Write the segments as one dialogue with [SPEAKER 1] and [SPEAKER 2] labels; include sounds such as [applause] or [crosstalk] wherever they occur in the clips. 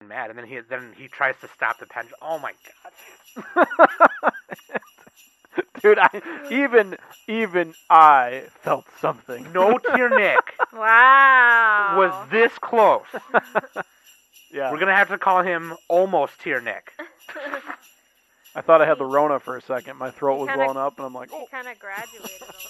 [SPEAKER 1] mad, and then he then he tries to stop the pendulum. Oh my god,
[SPEAKER 2] [laughs] dude! I, even even I felt something.
[SPEAKER 3] [laughs]
[SPEAKER 1] no tier Nick
[SPEAKER 4] Wow.
[SPEAKER 5] [laughs]
[SPEAKER 1] was this close.
[SPEAKER 2] yeah,
[SPEAKER 1] We're gonna have to call him almost tier Nick.
[SPEAKER 2] I thought I had the Rona for a second. My throat was
[SPEAKER 4] Kinda-
[SPEAKER 2] blown up, and I'm like,
[SPEAKER 4] he
[SPEAKER 2] oh,
[SPEAKER 4] kind of graduated. almost.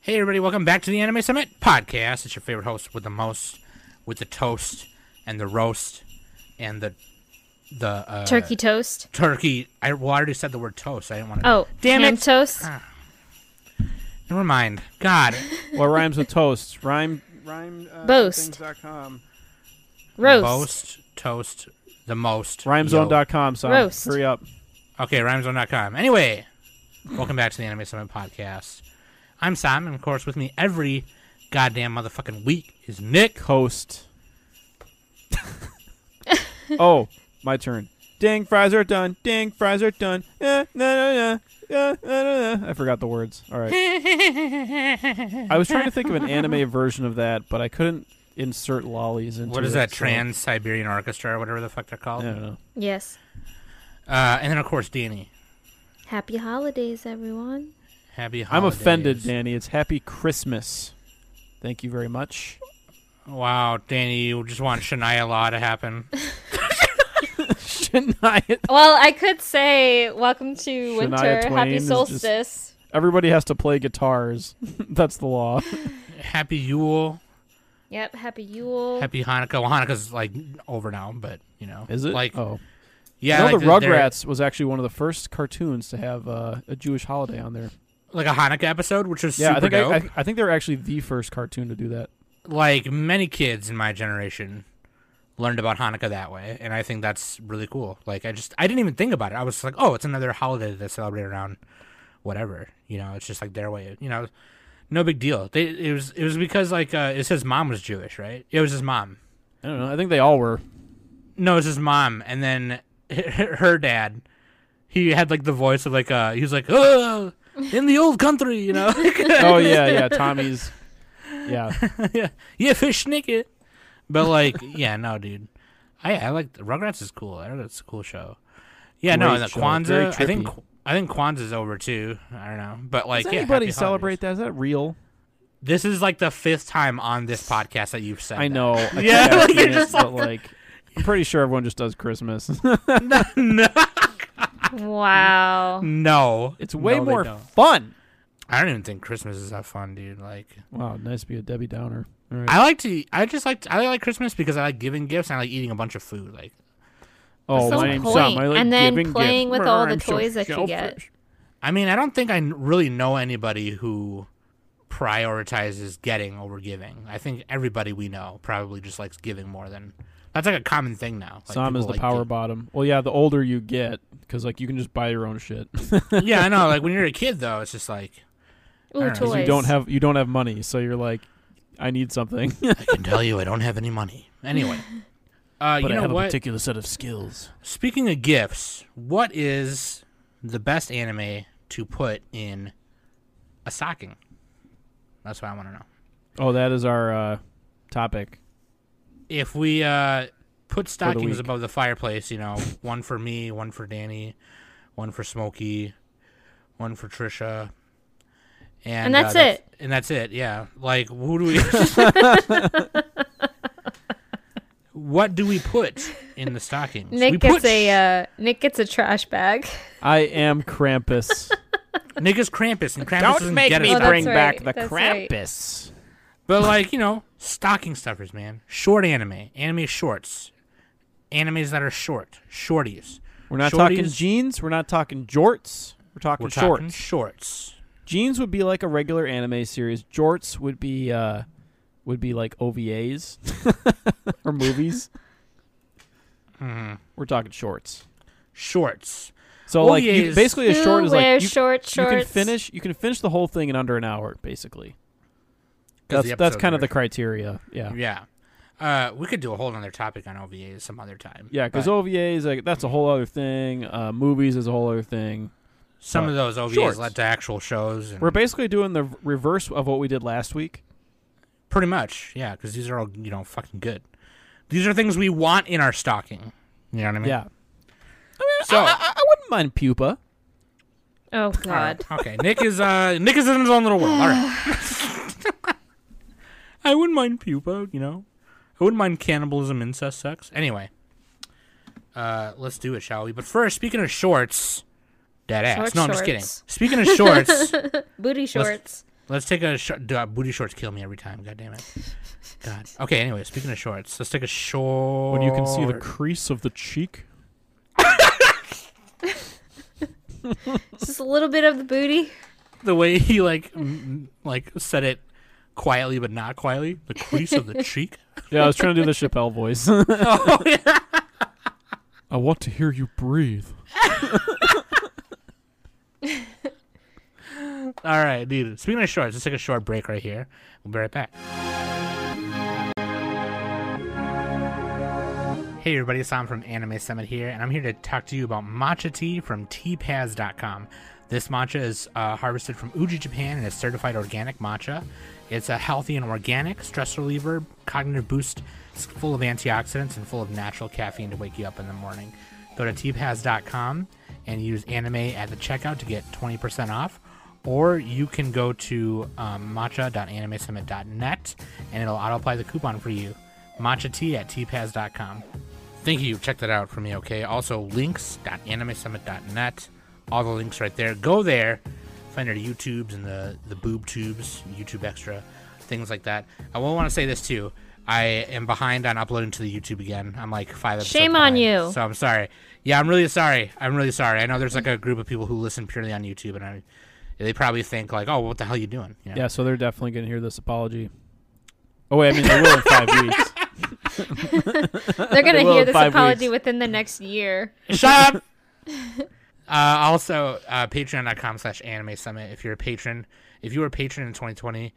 [SPEAKER 6] Hey, everybody, welcome back to the Anime Summit podcast. It's your favorite host with the most, with the toast and the roast and the the uh,
[SPEAKER 5] Turkey toast.
[SPEAKER 6] turkey. I well, I already said the word toast. I didn't want to.
[SPEAKER 5] Oh,
[SPEAKER 6] damn
[SPEAKER 5] ham
[SPEAKER 6] it!
[SPEAKER 5] toast.
[SPEAKER 3] Mm.
[SPEAKER 6] Never mind. God,
[SPEAKER 3] What rhymes with toast? Rhyme rhyme uh,
[SPEAKER 5] Boast.
[SPEAKER 3] things.com.
[SPEAKER 5] Roast.
[SPEAKER 6] most toast, the most yo.
[SPEAKER 3] Rhymezone.com, son.
[SPEAKER 5] Roast.
[SPEAKER 3] Hurry up.
[SPEAKER 6] Okay, rhymezone.com. Anyway, welcome back to the Anime Summit podcast. I'm Sam, and of course, with me every goddamn motherfucking week is Nick.
[SPEAKER 3] Coast. oh, my turn. Ding, fries are done. Ding, fries are done. Eh, nah, nah, nah. Eh, nah, nah, nah. I forgot the words. All right. I was trying to think of an anime version of that, but I couldn't insert lollies into
[SPEAKER 6] What is
[SPEAKER 3] it,
[SPEAKER 6] that?
[SPEAKER 3] so-
[SPEAKER 6] Trans Siberian Orchestra or whatever the fuck they're
[SPEAKER 3] I
[SPEAKER 6] called.
[SPEAKER 3] don't know.
[SPEAKER 5] Yes.
[SPEAKER 6] Uh, and then of course, Danny.
[SPEAKER 5] Happy holidays, everyone.
[SPEAKER 6] Happy
[SPEAKER 3] I'm
[SPEAKER 6] holidays.
[SPEAKER 3] offended, Danny. It's Happy Christmas. Thank you very much. [laughs]
[SPEAKER 6] Wow, Danny, you just want Shania Law to
[SPEAKER 3] [laughs]
[SPEAKER 6] happen.
[SPEAKER 3] Shouldn't I?
[SPEAKER 5] Well, I could say welcome to winter.
[SPEAKER 3] Twain
[SPEAKER 5] Happy
[SPEAKER 3] is just-
[SPEAKER 5] solstice.
[SPEAKER 3] Everybody has to play guitars. [laughs] That's the law.
[SPEAKER 6] Happy Yule.
[SPEAKER 5] Yep. Happy Yule.
[SPEAKER 6] Happy Hanukkah. Well, Hanukkah's like over now, but you know,
[SPEAKER 3] Is it?
[SPEAKER 6] Like,
[SPEAKER 3] oh,
[SPEAKER 6] yeah,
[SPEAKER 3] I know
[SPEAKER 6] like
[SPEAKER 3] the
[SPEAKER 6] they're- they're-
[SPEAKER 3] Rugrats was actually one of the first cartoons to have uh, a Jewish holiday on there.
[SPEAKER 6] like a Hanukkah episode, which was
[SPEAKER 3] Yeah, I
[SPEAKER 6] super
[SPEAKER 3] think I,
[SPEAKER 6] dope.
[SPEAKER 3] I, I think they were actually the first cartoon to do that.
[SPEAKER 6] like many kids in my generation learned about Hanukkah that way, and I think that's really cool. Like I just I didn't even think about it. I was like, oh, it's another holiday that they celebrate around whatever. You know, it's just like their way. You know, no big deal. They it was it was because like uh, it says mom was Jewish, right? It was his mom.
[SPEAKER 3] I don't know. I think they all were.
[SPEAKER 6] No, it was his mom, and then [laughs] her dad. He had like the voice of like uh he was like oh in the old country, you know.
[SPEAKER 3] [laughs]
[SPEAKER 6] [laughs]
[SPEAKER 3] oh yeah, yeah. Tommy's. Yeah,
[SPEAKER 6] yeah, yeah, fish snicket. But like, [laughs] yeah, no, dude. I I like Rugrats is cool. I heard it's a cool show. Yeah, no,
[SPEAKER 3] Great
[SPEAKER 6] and the
[SPEAKER 3] show. Very
[SPEAKER 6] Kwanzaa. I think
[SPEAKER 3] trippy.
[SPEAKER 6] I think Kwanzaa's over too. I don't know, but like,
[SPEAKER 3] does
[SPEAKER 6] yeah,
[SPEAKER 3] anybody
[SPEAKER 6] happy
[SPEAKER 3] celebrate
[SPEAKER 6] holidays.
[SPEAKER 3] that? Is that real?
[SPEAKER 6] This is like the fifth time on this podcast that you've said.
[SPEAKER 3] I
[SPEAKER 6] that. [laughs]
[SPEAKER 3] know. I
[SPEAKER 6] Yeah, like,
[SPEAKER 3] keep asking
[SPEAKER 6] you're
[SPEAKER 3] it,
[SPEAKER 6] just
[SPEAKER 3] but
[SPEAKER 6] like-
[SPEAKER 3] like, I'm pretty sure everyone just does Christmas. [laughs]
[SPEAKER 6] no,
[SPEAKER 5] Wow.
[SPEAKER 6] no,
[SPEAKER 3] it's way
[SPEAKER 6] No, they
[SPEAKER 3] more
[SPEAKER 6] don't.
[SPEAKER 3] fun.
[SPEAKER 6] I don't even think Christmas is that fun, dude. Like,
[SPEAKER 3] Wow, nice to be a Debbie Downer. All right.
[SPEAKER 6] I like to. I just like. I like Christmas because I like giving gifts and I like eating a bunch of food. Like,
[SPEAKER 3] oh,
[SPEAKER 5] That's
[SPEAKER 3] my
[SPEAKER 5] the
[SPEAKER 3] name's
[SPEAKER 5] point.
[SPEAKER 3] Sam. I like
[SPEAKER 5] And then
[SPEAKER 3] giving
[SPEAKER 5] playing
[SPEAKER 3] gifts.
[SPEAKER 5] with all the
[SPEAKER 3] I'm so
[SPEAKER 5] toys that you get.
[SPEAKER 3] selfish.
[SPEAKER 6] I mean, I don't think I n- really know anybody who prioritizes getting over giving. I think everybody we know probably just likes giving more than that's like a common thing now. Like
[SPEAKER 3] Sam
[SPEAKER 6] people
[SPEAKER 3] is the
[SPEAKER 6] like
[SPEAKER 3] power
[SPEAKER 6] gi-
[SPEAKER 3] bottom. Well, yeah, the older you get, because like you can just buy your
[SPEAKER 6] [laughs]
[SPEAKER 3] own shit.
[SPEAKER 6] yeah, I know. Like when
[SPEAKER 3] [laughs]
[SPEAKER 6] you're a kid, though, it's just like
[SPEAKER 5] Ooh,
[SPEAKER 6] don't know,
[SPEAKER 5] toys.
[SPEAKER 3] you don't have you don't have money, so you're like, I
[SPEAKER 6] [laughs]
[SPEAKER 3] need something. but
[SPEAKER 6] I can tell you, I don't have any money.
[SPEAKER 3] [laughs]
[SPEAKER 6] Anyway, uh, you know what?
[SPEAKER 3] particular set of skills.
[SPEAKER 6] Speaking of gifts, what is the best anime to put in a stocking? That's what I want to know.
[SPEAKER 3] Oh, that is our uh, topic.
[SPEAKER 6] if we uh, put stockings
[SPEAKER 3] week.
[SPEAKER 6] above the fireplace, you know, one for me, one for Danny, one for Smokey, one for Trisha, and,
[SPEAKER 5] And that's
[SPEAKER 6] uh, And that's it. Yeah. Like, who
[SPEAKER 5] [laughs]
[SPEAKER 6] do we? what do we put in the stockings? we
[SPEAKER 5] Nick
[SPEAKER 6] put
[SPEAKER 5] gets a uh, Nick gets a
[SPEAKER 3] [laughs]
[SPEAKER 5] trash bag.
[SPEAKER 3] I am Krampus.
[SPEAKER 6] Nick is Krampus, and Krampus doesn't get us
[SPEAKER 5] Oh,
[SPEAKER 6] nothing.
[SPEAKER 5] bring back the that's right.
[SPEAKER 3] Krampus.
[SPEAKER 6] But like, you know, stocking stuffers, man. Short anime, anime shorts, animes that are short, shorties.
[SPEAKER 3] We're not
[SPEAKER 6] Shorties.
[SPEAKER 3] talking jeans. We're not talking jorts. We're talking
[SPEAKER 6] We're
[SPEAKER 3] shorts.
[SPEAKER 6] talking shorts.
[SPEAKER 3] Jeans would be like a regular anime series. Jorts would be uh, would be like OVAs [laughs] or movies.
[SPEAKER 6] Mm-hmm.
[SPEAKER 3] We're talking shorts.
[SPEAKER 6] shorts.
[SPEAKER 3] So like you,
[SPEAKER 6] OVAs.
[SPEAKER 3] basically a
[SPEAKER 5] Who
[SPEAKER 3] short is like
[SPEAKER 5] wears
[SPEAKER 3] you,
[SPEAKER 5] short
[SPEAKER 3] you
[SPEAKER 5] shorts?
[SPEAKER 3] can finish you can finish the whole thing in under an hour basically.
[SPEAKER 6] 'Cause
[SPEAKER 3] That's
[SPEAKER 6] the
[SPEAKER 3] that's
[SPEAKER 6] episodes
[SPEAKER 3] kind of the
[SPEAKER 6] are-
[SPEAKER 3] criteria. Yeah.
[SPEAKER 6] yeah. Uh, we could do a whole other topic on OVAs some other time.
[SPEAKER 3] Yeah, cuz
[SPEAKER 6] but-
[SPEAKER 3] OVAs like that's a whole other thing. Uh, movies is a whole other thing.
[SPEAKER 6] Some
[SPEAKER 3] But
[SPEAKER 6] of those OVAs
[SPEAKER 3] shorts.
[SPEAKER 6] led to actual shows. And
[SPEAKER 3] We're basically doing the v- reverse of what we did last week.
[SPEAKER 6] pretty much, yeah, because these are all you know fucking good. These are things we want in our stocking. You know what I mean?
[SPEAKER 3] Yeah. I mean,
[SPEAKER 6] So-
[SPEAKER 3] I, I- I wouldn't mind pupa.
[SPEAKER 5] Oh
[SPEAKER 6] All right.
[SPEAKER 5] God.
[SPEAKER 6] [laughs] Okay. Nick is uh Nick is in his own little world. All right. [laughs] I wouldn't mind pupa, you know. I wouldn't mind cannibalism, incest, sex. Anyway. Uh let's do it, shall we? But first, speaking of shorts, dead ass.
[SPEAKER 5] Short
[SPEAKER 6] no, I'm just kidding.
[SPEAKER 5] shorts.
[SPEAKER 6] Speaking of shorts, [laughs]
[SPEAKER 5] Booty shorts.
[SPEAKER 6] let's take a short booty shorts kill me every time. God damn it. God. Okay, anyway, speaking of shorts, let's take a short
[SPEAKER 3] When you can see the crease of the cheek.
[SPEAKER 5] Just a little bit of the booty.
[SPEAKER 6] the way he like m- like said it quietly but not quietly, the crease of [laughs] the cheek.
[SPEAKER 3] Yeah, I was trying to do the Chappelle [laughs] voice.
[SPEAKER 6] Oh, yeah.
[SPEAKER 3] I want to hear you breathe.
[SPEAKER 6] All right, dude. Speaking of shorts, let's take a short break right here. We'll be right back. Hey everybody, it's Sam from Anime Summit here, and I'm here to talk to you about matcha tea from teapaz.com. This matcha is uh, harvested from Uji, Japan, and is certified organic matcha. It's a healthy and organic stress reliever, cognitive boost, it's full of antioxidants, and full of natural caffeine to wake you up in the morning. Go to teapaz.com and use anime at the checkout to get 20% off, or you can go to um, matcha.animesummit.net and it'll auto apply the coupon for you. Matcha tea at teapaz.com. Thank you. Check that out for me, okay? Also, links.animesummit.net. All the links right there. Go there. Find our YouTubes and the, the boob tubes, YouTube extra, things like that. I will want to say this too. I am behind on uploading to the YouTube again. I'm like five episodes.
[SPEAKER 5] Shame on
[SPEAKER 6] behind,
[SPEAKER 5] you.
[SPEAKER 6] So I'm sorry. Yeah, I'm really sorry. I'm really sorry. I know there's like a group of people who listen purely on YouTube, and I, they probably think like, "Oh, what the hell you doing?" You know?
[SPEAKER 3] Yeah, so they're definitely going to hear this apology. Oh, wait, I mean, they will in [laughs] five weeks.
[SPEAKER 5] They're
[SPEAKER 3] [laughs]
[SPEAKER 5] gonna
[SPEAKER 3] will
[SPEAKER 5] hear
[SPEAKER 3] in
[SPEAKER 5] this
[SPEAKER 3] five
[SPEAKER 5] apology
[SPEAKER 3] weeks.
[SPEAKER 5] within the next year.
[SPEAKER 6] Shut up. Uh, also, uh, patreon.com slash anime summit. If you're a patron, if you were a patron in 2020,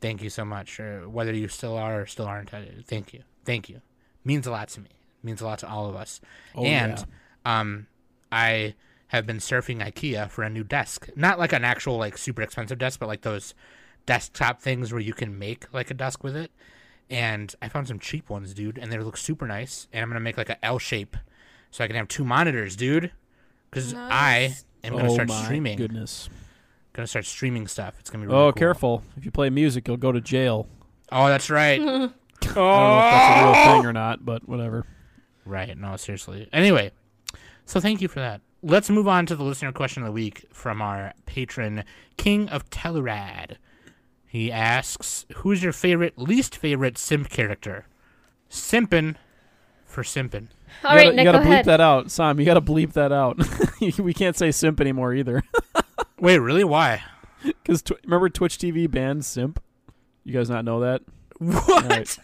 [SPEAKER 6] thank you so much. Or whether you still are or still aren't, uh, thank you. Thank you. Means a lot to me. Means a lot to all of us. and um, I have been surfing IKEA for a new desk. Not like an actual, like, super expensive desk, but like those desktop things where you can make like a desk with it. And I found some cheap ones, dude, and they look super nice. And I'm going to make like a L shape so I can have two monitors, dude. Because I am gonna
[SPEAKER 3] oh
[SPEAKER 6] start
[SPEAKER 3] my
[SPEAKER 6] streaming.
[SPEAKER 3] goodness.
[SPEAKER 6] Gonna start streaming stuff. It's gonna be. Really
[SPEAKER 3] Oh,
[SPEAKER 6] cool.
[SPEAKER 3] careful. If you play music, you'll go to jail.
[SPEAKER 6] Oh, that's right.
[SPEAKER 3] I don't know if that's a
[SPEAKER 6] Oh!
[SPEAKER 3] real thing or not, but whatever.
[SPEAKER 6] right. No, seriously. Anyway, so thank you for that. Let's move on to the listener question of the week from our patron King of Tellurad. He asks, "Who's your favorite, least favorite simp character?" Simpin for simpin.
[SPEAKER 5] All
[SPEAKER 3] you
[SPEAKER 5] right,
[SPEAKER 3] gotta,
[SPEAKER 5] Nick,
[SPEAKER 3] you
[SPEAKER 5] go
[SPEAKER 3] gotta bleep
[SPEAKER 5] ahead.
[SPEAKER 3] that out, Sam. You gotta bleep that out. [laughs] we can't say simp anymore either, [laughs]
[SPEAKER 6] Wait, really? Why? [laughs]
[SPEAKER 3] because tw- remember Twitch TV banned simp. You guys not know that?
[SPEAKER 6] What?
[SPEAKER 3] right.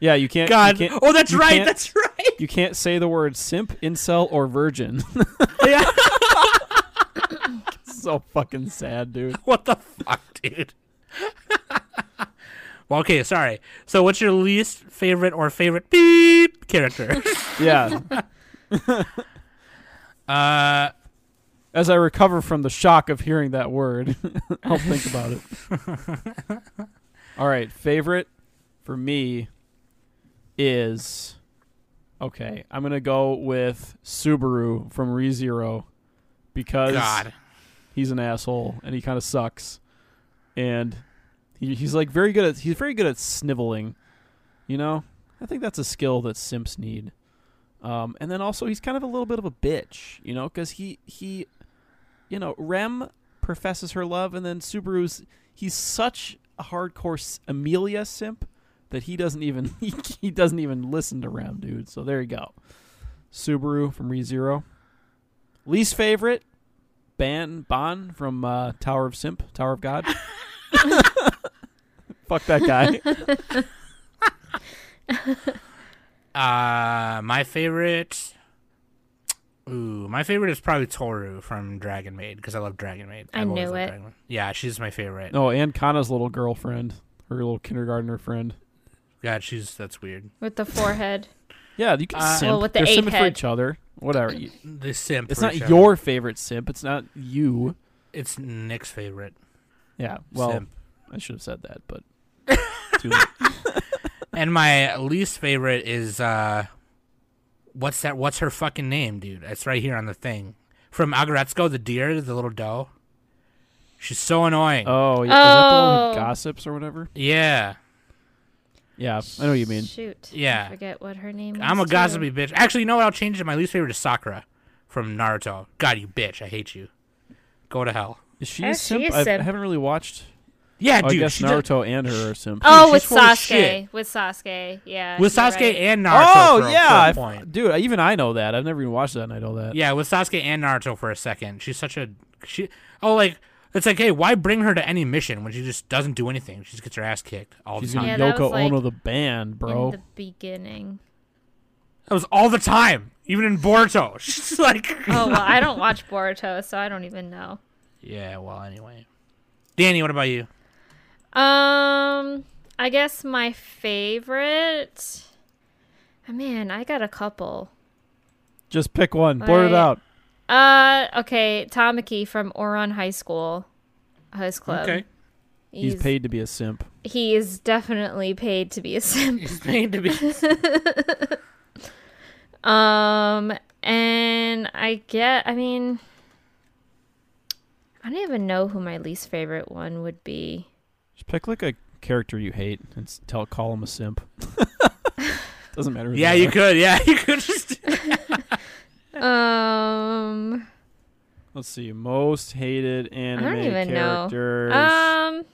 [SPEAKER 3] Yeah, you can't.
[SPEAKER 6] God.
[SPEAKER 3] you can't,
[SPEAKER 6] oh, that's
[SPEAKER 3] you
[SPEAKER 6] right.
[SPEAKER 3] can't-
[SPEAKER 6] That's right.
[SPEAKER 3] [laughs] you can't say the word simp, incel, or virgin. [laughs]
[SPEAKER 6] Yeah.
[SPEAKER 3] so fucking sad, dude.
[SPEAKER 6] [laughs] what the fuck, dude? [laughs] well, okay, sorry. So, what's your least favorite or favorite beep
[SPEAKER 3] [laughs]
[SPEAKER 6] character?
[SPEAKER 3] Yeah.
[SPEAKER 6] uh,
[SPEAKER 3] As I recover from the shock of hearing that word, [laughs] I'll think about it. All right, favorite for me is okay. I'm gonna go with Subaru from ReZero because
[SPEAKER 6] Uh, God.
[SPEAKER 3] he's an asshole and he kind of sucks, and he, he's like very good at he's very good at sniveling. You know, I think that's a skill that simps need. Um, and then also he's kind of a little bit of a bitch, you know, because he he, you know, Rem professes her love, and then Subaru's he's such a hardcore s- Amelia simp that he doesn't even [laughs] he, he doesn't even listen to Rem, dude. So there you go, Subaru from ReZero. Least favorite, Ban Bon from uh, Tower of Simp, Tower
[SPEAKER 6] [laughs]
[SPEAKER 3] of God. Fuck that guy.
[SPEAKER 6] Uh, my favorite. Ooh, my favorite is probably Toru from Dragon Maid because I love Dragon Maid.
[SPEAKER 5] I
[SPEAKER 6] I've always
[SPEAKER 5] knew
[SPEAKER 6] loved
[SPEAKER 5] it.
[SPEAKER 6] Dragon Maid. Yeah, she's my favorite.
[SPEAKER 3] Oh, and Kana's little girlfriend, her little kindergartner friend.
[SPEAKER 6] God, she's that's weird.
[SPEAKER 5] With the forehead.
[SPEAKER 3] Yeah, you can
[SPEAKER 6] Uh,
[SPEAKER 3] simp.
[SPEAKER 5] Well, with the
[SPEAKER 3] They're
[SPEAKER 5] ape
[SPEAKER 3] simping for
[SPEAKER 5] head.
[SPEAKER 3] each other. Whatever. You-
[SPEAKER 6] The simp.
[SPEAKER 3] It's
[SPEAKER 6] for
[SPEAKER 3] not
[SPEAKER 6] each other.
[SPEAKER 3] your favorite simp. It's not you.
[SPEAKER 6] It's Nick's favorite
[SPEAKER 3] Yeah. Well,
[SPEAKER 6] simp,
[SPEAKER 3] I should have said that,
[SPEAKER 6] [laughs]
[SPEAKER 3] but too late.
[SPEAKER 6] and my least favorite is uh, what's that? What's her fucking name, dude? It's right here on the thing from Agaretsko, the deer, the little doe. She's so annoying.
[SPEAKER 3] Oh, yeah. Is that the one
[SPEAKER 5] Oh.
[SPEAKER 3] who gossips or whatever?
[SPEAKER 6] yeah,
[SPEAKER 3] Yeah, I know what you mean.
[SPEAKER 5] Shoot.
[SPEAKER 6] Yeah.
[SPEAKER 5] I forget what her name is.
[SPEAKER 6] I'm a
[SPEAKER 5] too.
[SPEAKER 6] gossipy bitch. Actually, you know what? I'll change it. My least favorite is Sakura from Naruto. God, you bitch! I hate you. Go to hell.
[SPEAKER 3] Is she
[SPEAKER 5] Oh,
[SPEAKER 3] a
[SPEAKER 5] she
[SPEAKER 3] simp?
[SPEAKER 5] is
[SPEAKER 3] I've-
[SPEAKER 5] simp.
[SPEAKER 3] I haven't really watched.
[SPEAKER 6] Yeah,
[SPEAKER 3] Oh, I
[SPEAKER 6] Uh, dude.
[SPEAKER 3] guess
[SPEAKER 6] she does-
[SPEAKER 3] Naruto and her are simp.
[SPEAKER 5] Oh,
[SPEAKER 6] she
[SPEAKER 5] with
[SPEAKER 6] swallows
[SPEAKER 5] Sasuke.
[SPEAKER 6] shit.
[SPEAKER 5] With Sasuke. Yeah.
[SPEAKER 6] with
[SPEAKER 5] you're
[SPEAKER 6] Sasuke
[SPEAKER 5] right.
[SPEAKER 6] and Naruto. for
[SPEAKER 3] Oh
[SPEAKER 6] a-
[SPEAKER 3] yeah,
[SPEAKER 6] for a
[SPEAKER 3] I-
[SPEAKER 6] point.
[SPEAKER 3] dude. I- Even I know that. I've never even watched that, and I know that.
[SPEAKER 6] Yeah, with Sasuke and Naruto for a second. She's such a she. Oh, like it's like, hey, why bring her to any mission when she just doesn't do anything? She just gets her ass kicked all
[SPEAKER 3] She's
[SPEAKER 6] the time.
[SPEAKER 3] gonna
[SPEAKER 5] Yeah, that
[SPEAKER 3] Yoko
[SPEAKER 5] was, like,
[SPEAKER 3] Ono the band, bro.
[SPEAKER 5] In the beginning.
[SPEAKER 6] That was all the time, even in Boruto. [laughs] She's like,
[SPEAKER 5] Oh well, I
[SPEAKER 6] [laughs]
[SPEAKER 5] don't watch Boruto, so I don't even know.
[SPEAKER 6] yeah. Well, anyway, Danny, what about you?
[SPEAKER 5] Um, I guess my favorite. Oh, man, I got a couple.
[SPEAKER 3] Just pick one. Blurt it
[SPEAKER 5] Like-
[SPEAKER 3] out.
[SPEAKER 5] Uh, okay, Tamaki from Oron High School Host Club.
[SPEAKER 3] [laughs]
[SPEAKER 6] Okay,
[SPEAKER 3] He's, paid to be a simp.
[SPEAKER 5] He is definitely paid to be a [laughs] simp.
[SPEAKER 6] it's made to be.
[SPEAKER 5] Um, and I get. I mean, I don't even know who my least favorite one would be.
[SPEAKER 3] Just pick like a character you hate and s- tell call him a simp.
[SPEAKER 5] [laughs]
[SPEAKER 3] [laughs] Doesn't matter. who
[SPEAKER 6] Yeah,
[SPEAKER 3] they
[SPEAKER 6] you
[SPEAKER 3] are.
[SPEAKER 6] could. Yeah, [laughs] you could just.
[SPEAKER 5] Um,
[SPEAKER 3] Let's see. Most hated anime
[SPEAKER 5] even know.
[SPEAKER 3] characters.
[SPEAKER 5] um,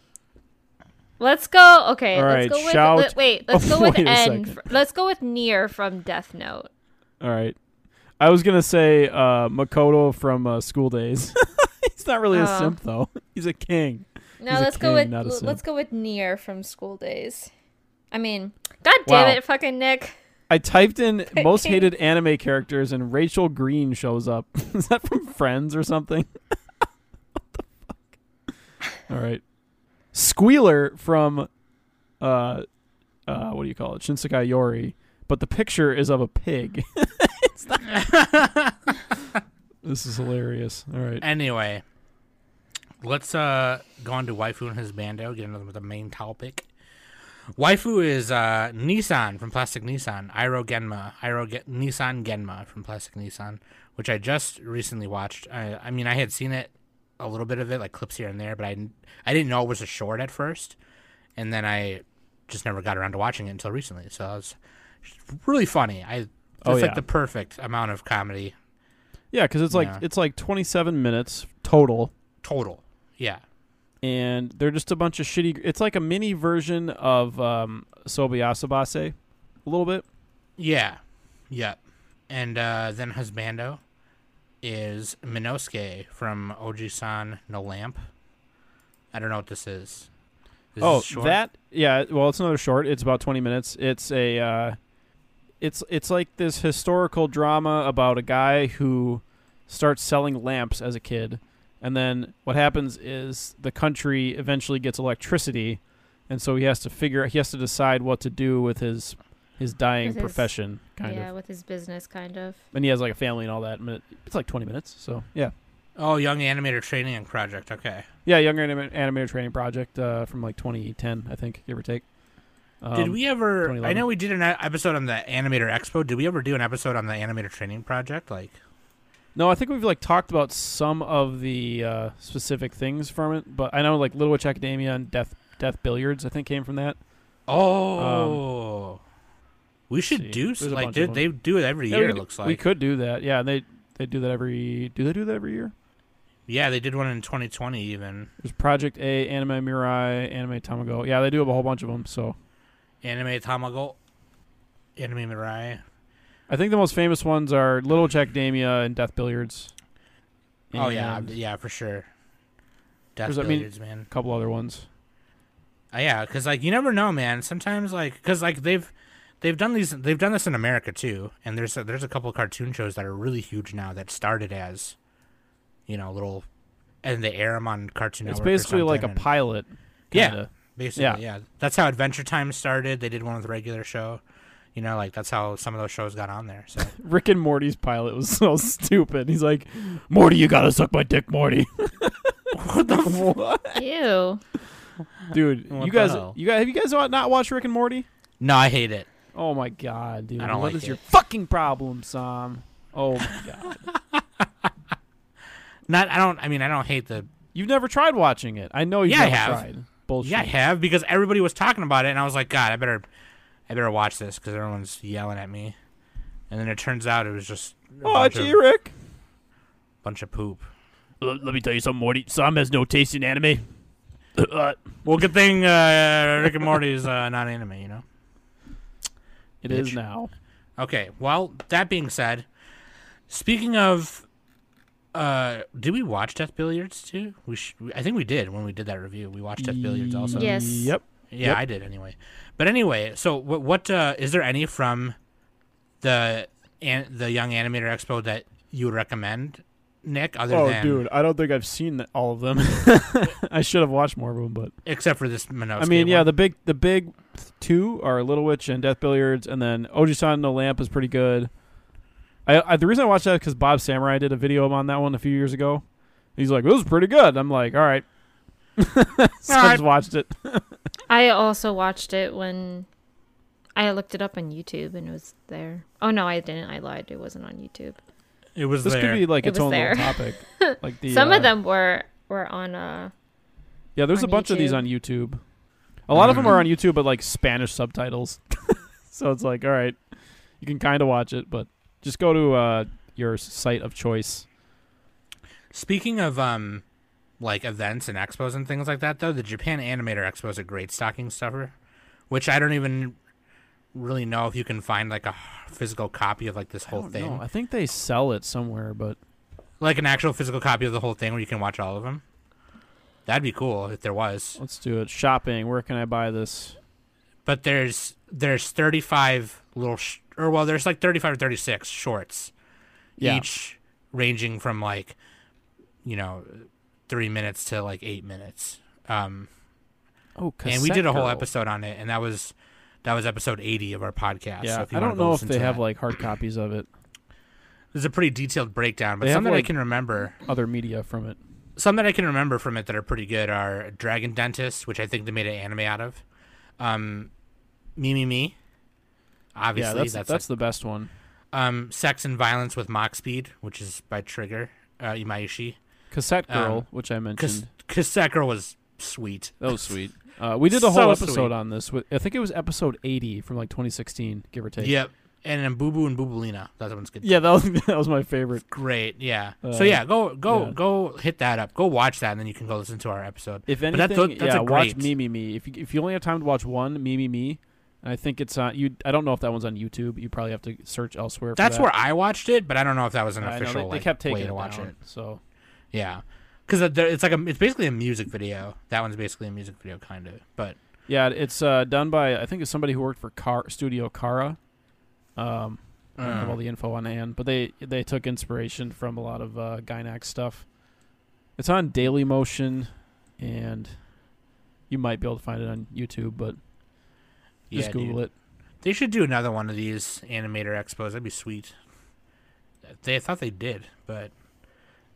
[SPEAKER 5] let's go. Okay,
[SPEAKER 3] All
[SPEAKER 5] let's
[SPEAKER 3] right,
[SPEAKER 5] go with
[SPEAKER 3] shout-
[SPEAKER 5] let- wait. Let's
[SPEAKER 3] Oh, [laughs]
[SPEAKER 5] go with
[SPEAKER 3] wait a
[SPEAKER 5] N.
[SPEAKER 3] second.
[SPEAKER 5] fr- let's go with Near from Death Note.
[SPEAKER 3] All right. I was gonna say uh, Makoto from uh, School Days. [laughs] He's not really a
[SPEAKER 5] Oh.
[SPEAKER 3] simp though. [laughs] He's a king.
[SPEAKER 5] No,
[SPEAKER 3] He's a
[SPEAKER 5] let's go
[SPEAKER 3] king,
[SPEAKER 5] with
[SPEAKER 3] not a
[SPEAKER 5] l-
[SPEAKER 3] simp.
[SPEAKER 5] let's go with Near from School Days. I mean, god
[SPEAKER 3] Wow.
[SPEAKER 5] damn it, fucking Nick.
[SPEAKER 3] I typed in most
[SPEAKER 5] king.
[SPEAKER 3] hated anime characters and Rachel Green shows up. [laughs] Is that from Friends or something? [laughs] what the fuck? All right. Squealer from uh uh what do you call it? Shinsekai Yori, but the picture is of a pig. [laughs] It's not- this is hilarious. All right.
[SPEAKER 6] Uh, anyway, let's uh go on to waifu and his bando. Get another with the main topic. Waifu is uh, Nissan from Plastic Nissan, Iro Genma, Iro Ge- Nissan Genma from Plastic Nissan, which I just recently watched. I, I mean, I had seen it a little bit of it, like clips here and there, but I didn't- I didn't know it was a short at first, and then I just never got around to watching it until recently. So it was really funny. I it's
[SPEAKER 3] Oh, yeah.
[SPEAKER 6] like the perfect amount of comedy
[SPEAKER 3] Yeah, cuz it's like
[SPEAKER 6] Yeah.
[SPEAKER 3] it's like 27 minutes total
[SPEAKER 6] total. Yeah.
[SPEAKER 3] and they're just a bunch of shitty it's like a mini version of um Sobiasobase a little bit.
[SPEAKER 6] Yeah. Yep. And uh, then Husbando is Minosuke from Oji-san No Lamp. I don't know what this is. This
[SPEAKER 3] oh,
[SPEAKER 6] is short?
[SPEAKER 3] that yeah. Well, it's another short. It's about twenty minutes. It's a uh, it's it's like this historical drama about a guy who starts selling lamps as a kid, and then what happens is the country eventually gets electricity, and so he has to figure he has to decide what to do with his his dying
[SPEAKER 5] With his-
[SPEAKER 3] profession kind
[SPEAKER 5] yeah,
[SPEAKER 3] of.
[SPEAKER 5] with his business, kind of.
[SPEAKER 3] And he has like a family and all that. and it- It's like twenty minutes. So yeah.
[SPEAKER 6] Oh, Young Animator Training and Project. Okay.
[SPEAKER 3] Yeah, younger anim- animator training project uh, from like 2010, I think, give or take.
[SPEAKER 6] did
[SPEAKER 3] Um,
[SPEAKER 6] we ever? I
[SPEAKER 3] 2011.
[SPEAKER 6] know we did an e- episode on the Animator Expo. Did we ever do an episode on the Animator Training Project? Like,
[SPEAKER 3] No, I think we've like talked about some of the uh, specific things from it, but I know like Little Witch Academia and Death Death Billiards I think came from that.
[SPEAKER 6] oh, we should
[SPEAKER 3] Um, see.
[SPEAKER 6] do s-
[SPEAKER 3] There's a
[SPEAKER 6] like
[SPEAKER 3] bunch of
[SPEAKER 6] dude, they do it every
[SPEAKER 3] Yeah,
[SPEAKER 6] year.
[SPEAKER 3] we,
[SPEAKER 6] It
[SPEAKER 3] could-
[SPEAKER 6] looks
[SPEAKER 3] we
[SPEAKER 6] like.
[SPEAKER 3] could do that. Yeah, and they they do that every. Do they do that every year?
[SPEAKER 6] Yeah, they did one in 2020 even.
[SPEAKER 3] There's Project A, Anime Mirai, Anime Tamago. Yeah, they do have a whole bunch of them. So
[SPEAKER 6] Anime Tamago, Anime Mirai.
[SPEAKER 3] I think the most famous ones are Little Witch Academia and Death Billiards.
[SPEAKER 6] Oh yeah,
[SPEAKER 3] And
[SPEAKER 6] yeah for sure. Death
[SPEAKER 3] There's- I mean-
[SPEAKER 6] billiards, man.
[SPEAKER 3] a couple other ones.
[SPEAKER 6] Uh, yeah, because like you never know, man. Sometimes like because like they've they've done these they've done this in America too, and there's a, there's a couple cartoon shows that are really huge now that started as you know little and they air them on Cartoon
[SPEAKER 3] it's
[SPEAKER 6] Network. or
[SPEAKER 3] basically like a
[SPEAKER 6] something, and-
[SPEAKER 3] pilot.
[SPEAKER 6] Yeah.
[SPEAKER 3] kinda.
[SPEAKER 6] Basically,
[SPEAKER 3] yeah.
[SPEAKER 6] yeah. That's how Adventure Time started. They did one with a regular show, You know, like that's how some of those shows got on there.
[SPEAKER 3] [laughs]
[SPEAKER 6] So
[SPEAKER 3] Rick and Morty's pilot was [laughs] so stupid. He's like, Morty, you gotta suck my dick, Morty. [laughs] what the what?
[SPEAKER 5] Ew.
[SPEAKER 3] Dude,
[SPEAKER 6] What
[SPEAKER 3] you
[SPEAKER 6] the
[SPEAKER 3] guys,
[SPEAKER 6] hell?
[SPEAKER 3] you guys, have you guys not watched Rick and Morty?
[SPEAKER 6] no, I hate it.
[SPEAKER 3] Oh my god, dude!
[SPEAKER 6] I don't
[SPEAKER 3] What
[SPEAKER 6] like
[SPEAKER 3] is
[SPEAKER 6] it.
[SPEAKER 3] your fucking problem, Sam?
[SPEAKER 6] [laughs]
[SPEAKER 3] Oh my god,
[SPEAKER 6] Not I don't. I mean, I don't hate the.
[SPEAKER 3] you've never tried watching it. I know you
[SPEAKER 6] Yeah, I
[SPEAKER 3] never
[SPEAKER 6] have.
[SPEAKER 3] tried. Bullshit.
[SPEAKER 6] Yeah, I have because everybody was talking about it, and I was like, God, I better, I better watch this because everyone's yelling at me. And then it turns out it was just a
[SPEAKER 3] oh,
[SPEAKER 6] bunch,
[SPEAKER 3] gee,
[SPEAKER 6] of,
[SPEAKER 3] Rick.
[SPEAKER 6] bunch of poop.
[SPEAKER 3] Let, me tell you something, Morty. Sam has no taste in anime. [laughs]
[SPEAKER 6] Well, good thing uh, Rick and Morty is uh, [laughs] not anime, you know.
[SPEAKER 3] It is
[SPEAKER 6] Bitch.
[SPEAKER 3] now.
[SPEAKER 6] Okay. Well, that being said, speaking of, uh, did we watch Death Billiards too? We sh- I think we did when we did that review. We watched Death Billiards also.
[SPEAKER 5] Yes.
[SPEAKER 3] Yep.
[SPEAKER 6] Yeah,
[SPEAKER 3] Yep.
[SPEAKER 6] I did anyway. But anyway, so what? What uh, is there any from the an- the Young Animator Expo that you would recommend, Nick? Other
[SPEAKER 3] Oh,
[SPEAKER 6] than
[SPEAKER 3] dude, I don't think I've seen th- all of them. [laughs] I should have watched more of them, but
[SPEAKER 6] except for this Minosuke.
[SPEAKER 3] I mean, yeah,
[SPEAKER 6] one.
[SPEAKER 3] the big, the big two are Little Witch and Death Billiards, and then Ojisan No Lamp is pretty good. I, I the reason I watched that because Bob Samurai did a video on that one a few years ago. He's like, "This is pretty good." I'm like, "All right." [laughs] so I just
[SPEAKER 6] Alright.
[SPEAKER 3] watched it.
[SPEAKER 5] I also watched it when I looked it up on YouTube and it was there. Oh no, I didn't. I lied. It wasn't on YouTube.
[SPEAKER 6] it was
[SPEAKER 3] This
[SPEAKER 6] there.
[SPEAKER 3] could be like
[SPEAKER 5] It
[SPEAKER 3] its
[SPEAKER 5] was
[SPEAKER 3] own
[SPEAKER 5] there.
[SPEAKER 3] little
[SPEAKER 5] [laughs]
[SPEAKER 3] topic. Like the
[SPEAKER 5] Some
[SPEAKER 3] uh,
[SPEAKER 5] of them were were on uh
[SPEAKER 3] Yeah, there's a
[SPEAKER 5] on
[SPEAKER 3] bunch of these
[SPEAKER 5] YouTube.
[SPEAKER 3] on YouTube. A lot of them
[SPEAKER 6] Mhm.
[SPEAKER 3] are on YouTube, but like Spanish subtitles. [laughs] so it's like, all right, you can kind of watch it, but just go to uh, your site of choice.
[SPEAKER 6] Speaking of um, like events and expos and things like that, though, the Japan Animator Expo is a great stocking stuffer, which I don't even really know if you can find like a physical copy of like this whole
[SPEAKER 3] I don't
[SPEAKER 6] thing,
[SPEAKER 3] know. I think they sell it somewhere, but
[SPEAKER 6] like an actual physical copy of the whole thing where you can watch all of them. That'd be cool if there was.
[SPEAKER 3] let's do it. Shopping. Where can I buy this?
[SPEAKER 6] But there's there's 35 little sh- or well, there's like 35 or 36 shorts
[SPEAKER 3] Yeah.
[SPEAKER 6] each ranging from like you know 3 minutes to like 8 minutes. Um
[SPEAKER 3] Oh,
[SPEAKER 6] and we did a
[SPEAKER 3] Cassette
[SPEAKER 6] whole
[SPEAKER 3] Girl.
[SPEAKER 6] episode on it, and that was that was episode eighty of our podcast.
[SPEAKER 3] Yeah,
[SPEAKER 6] so if you
[SPEAKER 3] I
[SPEAKER 6] wanna
[SPEAKER 3] don't
[SPEAKER 6] go
[SPEAKER 3] know if
[SPEAKER 6] listen
[SPEAKER 3] they
[SPEAKER 6] to
[SPEAKER 3] have
[SPEAKER 6] that.
[SPEAKER 3] like hard copies of it,
[SPEAKER 6] There's a pretty detailed breakdown, but
[SPEAKER 3] They have,
[SPEAKER 6] some that I
[SPEAKER 3] like-
[SPEAKER 6] can remember,
[SPEAKER 3] other media from it.
[SPEAKER 6] some that I can remember from it that are pretty good are Dragon Dentist, which I think they made an anime out of, um, Me Me Me, obviously
[SPEAKER 3] yeah,
[SPEAKER 6] that's,
[SPEAKER 3] that's that's,
[SPEAKER 6] that's
[SPEAKER 3] the best one.
[SPEAKER 6] um, Sex and Violence with Mock Speed, which is by Trigger uh, Imaishi.
[SPEAKER 3] Cassette Girl,
[SPEAKER 6] Um,
[SPEAKER 3] which I
[SPEAKER 6] Because
[SPEAKER 3] mentioned.
[SPEAKER 6] that girl was sweet.
[SPEAKER 3] That was sweet. Uh, we did a
[SPEAKER 6] [laughs] So
[SPEAKER 3] whole
[SPEAKER 6] sweet.
[SPEAKER 3] episode on this. With, I think it was episode 80 from like 2016, give or take.
[SPEAKER 6] Yep. And then Boo Boo and Boobulina. That one's good.
[SPEAKER 3] Yeah, that was [laughs] that was my favorite.
[SPEAKER 6] great. Yeah.
[SPEAKER 3] Uh,
[SPEAKER 6] so yeah, go go
[SPEAKER 3] yeah.
[SPEAKER 6] go hit that up. Go watch that, and then you can go listen to our episode.
[SPEAKER 3] If
[SPEAKER 6] But
[SPEAKER 3] anything,
[SPEAKER 6] that- that's
[SPEAKER 3] yeah,
[SPEAKER 6] a
[SPEAKER 3] watch
[SPEAKER 6] great-
[SPEAKER 3] Me Me Me. If you, if you only have time to watch one Me Me Me, I think it's on you. I don't know if that one's on YouTube. You probably have to search elsewhere.
[SPEAKER 6] That's
[SPEAKER 3] for
[SPEAKER 6] where
[SPEAKER 3] that.
[SPEAKER 6] I watched it, but I don't know if that was an
[SPEAKER 3] I know,
[SPEAKER 6] official
[SPEAKER 3] they,
[SPEAKER 6] like,
[SPEAKER 3] they kept taking
[SPEAKER 6] way
[SPEAKER 3] it
[SPEAKER 6] to watch
[SPEAKER 3] down,
[SPEAKER 6] it.
[SPEAKER 3] So
[SPEAKER 6] Yeah, because it's like a it's basically a music video. That one's basically a music video, kind of. But
[SPEAKER 3] yeah, it's uh, done by I think it's somebody who worked for Car Studio Kara. Um, I don't have
[SPEAKER 6] Mm.
[SPEAKER 3] all the info on hand, but they they took inspiration from a lot of uh, Gynax stuff. It's on Daily Motion, and you might be able to find it on YouTube, but
[SPEAKER 6] yeah,
[SPEAKER 3] just Google
[SPEAKER 6] dude.
[SPEAKER 3] it.
[SPEAKER 6] They should do another one of these animator expos. That'd be sweet. They I thought they did, but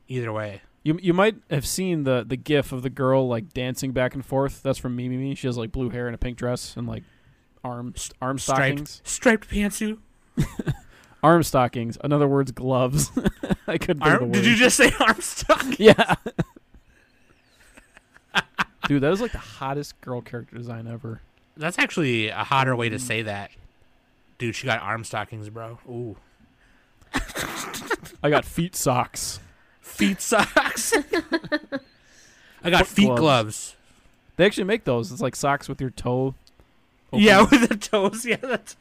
[SPEAKER 6] either way,
[SPEAKER 3] You you might have seen the the gif of the girl like dancing back and forth. That's from Mimi. Me. She has like blue hair and a pink dress and like arm
[SPEAKER 6] S-
[SPEAKER 3] arm
[SPEAKER 6] striped
[SPEAKER 3] stockings.
[SPEAKER 6] striped pantsuit.
[SPEAKER 3] Arm stockings. In other words, gloves. [laughs] I couldn't think of the
[SPEAKER 6] Arm,
[SPEAKER 3] word.
[SPEAKER 6] did you just say [laughs] arm stock?
[SPEAKER 3] [laughs] yeah. Dude, that was like the hottest girl character design ever.
[SPEAKER 6] That's actually a hotter way to say that. Dude, she got arm stockings, bro. Ooh.
[SPEAKER 3] I got feet socks.
[SPEAKER 6] Feet socks. I got
[SPEAKER 3] Foot
[SPEAKER 6] feet
[SPEAKER 3] gloves.
[SPEAKER 6] gloves.
[SPEAKER 3] They actually make those. It's like socks with your toe. open.
[SPEAKER 6] Yeah, [laughs] with the toes. Yeah, that's.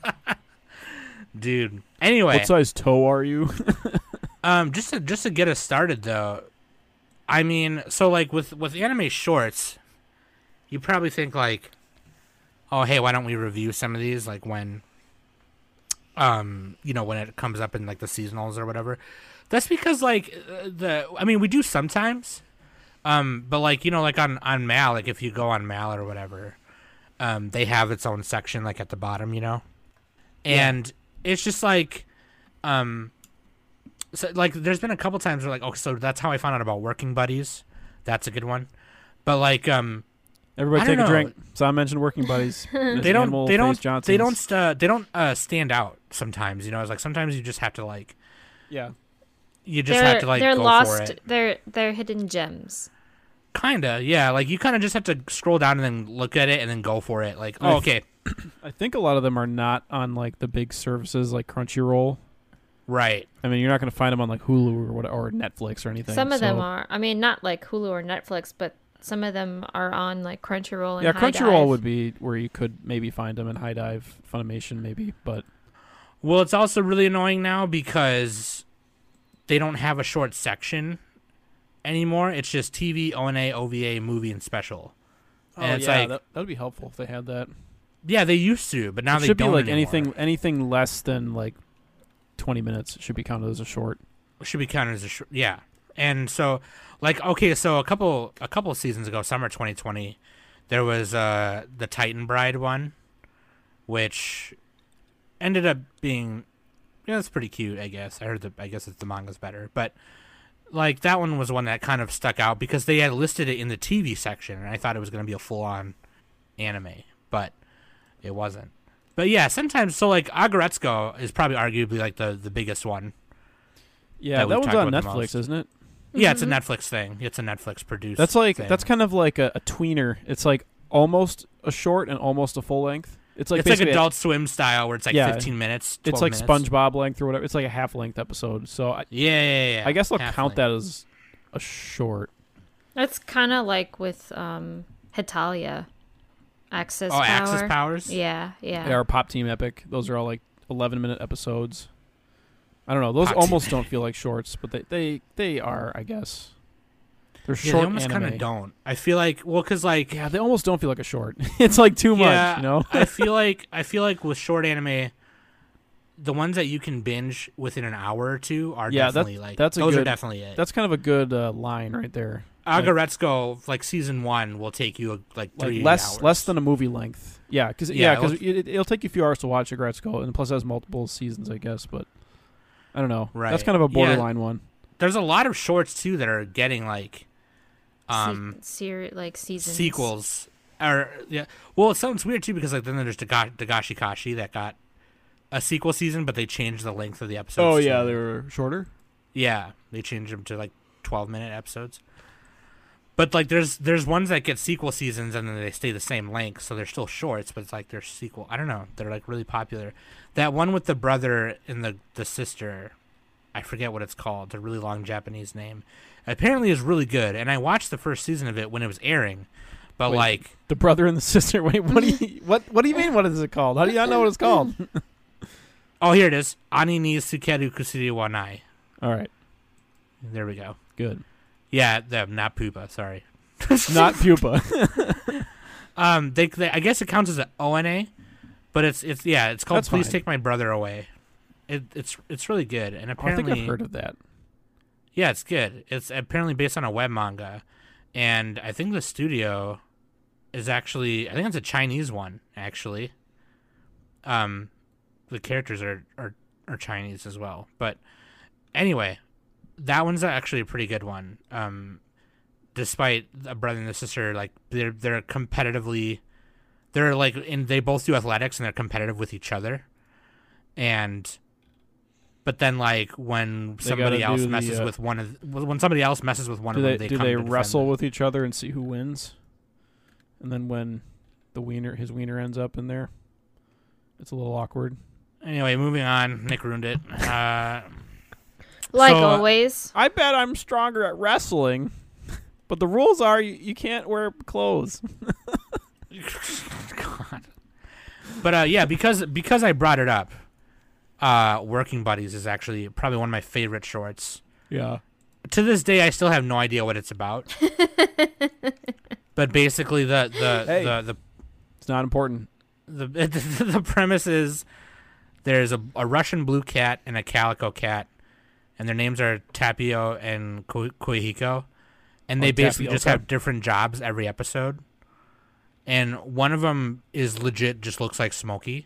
[SPEAKER 6] Dude. Anyway,
[SPEAKER 3] What size toe are you? [laughs]
[SPEAKER 6] um, just to just to get us started though, I mean, so like with with anime shorts, you probably think like, oh hey, why don't we review some of these like when, um, you know when it comes up in like the seasonals or whatever. That's because like uh, the I mean we do sometimes, um, but like you know like on on Mal like if you go on Mal or whatever, um, they have its own section like at the bottom you know, and it's just like, um, so like there's been a couple times where like, oh, so that's how I found out about working buddies. That's a good one, but like, um,
[SPEAKER 3] Everybody
[SPEAKER 6] I
[SPEAKER 3] take
[SPEAKER 6] don't
[SPEAKER 3] a
[SPEAKER 6] know.
[SPEAKER 3] drink. So I mentioned working
[SPEAKER 5] [laughs]
[SPEAKER 3] buddies. There's
[SPEAKER 6] they don't
[SPEAKER 3] Animal
[SPEAKER 6] they
[SPEAKER 3] Face
[SPEAKER 6] don't
[SPEAKER 3] Johnsons.
[SPEAKER 6] they don't st- they don't uh, stand out sometimes. You know, it's like sometimes you just have to like
[SPEAKER 3] Yeah.
[SPEAKER 6] you just
[SPEAKER 5] they're
[SPEAKER 6] have to like
[SPEAKER 5] they're
[SPEAKER 6] go
[SPEAKER 5] lost.
[SPEAKER 6] for it.
[SPEAKER 5] They're they're hidden gems.
[SPEAKER 6] Kinda, yeah. Like you kind of just have to scroll down and then look at it and then go for it. Like, oh,
[SPEAKER 3] I've-
[SPEAKER 6] okay,
[SPEAKER 3] I think a lot of them are not on like the big services like Crunchyroll.
[SPEAKER 6] right.
[SPEAKER 3] I mean, you're not going to find them on like Hulu or what or Netflix or anything.
[SPEAKER 5] Some of them
[SPEAKER 3] so-
[SPEAKER 5] are. I mean, not like Hulu or Netflix, but some of them are on like Crunchyroll. And
[SPEAKER 3] Yeah,
[SPEAKER 5] High
[SPEAKER 3] Crunchyroll
[SPEAKER 5] Dive.
[SPEAKER 3] would be where you could maybe find them in High Dive, Funimation, maybe. But
[SPEAKER 6] Well, it's also really annoying now because they don't have a short section anymore. It's just TV, ONA, OVA, movie, and special. And it's like,
[SPEAKER 3] Oh, that would be helpful if they had that.
[SPEAKER 6] yeah, they used to, but now
[SPEAKER 3] it
[SPEAKER 6] they
[SPEAKER 3] should be
[SPEAKER 6] don't
[SPEAKER 3] like
[SPEAKER 6] anymore.
[SPEAKER 3] anything anything less than like 20 minutes should be counted as a short.
[SPEAKER 6] should be counted as a sh- yeah. And so, like, okay, so a couple a couple seasons ago, summer 2020, there was uh the Titan Bride one, which ended up being, you know, it's pretty cute. I guess I heard the I guess it's the manga's better, but like that one was one that kind of stuck out because they had listed it in the TV section, and I thought it was going to be a full on anime, but it wasn't. But yeah, sometimes so like Agaretsuko is probably arguably like the the biggest one
[SPEAKER 3] Yeah,
[SPEAKER 6] That
[SPEAKER 3] that,
[SPEAKER 6] we've
[SPEAKER 3] one's
[SPEAKER 6] talked
[SPEAKER 3] on
[SPEAKER 6] about the most.
[SPEAKER 3] Netflix, isn't it?
[SPEAKER 6] yeah, it's a Netflix thing. It's a Netflix produced.
[SPEAKER 3] Mm-hmm. That's like
[SPEAKER 6] thing.
[SPEAKER 3] that's kind of like a, a tweener. It's like almost a short and almost a full length. It's like
[SPEAKER 6] it's like
[SPEAKER 3] basically a-
[SPEAKER 6] Adult Swim style, where it's like
[SPEAKER 3] Yeah.
[SPEAKER 6] 15 minutes.
[SPEAKER 3] It's
[SPEAKER 6] 12
[SPEAKER 3] like
[SPEAKER 6] minutes.
[SPEAKER 3] SpongeBob length or whatever. It's like a half length episode. So I,
[SPEAKER 6] Yeah, yeah, yeah, yeah.
[SPEAKER 3] I guess they'll
[SPEAKER 6] Half
[SPEAKER 3] count
[SPEAKER 6] length.
[SPEAKER 3] that as a short.
[SPEAKER 5] That's kind of like with um Hitalia, Access
[SPEAKER 6] Oh,
[SPEAKER 5] Power.
[SPEAKER 6] Access Powers.
[SPEAKER 5] Yeah, yeah.
[SPEAKER 3] Yeah, or Pop Team Epic. Those are all like eleven minute episodes. I don't know. Those
[SPEAKER 6] Pop Team
[SPEAKER 3] almost don't feel like shorts, but they they, they are. I guess they're
[SPEAKER 6] Yeah,
[SPEAKER 3] short
[SPEAKER 6] they almost kind
[SPEAKER 3] anime.
[SPEAKER 6] of don't. I feel like well, because like
[SPEAKER 3] Yeah, they almost don't feel like a short. [laughs] it's like too
[SPEAKER 6] Yeah,
[SPEAKER 3] much. You know.
[SPEAKER 6] [laughs] I feel like I feel like with short anime, the ones that you can binge within an hour or two are
[SPEAKER 3] Yeah, that-
[SPEAKER 6] definitely like
[SPEAKER 3] that's a
[SPEAKER 6] those are
[SPEAKER 3] good-
[SPEAKER 6] definitely it.
[SPEAKER 3] That's kind of a good uh, line right there. like-
[SPEAKER 6] Agaretsuko, like season one, will take you like
[SPEAKER 3] Like
[SPEAKER 6] three
[SPEAKER 3] less
[SPEAKER 6] hours.
[SPEAKER 3] less than a movie length. Yeah, because
[SPEAKER 6] Yeah,
[SPEAKER 3] yeah, because it, it'll take you a few hours to watch a Gretzko, and plus it has multiple seasons, I guess. But I don't know.
[SPEAKER 6] Right.
[SPEAKER 3] That's kind of a
[SPEAKER 6] Yeah.
[SPEAKER 3] borderline one.
[SPEAKER 6] There's a lot of shorts too that are getting like, um,
[SPEAKER 5] Se- seri- like seasons.
[SPEAKER 6] sequels or yeah well it sounds weird too because like then there's Daga- Dagashi Kashi that got a sequel season but they changed the length of the episodes
[SPEAKER 3] Oh,
[SPEAKER 6] to-
[SPEAKER 3] were shorter.
[SPEAKER 6] yeah they changed them to like 12 minute episodes but like there's there's ones that get sequel seasons and then they stay the same length so they're still shorts but it's like they're sequel I don't know they're like really popular that one with the brother and the the sister I forget what it's called the really long Japanese name apparently is really good and I watched the first season of it when it was airing but
[SPEAKER 3] Wait,
[SPEAKER 6] like
[SPEAKER 3] The brother and the [laughs] sister. Wait, what do you what what do you mean? What is it called? How do you not know what it's called?
[SPEAKER 6] Oh, here it is. Ani ni sukeru kusuri wa nai.
[SPEAKER 3] All right,
[SPEAKER 6] There we go. [laughs]
[SPEAKER 3] good.
[SPEAKER 6] Yeah, the, not pupa. Sorry. [laughs]
[SPEAKER 3] Not pupa.
[SPEAKER 6] Um, they, they, I guess it counts as an ONA, but it's it's yeah, it's called
[SPEAKER 3] That's
[SPEAKER 6] "Please
[SPEAKER 3] fine.
[SPEAKER 6] Take My Brother Away." It, it's it's really good, and
[SPEAKER 3] I think
[SPEAKER 6] apparently,
[SPEAKER 3] I've heard of that.
[SPEAKER 6] yeah, it's good. It's apparently based on a web manga, and I think the studio is actually I think it's a Chinese one actually. Um, the characters are are, are Chinese as well, but anyway, that one's actually a pretty good one. Um, despite a brother and a sister, like they're they're competitively, they're like and they both do athletics and they're competitive with each other, and. But then, like when
[SPEAKER 3] They
[SPEAKER 6] somebody
[SPEAKER 3] gotta
[SPEAKER 6] else
[SPEAKER 3] do the,
[SPEAKER 6] messes
[SPEAKER 3] uh,
[SPEAKER 6] with one of th- when somebody else messes with one
[SPEAKER 3] Do
[SPEAKER 6] of
[SPEAKER 3] they,
[SPEAKER 6] them, they
[SPEAKER 3] do
[SPEAKER 6] come
[SPEAKER 3] they
[SPEAKER 6] to defend
[SPEAKER 3] wrestle
[SPEAKER 6] them.
[SPEAKER 3] with each other and see who wins? And then when the wiener his wiener ends up in there, it's a little awkward.
[SPEAKER 6] Anyway, moving on. Nick ruined it. Uh, [laughs]
[SPEAKER 5] Like
[SPEAKER 6] So, uh,
[SPEAKER 5] always.
[SPEAKER 3] I bet I'm stronger at wrestling, [laughs] but the rules are you, you can't wear clothes.
[SPEAKER 6] God. But uh, yeah, because because I brought it up, uh, Working Buddies is actually probably one of my favorite shorts.
[SPEAKER 3] Yeah.
[SPEAKER 6] To this day, I still have no idea what it's about. but basically, the the,
[SPEAKER 3] Hey.
[SPEAKER 6] the the
[SPEAKER 3] It's not important.
[SPEAKER 6] the [laughs] the, the premise is there's a, a Russian blue cat and a calico cat, and their names are Tapio and Ko- Koihiko, and they
[SPEAKER 3] Oh,
[SPEAKER 6] basically
[SPEAKER 3] Tapio,
[SPEAKER 6] just
[SPEAKER 3] okay.
[SPEAKER 6] have different jobs every episode. And one of them is legit, just looks like Smokey,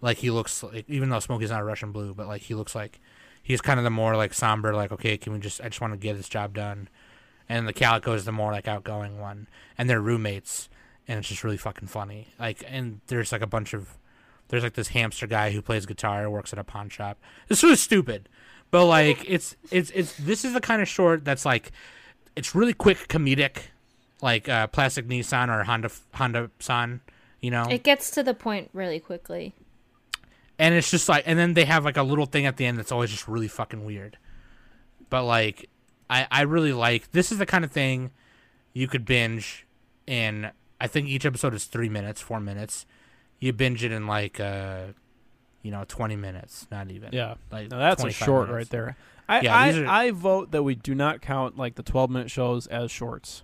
[SPEAKER 6] Like he looks like, even though Smokey's not a Russian blue, but like he looks like he's kind of the more like somber, like okay, can we just? I just want to get this job done. And the Calico is the more like outgoing one, and they're roommates, and it's just really fucking funny. Like, and there's like a bunch of there's like this hamster guy who plays guitar, works at a pawn shop. It's really stupid, but like it's it's it's this is the kind of short that's like it's really quick comedic, like uh, Plastic Nissan or Honda Honda San, you know.
[SPEAKER 5] It gets to the point really quickly.
[SPEAKER 6] and it's just like, and then they have like a little thing at the end that's always just really fucking weird. But like, I I really like this is the kind of thing you could binge in. I think each episode is three minutes, four minutes. You binge it in like uh, you know, twenty minutes, not even.
[SPEAKER 3] Yeah.
[SPEAKER 6] like
[SPEAKER 3] No, that's a
[SPEAKER 6] 25
[SPEAKER 3] short
[SPEAKER 6] minutes.
[SPEAKER 3] right there. I,
[SPEAKER 6] Yeah,
[SPEAKER 3] I,
[SPEAKER 6] these are-
[SPEAKER 3] I vote that we do not count like the 12 minute shows as shorts.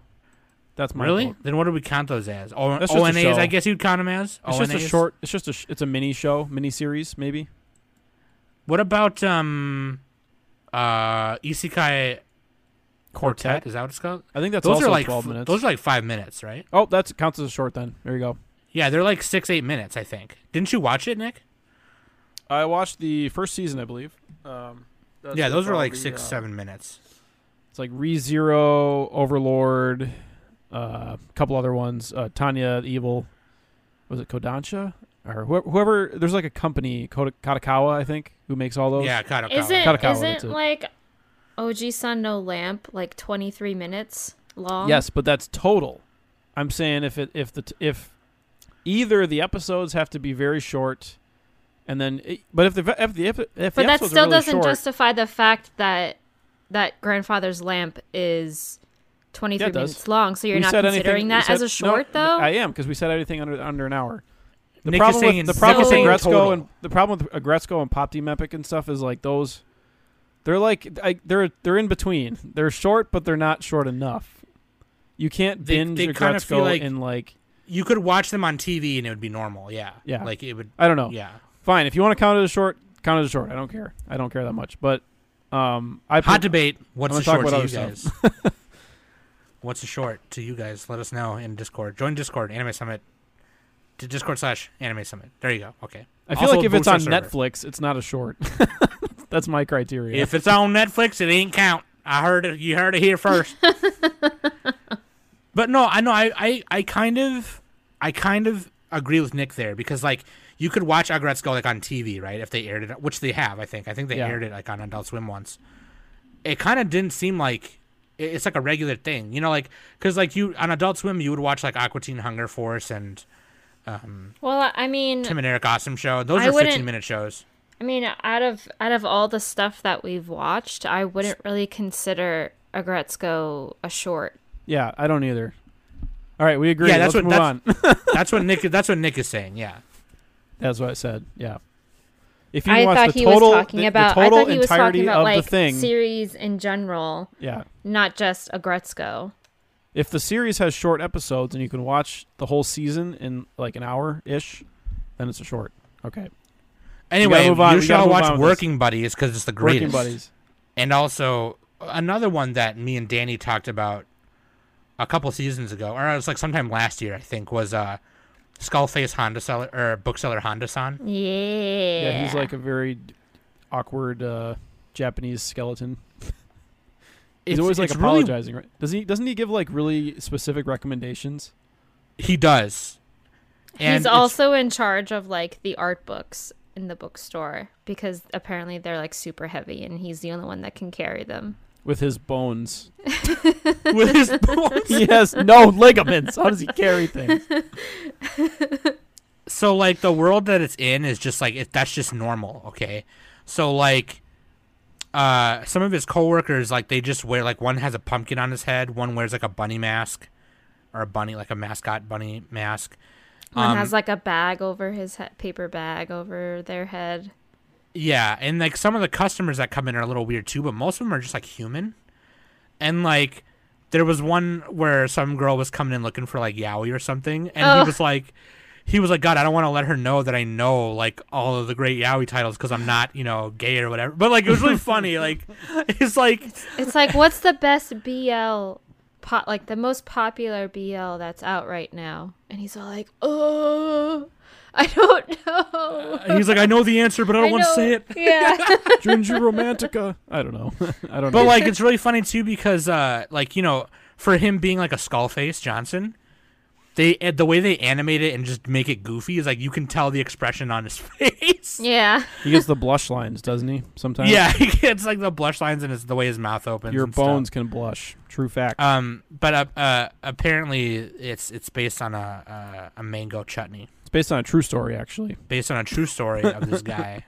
[SPEAKER 3] That's my
[SPEAKER 6] Really?
[SPEAKER 3] vote.
[SPEAKER 6] Then what do we count those as? O-
[SPEAKER 3] That's just a
[SPEAKER 6] ONAs, I
[SPEAKER 3] show.
[SPEAKER 6] guess you'd count them as.
[SPEAKER 3] Oh, It's
[SPEAKER 6] ONAs?
[SPEAKER 3] just a short. It's just a. Sh- it's a mini show, mini series, maybe.
[SPEAKER 6] What about um, uh, Isekai Quartet? Is that what it's called?
[SPEAKER 3] I think that's
[SPEAKER 6] those
[SPEAKER 3] also
[SPEAKER 6] are like
[SPEAKER 3] 12
[SPEAKER 6] f-
[SPEAKER 3] minutes.
[SPEAKER 6] those are like five minutes, right?
[SPEAKER 3] oh, that counts as a short then. There you go.
[SPEAKER 6] Yeah, they're like six eight minutes, I think. Didn't you watch it, Nick?
[SPEAKER 3] I watched the first season, I believe. Um, that's
[SPEAKER 6] yeah, those were like
[SPEAKER 3] probably,
[SPEAKER 6] six
[SPEAKER 3] uh,
[SPEAKER 6] seven minutes.
[SPEAKER 3] It's like ReZero, Overlord, a couple other ones. Uh, Tanya the Evil, was it Kodansha or whoever, whoever? There's like a company, Koda- Katakawa, I think, who makes all those.
[SPEAKER 6] Yeah, Kadokawa.
[SPEAKER 5] Is it
[SPEAKER 3] Kadokawa, that's
[SPEAKER 5] isn't
[SPEAKER 3] it.
[SPEAKER 5] like OG Sun No Lamp like 23 minutes long?
[SPEAKER 3] Yes, but that's total. I'm saying if it if the t- if either the episodes have to be very short, and then it, but if the if the if, the- if the
[SPEAKER 5] But that
[SPEAKER 3] episodes are
[SPEAKER 5] still
[SPEAKER 3] really
[SPEAKER 5] doesn't
[SPEAKER 3] short,
[SPEAKER 5] justify the fact that that grandfather's lamp is 23
[SPEAKER 3] Yeah, it does.
[SPEAKER 5] minutes long. So you're
[SPEAKER 3] we
[SPEAKER 5] not
[SPEAKER 3] said anything-
[SPEAKER 5] considering
[SPEAKER 3] we
[SPEAKER 5] that
[SPEAKER 3] said-
[SPEAKER 5] as a short
[SPEAKER 3] no,
[SPEAKER 5] though.
[SPEAKER 3] I am because we said everything under under an hour. The
[SPEAKER 6] Nick is
[SPEAKER 3] problem
[SPEAKER 6] saying
[SPEAKER 3] with the
[SPEAKER 6] in-
[SPEAKER 3] problem
[SPEAKER 5] Nick is
[SPEAKER 3] with
[SPEAKER 5] saying
[SPEAKER 3] Agretzko
[SPEAKER 6] total.
[SPEAKER 3] and the problem with Agretzko and Pop Team Epic and stuff is like those, they're like I, they're they're in between. They're short, but they're not short enough. You can't
[SPEAKER 6] They-
[SPEAKER 3] binge
[SPEAKER 6] they kinda feel
[SPEAKER 3] Agretzko
[SPEAKER 6] like-
[SPEAKER 3] in like
[SPEAKER 6] You could watch them on TV and it would be normal. Yeah.
[SPEAKER 3] Yeah. Oh.
[SPEAKER 6] Like it would.
[SPEAKER 3] I don't know.
[SPEAKER 6] Yeah.
[SPEAKER 3] Fine, if you want to count it as short, count it as short. I don't care. I don't care that much. But um, I
[SPEAKER 6] Hot
[SPEAKER 3] put-
[SPEAKER 6] debate. What's
[SPEAKER 3] I'm
[SPEAKER 6] the
[SPEAKER 3] gonna
[SPEAKER 6] short
[SPEAKER 3] talk
[SPEAKER 6] to
[SPEAKER 3] about
[SPEAKER 6] you
[SPEAKER 3] other
[SPEAKER 6] guys?
[SPEAKER 3] [laughs]
[SPEAKER 6] What's the short to you guys? Let us know in Discord. Join Discord, Anime Summit. To Discord slash Anime Summit. There you go. Okay.
[SPEAKER 3] I feel
[SPEAKER 6] Also
[SPEAKER 3] like if
[SPEAKER 6] boost
[SPEAKER 3] it's
[SPEAKER 6] our
[SPEAKER 3] on
[SPEAKER 6] server.
[SPEAKER 3] Netflix, it's not a short. [laughs] That's my criteria.
[SPEAKER 6] If it's on Netflix, it ain't count. I heard it. You heard it here
[SPEAKER 5] [laughs]
[SPEAKER 6] first. but no, I know. I, I, I kind of, I kind of agree with Nick there because like you could watch Agretzko like on TV, right? If they aired it, which they have, I think. I think they
[SPEAKER 3] Yeah.
[SPEAKER 6] aired it like on Adult Swim once. It kind of didn't seem like it- it's like a regular thing, you know, like because like you on Adult Swim you would watch like Aqua Teen Hunger Force and
[SPEAKER 5] well, I- I mean,
[SPEAKER 6] Tim and Eric Awesome Show. Those
[SPEAKER 5] I
[SPEAKER 6] are fifteen
[SPEAKER 5] wouldn't-
[SPEAKER 6] minute shows.
[SPEAKER 5] I mean, out of out of all the stuff that we've watched, I wouldn't really consider Agretzko a short.
[SPEAKER 3] yeah, I don't either. All right, we agree.
[SPEAKER 6] Yeah, that's
[SPEAKER 3] Let's
[SPEAKER 6] what-
[SPEAKER 3] move on.
[SPEAKER 6] That's what Nick. That's what Nick is saying. Yeah.
[SPEAKER 3] That's what I said. Yeah. If
[SPEAKER 5] I
[SPEAKER 3] watch
[SPEAKER 5] thought
[SPEAKER 3] the
[SPEAKER 5] he
[SPEAKER 3] total,
[SPEAKER 5] was talking
[SPEAKER 3] the,
[SPEAKER 5] about.
[SPEAKER 3] the total
[SPEAKER 5] I thought he was
[SPEAKER 3] entirety
[SPEAKER 5] talking about
[SPEAKER 3] of
[SPEAKER 5] like
[SPEAKER 3] the thing,
[SPEAKER 5] series in general,
[SPEAKER 3] yeah.
[SPEAKER 5] not just Agretzko.
[SPEAKER 3] If the series has short episodes and you can watch the whole season in like an hour ish, then it's a short. Okay,
[SPEAKER 6] Anyway,
[SPEAKER 3] move on.
[SPEAKER 6] you
[SPEAKER 3] We
[SPEAKER 6] should
[SPEAKER 3] gotta
[SPEAKER 6] all
[SPEAKER 3] move
[SPEAKER 6] watch
[SPEAKER 3] on with
[SPEAKER 6] Working Buddies because it's the
[SPEAKER 3] working
[SPEAKER 6] greatest.
[SPEAKER 3] buddies.
[SPEAKER 6] And also another one that me and Danny talked about a couple seasons ago, or it was like sometime last year, I think, was uh, Skullface Honda seller or bookseller Honda San.
[SPEAKER 5] Yeah.
[SPEAKER 3] Yeah, he's like a very d- awkward uh,
[SPEAKER 6] [laughs]
[SPEAKER 3] Japanese skeleton. He's
[SPEAKER 6] It's-
[SPEAKER 3] always like
[SPEAKER 6] it's really-
[SPEAKER 3] apologizing, right? Does he? Doesn't he give like really specific recommendations?
[SPEAKER 6] he does. And
[SPEAKER 5] he's
[SPEAKER 6] it's-
[SPEAKER 5] also in charge of like the art books in the bookstore because apparently they're like super heavy and he's the only one that can carry them.
[SPEAKER 3] With his bones,
[SPEAKER 5] [laughs]
[SPEAKER 6] with his bones.
[SPEAKER 3] he has no ligaments. How does he carry things?
[SPEAKER 6] so like the world that it's in is just like it, that's just normal okay so like uh some of his coworkers like they just wear like one has a pumpkin on his head one wears like a bunny mask or a bunny like a mascot bunny mask
[SPEAKER 5] One
[SPEAKER 6] Um,
[SPEAKER 5] has like a bag over his head, paper bag over their head.
[SPEAKER 6] Yeah, and like some of the customers that come in are a little weird too, but most of them are just like human. And like there was one where some girl was coming in looking for like Yowie or something, and
[SPEAKER 5] Oh.
[SPEAKER 6] he was like he was like, God, I don't want to let her know that I know like all of the great Yowie titles because I'm not, you know, gay or whatever. But like it was really funny. Like [laughs] it's
[SPEAKER 5] [laughs]
[SPEAKER 6] like
[SPEAKER 5] It's like what's the best BL pot like the most popular BL that's out right now? And he's all like, "Oh, [laughs] I don't know.
[SPEAKER 6] And Uh, he's like, I know the answer, but I don't want to
[SPEAKER 5] know-
[SPEAKER 6] say it. [laughs]
[SPEAKER 5] Yeah.
[SPEAKER 3] Ginger Romantica. I don't know. [laughs] I don't know.
[SPEAKER 6] But like, it's really funny too because, uh, like, you know, for him being like a skull face Johnson, they eh, the way they animate it and just make it goofy is like you can tell the expression on his [laughs] face.
[SPEAKER 5] yeah.
[SPEAKER 3] he gets the blush lines, doesn't he? Sometimes.
[SPEAKER 6] Yeah, [laughs] it's like the blush lines and it's the way his mouth opens.
[SPEAKER 3] Your
[SPEAKER 6] and stuff.
[SPEAKER 3] bones can blush. True fact.
[SPEAKER 6] Um, but uh, uh, apparently it's it's based on a a, a mango chutney.
[SPEAKER 3] it's based on a true story, actually.
[SPEAKER 6] based on a true story of
[SPEAKER 3] [laughs]
[SPEAKER 6] this guy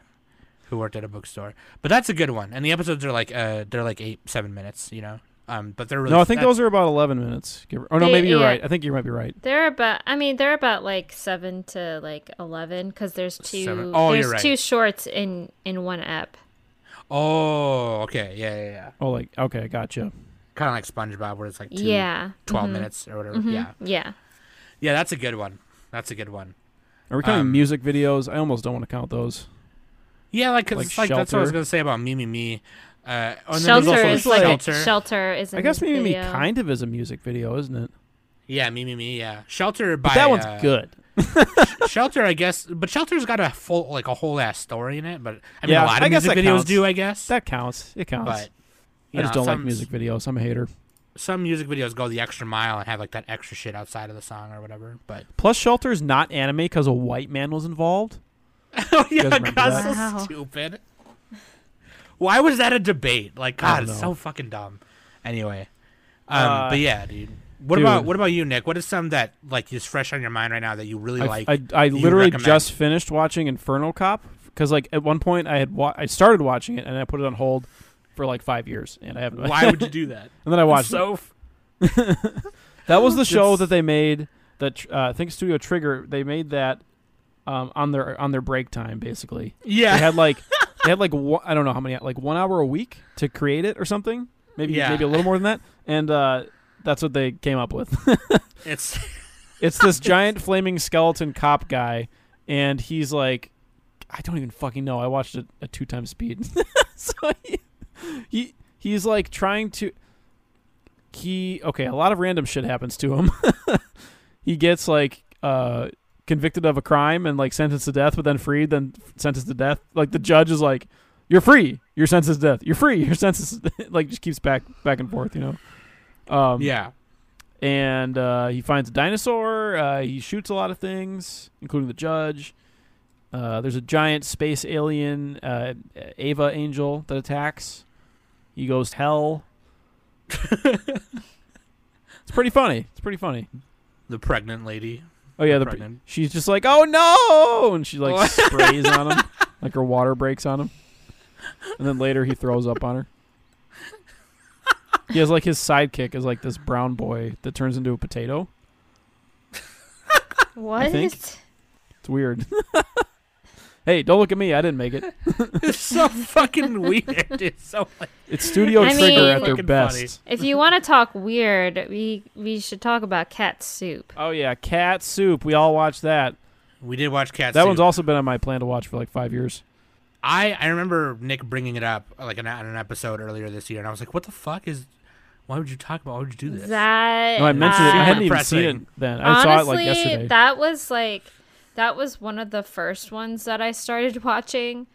[SPEAKER 6] who worked at a bookstore. But that's a good one. And the episodes are like uh they're like eight seven minutes, you know. Um, but they're really
[SPEAKER 3] no, I think
[SPEAKER 6] that-
[SPEAKER 3] those are about eleven minutes. Give or, oh no,
[SPEAKER 5] They-
[SPEAKER 3] maybe you're
[SPEAKER 5] yeah.
[SPEAKER 3] right. I think you might be right.
[SPEAKER 5] They're about. I mean, they're about like seven to like eleven because there's two.
[SPEAKER 6] Seven. Oh,
[SPEAKER 5] there's
[SPEAKER 6] you're right.
[SPEAKER 5] two shorts in in one ep.
[SPEAKER 6] Oh, okay, yeah, yeah, yeah.
[SPEAKER 3] Oh, like okay, gotcha.
[SPEAKER 6] Kind of like SpongeBob, where it's like two,
[SPEAKER 5] yeah.
[SPEAKER 6] 12
[SPEAKER 5] Mhm.
[SPEAKER 6] minutes or whatever.
[SPEAKER 5] Mhm.
[SPEAKER 6] Yeah,
[SPEAKER 5] Yeah.
[SPEAKER 6] yeah, that's a good one. That's a good one.
[SPEAKER 3] Are we counting
[SPEAKER 6] Um,
[SPEAKER 3] music videos? I almost don't want to count those.
[SPEAKER 6] Yeah, like 'cause
[SPEAKER 3] Like
[SPEAKER 6] it's like that's what I was
[SPEAKER 3] Shelter.
[SPEAKER 6] gonna say about me, me, me. Uh, oh, and then there's
[SPEAKER 5] Shelter
[SPEAKER 6] also
[SPEAKER 5] is like
[SPEAKER 6] shelter.
[SPEAKER 5] shelter is. In
[SPEAKER 3] I guess
[SPEAKER 5] this
[SPEAKER 3] maybe
[SPEAKER 5] video.
[SPEAKER 3] kind of is a music video, isn't it?
[SPEAKER 6] Yeah, me, me, me. Yeah, shelter by
[SPEAKER 3] But that one's
[SPEAKER 6] uh,
[SPEAKER 3] good.
[SPEAKER 6] Shelter, I guess, but shelter's got a full like a whole ass story in it. But I mean,
[SPEAKER 3] Yeah,
[SPEAKER 6] a lot of
[SPEAKER 3] I guess
[SPEAKER 6] music
[SPEAKER 3] that
[SPEAKER 6] videos
[SPEAKER 3] counts.
[SPEAKER 6] do, I guess.
[SPEAKER 3] That counts. It counts.
[SPEAKER 6] but you
[SPEAKER 3] I just
[SPEAKER 6] know,
[SPEAKER 3] don't like
[SPEAKER 6] some-
[SPEAKER 3] music videos. I'm a hater.
[SPEAKER 6] some music videos go the extra mile and have like that extra shit outside of the song or whatever. But
[SPEAKER 3] Plus, Shelter's not anime because a white man was involved.
[SPEAKER 6] [laughs] oh yeah,
[SPEAKER 3] guys remember
[SPEAKER 6] God's so
[SPEAKER 5] that? Wow.
[SPEAKER 6] stupid. Why was that a debate? Like
[SPEAKER 3] I
[SPEAKER 6] God,
[SPEAKER 3] don't
[SPEAKER 6] it's
[SPEAKER 3] know.
[SPEAKER 6] so fucking dumb. Anyway, um,
[SPEAKER 3] Uh,
[SPEAKER 6] but yeah, dude. What
[SPEAKER 3] dude.
[SPEAKER 6] about what about you, Nick? What is some that like is fresh on your mind right now that you really
[SPEAKER 3] I,
[SPEAKER 6] like?
[SPEAKER 3] I, I
[SPEAKER 6] you
[SPEAKER 3] literally
[SPEAKER 6] recommend?
[SPEAKER 3] just finished watching Infernal Cop because, like, at one point I had wa- I started watching it and I put it on hold for like five years, and I haven't.
[SPEAKER 6] Why would you do that?
[SPEAKER 3] [laughs] and then I watched. it.
[SPEAKER 6] so f-
[SPEAKER 3] That was
[SPEAKER 6] [laughs]
[SPEAKER 3] the show that they made that uh, I think Studio Trigger they made that um, on their on their break time basically. They
[SPEAKER 6] yeah.
[SPEAKER 3] had like they had like one, I don't know how many like one hour a week to create it or something. Maybe
[SPEAKER 6] Yeah.
[SPEAKER 3] maybe a little more than that. And uh, that's what they came up with.
[SPEAKER 6] [laughs] It's
[SPEAKER 3] it's this giant flaming skeleton cop guy, and he's like, I don't even fucking know. I watched it at two times speed, [laughs] so he, he he's like trying to. He okay, a lot of random shit happens to him. [laughs] he gets like uh convicted of a crime and like sentenced to death, but then freed, then sentenced to death. Like the judge is like, "You're free. Your sentence is death. You're free. [laughs] Your sentence is death." like just keeps back back and forth, you know." Um,
[SPEAKER 6] yeah.
[SPEAKER 3] and uh, he finds a dinosaur. Uh, he shoots a lot of things, including the judge. Uh, there's a giant space alien, uh, Ava Angel, that attacks. He goes to hell. it's pretty funny. It's pretty funny.
[SPEAKER 6] The pregnant lady.
[SPEAKER 3] Oh yeah, the
[SPEAKER 6] Pregnant. [laughs]
[SPEAKER 3] she's just like, oh no, and she like sprays on him, like her water breaks on him, and then later he throws up on her. He has like his sidekick is like this brown boy that turns into a potato.
[SPEAKER 5] What?
[SPEAKER 3] think. It's weird. [laughs] hey, don't look at me. I didn't make it.
[SPEAKER 6] It's so fucking [laughs] weird. It's so like
[SPEAKER 3] It's Studio
[SPEAKER 5] [laughs] I
[SPEAKER 3] Trigger
[SPEAKER 5] mean-
[SPEAKER 3] at their
[SPEAKER 6] Fucking
[SPEAKER 3] best.
[SPEAKER 5] If you want to talk weird, we we should talk about cat soup.
[SPEAKER 3] Oh yeah, Cat Soup. We all watched that.
[SPEAKER 6] we did watch Cat.
[SPEAKER 3] that
[SPEAKER 6] Soup.
[SPEAKER 3] one's also been on my plan to watch for like five years.
[SPEAKER 6] I I remember Nick bringing it up like an, on an episode earlier this year, and I was like, "What the fuck is? Why would you talk about? Why would you do this?"
[SPEAKER 5] That
[SPEAKER 3] No, I mentioned it. I
[SPEAKER 5] uh,
[SPEAKER 3] hadn't even
[SPEAKER 6] Depressing.
[SPEAKER 3] seen it then. I
[SPEAKER 5] honestly,
[SPEAKER 3] saw it like yesterday.
[SPEAKER 5] that was like that was one of the first ones that I started [laughs] watching,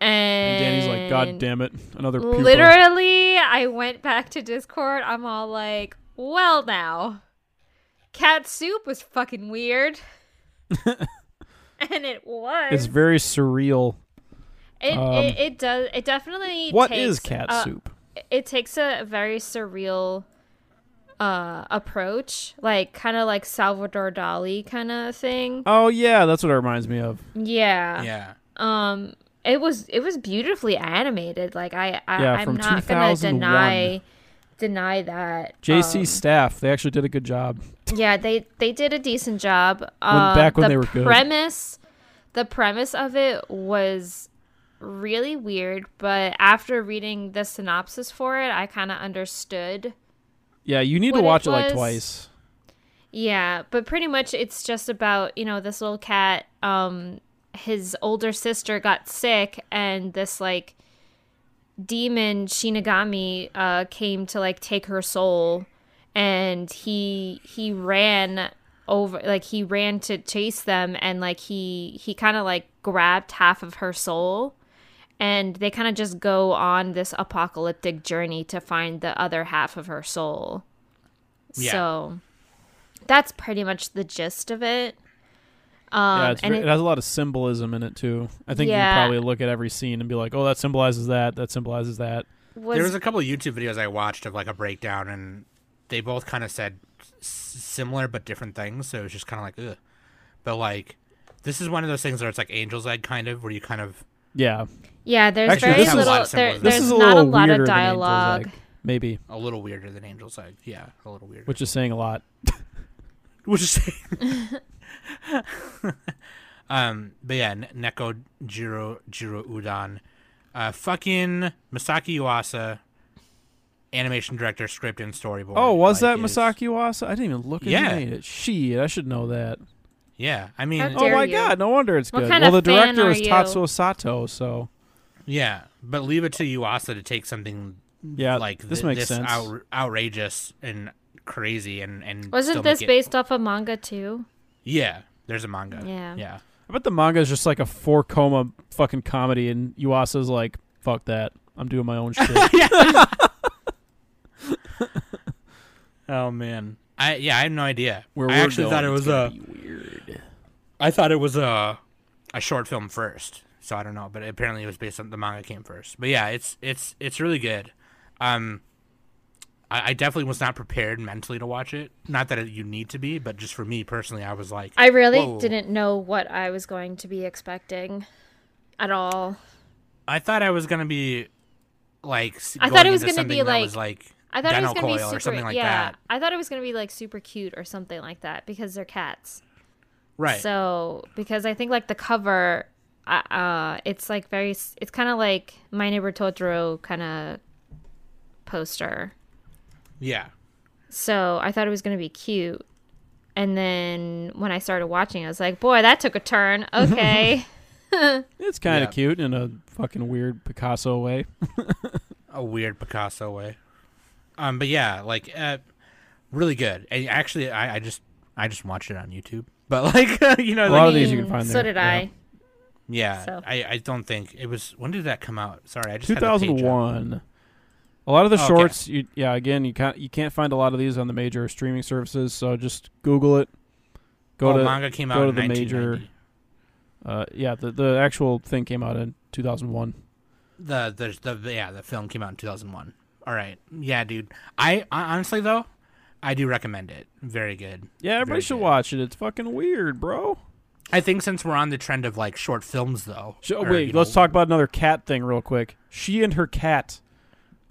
[SPEAKER 5] and,
[SPEAKER 3] and Danny's like, God damn it, another pupa.
[SPEAKER 5] Literally, I went back to Discord. I'm all like, well, now, cat soup was
[SPEAKER 3] [laughs]
[SPEAKER 5] fucking weird, and it was.
[SPEAKER 3] It's very surreal.
[SPEAKER 5] It,
[SPEAKER 3] Um,
[SPEAKER 5] it, it does. It definitely.
[SPEAKER 3] What
[SPEAKER 5] takes
[SPEAKER 3] is cat
[SPEAKER 5] a-
[SPEAKER 3] soup?
[SPEAKER 5] It takes a very surreal uh approach, like kind of like Salvador Dali kind of thing.
[SPEAKER 3] Oh yeah, that's what it reminds me of.
[SPEAKER 5] Yeah.
[SPEAKER 6] Yeah,
[SPEAKER 5] Um. It was it was beautifully animated. Like I, I
[SPEAKER 3] Yeah,
[SPEAKER 5] I'm
[SPEAKER 3] from
[SPEAKER 5] not gonna
[SPEAKER 3] 2001.
[SPEAKER 5] deny deny that.
[SPEAKER 3] JC
[SPEAKER 5] Um,
[SPEAKER 3] staff, they actually did a good job.
[SPEAKER 5] yeah, they they did a decent job. Um,
[SPEAKER 3] back when
[SPEAKER 5] the
[SPEAKER 3] they were good.
[SPEAKER 5] premise, the premise of it was really weird, but after reading the synopsis for it, I kind of understood.
[SPEAKER 3] Yeah, you need
[SPEAKER 5] What
[SPEAKER 3] to
[SPEAKER 5] it
[SPEAKER 3] watch it, like
[SPEAKER 5] was-
[SPEAKER 3] twice.
[SPEAKER 5] Yeah, but pretty much it's just about you know this little cat. Um, his older sister got sick, and this like demon Shinigami uh, came to like take her soul, and he he ran over like he ran to chase them and like he he kind of like grabbed half of her soul and they kind of just go on this apocalyptic journey to find the other half of her soul.
[SPEAKER 6] Yeah.
[SPEAKER 5] So that's pretty much the gist of it. Um,
[SPEAKER 3] yeah, it's
[SPEAKER 5] and
[SPEAKER 3] very,
[SPEAKER 5] it-
[SPEAKER 3] it, has a lot of symbolism in it too. I think
[SPEAKER 5] Yeah.
[SPEAKER 3] you can probably look at every scene and be like, "Oh, that symbolizes that. That symbolizes that."
[SPEAKER 5] was,
[SPEAKER 6] there was a couple of YouTube videos I watched of like a breakdown, and they both kind of said s- similar but different things. So it was just kind of like, ugh. But like, this is one of those things where it's like angel's egg, kind of, where you kind of
[SPEAKER 3] Yeah,
[SPEAKER 5] yeah. There's
[SPEAKER 3] Actually,
[SPEAKER 5] very
[SPEAKER 3] this is-
[SPEAKER 5] little.
[SPEAKER 6] This
[SPEAKER 5] There,
[SPEAKER 6] is a
[SPEAKER 5] there's
[SPEAKER 3] this is a
[SPEAKER 5] not
[SPEAKER 3] little
[SPEAKER 5] a lot
[SPEAKER 3] weirder
[SPEAKER 5] of
[SPEAKER 3] than Angel's
[SPEAKER 5] dialogue.
[SPEAKER 3] Egg, maybe,
[SPEAKER 6] a little weirder than angel's egg. Yeah, a little weirder.
[SPEAKER 3] which is saying a lot.
[SPEAKER 6] Which is.
[SPEAKER 3] [laughs]
[SPEAKER 6] [laughs] um, but yeah, N- Neko Jiro Jiro Udon, uh, fucking Masaki Yuasa, animation director, script and storyboard.
[SPEAKER 3] Oh, was
[SPEAKER 6] Like,
[SPEAKER 3] that
[SPEAKER 6] is-
[SPEAKER 3] Masaki Wasa? I didn't even look at
[SPEAKER 6] Yeah.
[SPEAKER 3] it. She, I should know that.
[SPEAKER 6] Yeah, I mean,
[SPEAKER 5] Dare
[SPEAKER 3] oh my
[SPEAKER 5] you.
[SPEAKER 3] god, no wonder it's
[SPEAKER 5] What
[SPEAKER 3] good.
[SPEAKER 5] kind
[SPEAKER 3] well, the
[SPEAKER 5] of fan
[SPEAKER 3] director
[SPEAKER 5] are
[SPEAKER 3] is
[SPEAKER 5] you?
[SPEAKER 3] Tatsuo Sato, so
[SPEAKER 6] Yeah, but leave it to Uasa to take something
[SPEAKER 3] yeah,
[SPEAKER 6] like
[SPEAKER 3] Uh, this
[SPEAKER 6] thi-
[SPEAKER 3] makes
[SPEAKER 6] this
[SPEAKER 3] sense.
[SPEAKER 6] outra- outrageous and crazy and and still
[SPEAKER 5] Wasn't
[SPEAKER 6] make
[SPEAKER 5] this
[SPEAKER 6] it-
[SPEAKER 5] based off a manga too?
[SPEAKER 6] Yeah, there's a manga.
[SPEAKER 5] Yeah.
[SPEAKER 6] yeah,
[SPEAKER 3] I bet the manga is just like a four coma fucking comedy, and Yuasa's like, "Fuck that, I'm doing my own
[SPEAKER 5] [laughs]
[SPEAKER 3] shit."
[SPEAKER 6] Oh man, I yeah, I have no idea.
[SPEAKER 3] Where
[SPEAKER 6] I
[SPEAKER 3] we're
[SPEAKER 6] actually thought
[SPEAKER 3] going,
[SPEAKER 6] it was
[SPEAKER 3] it's gonna
[SPEAKER 6] a. I thought it was a, a short film first, so I don't know. But apparently, it was based on the manga came first. But yeah, it's it's it's really good. Um, I, I definitely was not prepared mentally to watch it. Not that you need to be, but just for me personally, I was like,
[SPEAKER 5] I really
[SPEAKER 6] Whoa.
[SPEAKER 5] didn't know what I was going to be expecting at all.
[SPEAKER 6] I thought I was gonna be like. s-
[SPEAKER 5] I thought
[SPEAKER 6] going
[SPEAKER 5] it was
[SPEAKER 6] into
[SPEAKER 5] gonna be,
[SPEAKER 6] something that
[SPEAKER 5] like-
[SPEAKER 6] was like
[SPEAKER 5] I thought it was
[SPEAKER 6] dental
[SPEAKER 5] going to be
[SPEAKER 6] coil
[SPEAKER 5] super
[SPEAKER 6] or something like
[SPEAKER 5] yeah.
[SPEAKER 6] that.
[SPEAKER 5] I thought it was going to be like super cute or something like that because they're cats.
[SPEAKER 6] Right.
[SPEAKER 5] So because I think like the cover, uh, uh it's like very s- it's kind of like My Neighbor Totoro kind of poster.
[SPEAKER 6] yeah.
[SPEAKER 5] So I thought it was going to be cute. And then when I started watching, I was like, boy, that took a turn.
[SPEAKER 3] [laughs]
[SPEAKER 5] Okay.
[SPEAKER 3] it's kind of
[SPEAKER 6] Yeah.
[SPEAKER 3] cute in a fucking weird Picasso way.
[SPEAKER 6] a weird Picasso way. Um, but yeah, like uh, really good. And actually, I, I just I just watched it on YouTube. [laughs] But like you know,
[SPEAKER 3] A lot
[SPEAKER 6] like,
[SPEAKER 3] of these you can
[SPEAKER 5] Mm,
[SPEAKER 3] find
[SPEAKER 5] so
[SPEAKER 3] there,
[SPEAKER 5] did
[SPEAKER 3] yeah.
[SPEAKER 5] I.
[SPEAKER 6] yeah,
[SPEAKER 5] so.
[SPEAKER 6] I I don't think it was. When did that come out? Sorry, I just
[SPEAKER 3] Two
[SPEAKER 6] had the page up.
[SPEAKER 3] thousand one. A lot of the
[SPEAKER 6] Okay.
[SPEAKER 3] shorts, you, yeah. Again, you can't you can't find a lot of these on the major streaming services. So just Google it. Go
[SPEAKER 6] oh,
[SPEAKER 3] to
[SPEAKER 6] manga came
[SPEAKER 3] go
[SPEAKER 6] out
[SPEAKER 3] to
[SPEAKER 6] in
[SPEAKER 3] the major-
[SPEAKER 6] 1990.
[SPEAKER 3] uh, yeah. The the actual thing came out in two thousand one.
[SPEAKER 6] The, the the yeah the film came out in two thousand one. All right, yeah, dude. I, I honestly though, I do recommend it. Very good.
[SPEAKER 3] Yeah, everybody
[SPEAKER 6] Very
[SPEAKER 3] should
[SPEAKER 6] good.
[SPEAKER 3] watch it. It's fucking weird, bro.
[SPEAKER 6] I think since we're on the trend of like short films though.
[SPEAKER 3] Sh-
[SPEAKER 6] or,
[SPEAKER 3] oh, wait,
[SPEAKER 6] you know-
[SPEAKER 3] let's talk about another cat thing real quick. She and her cat,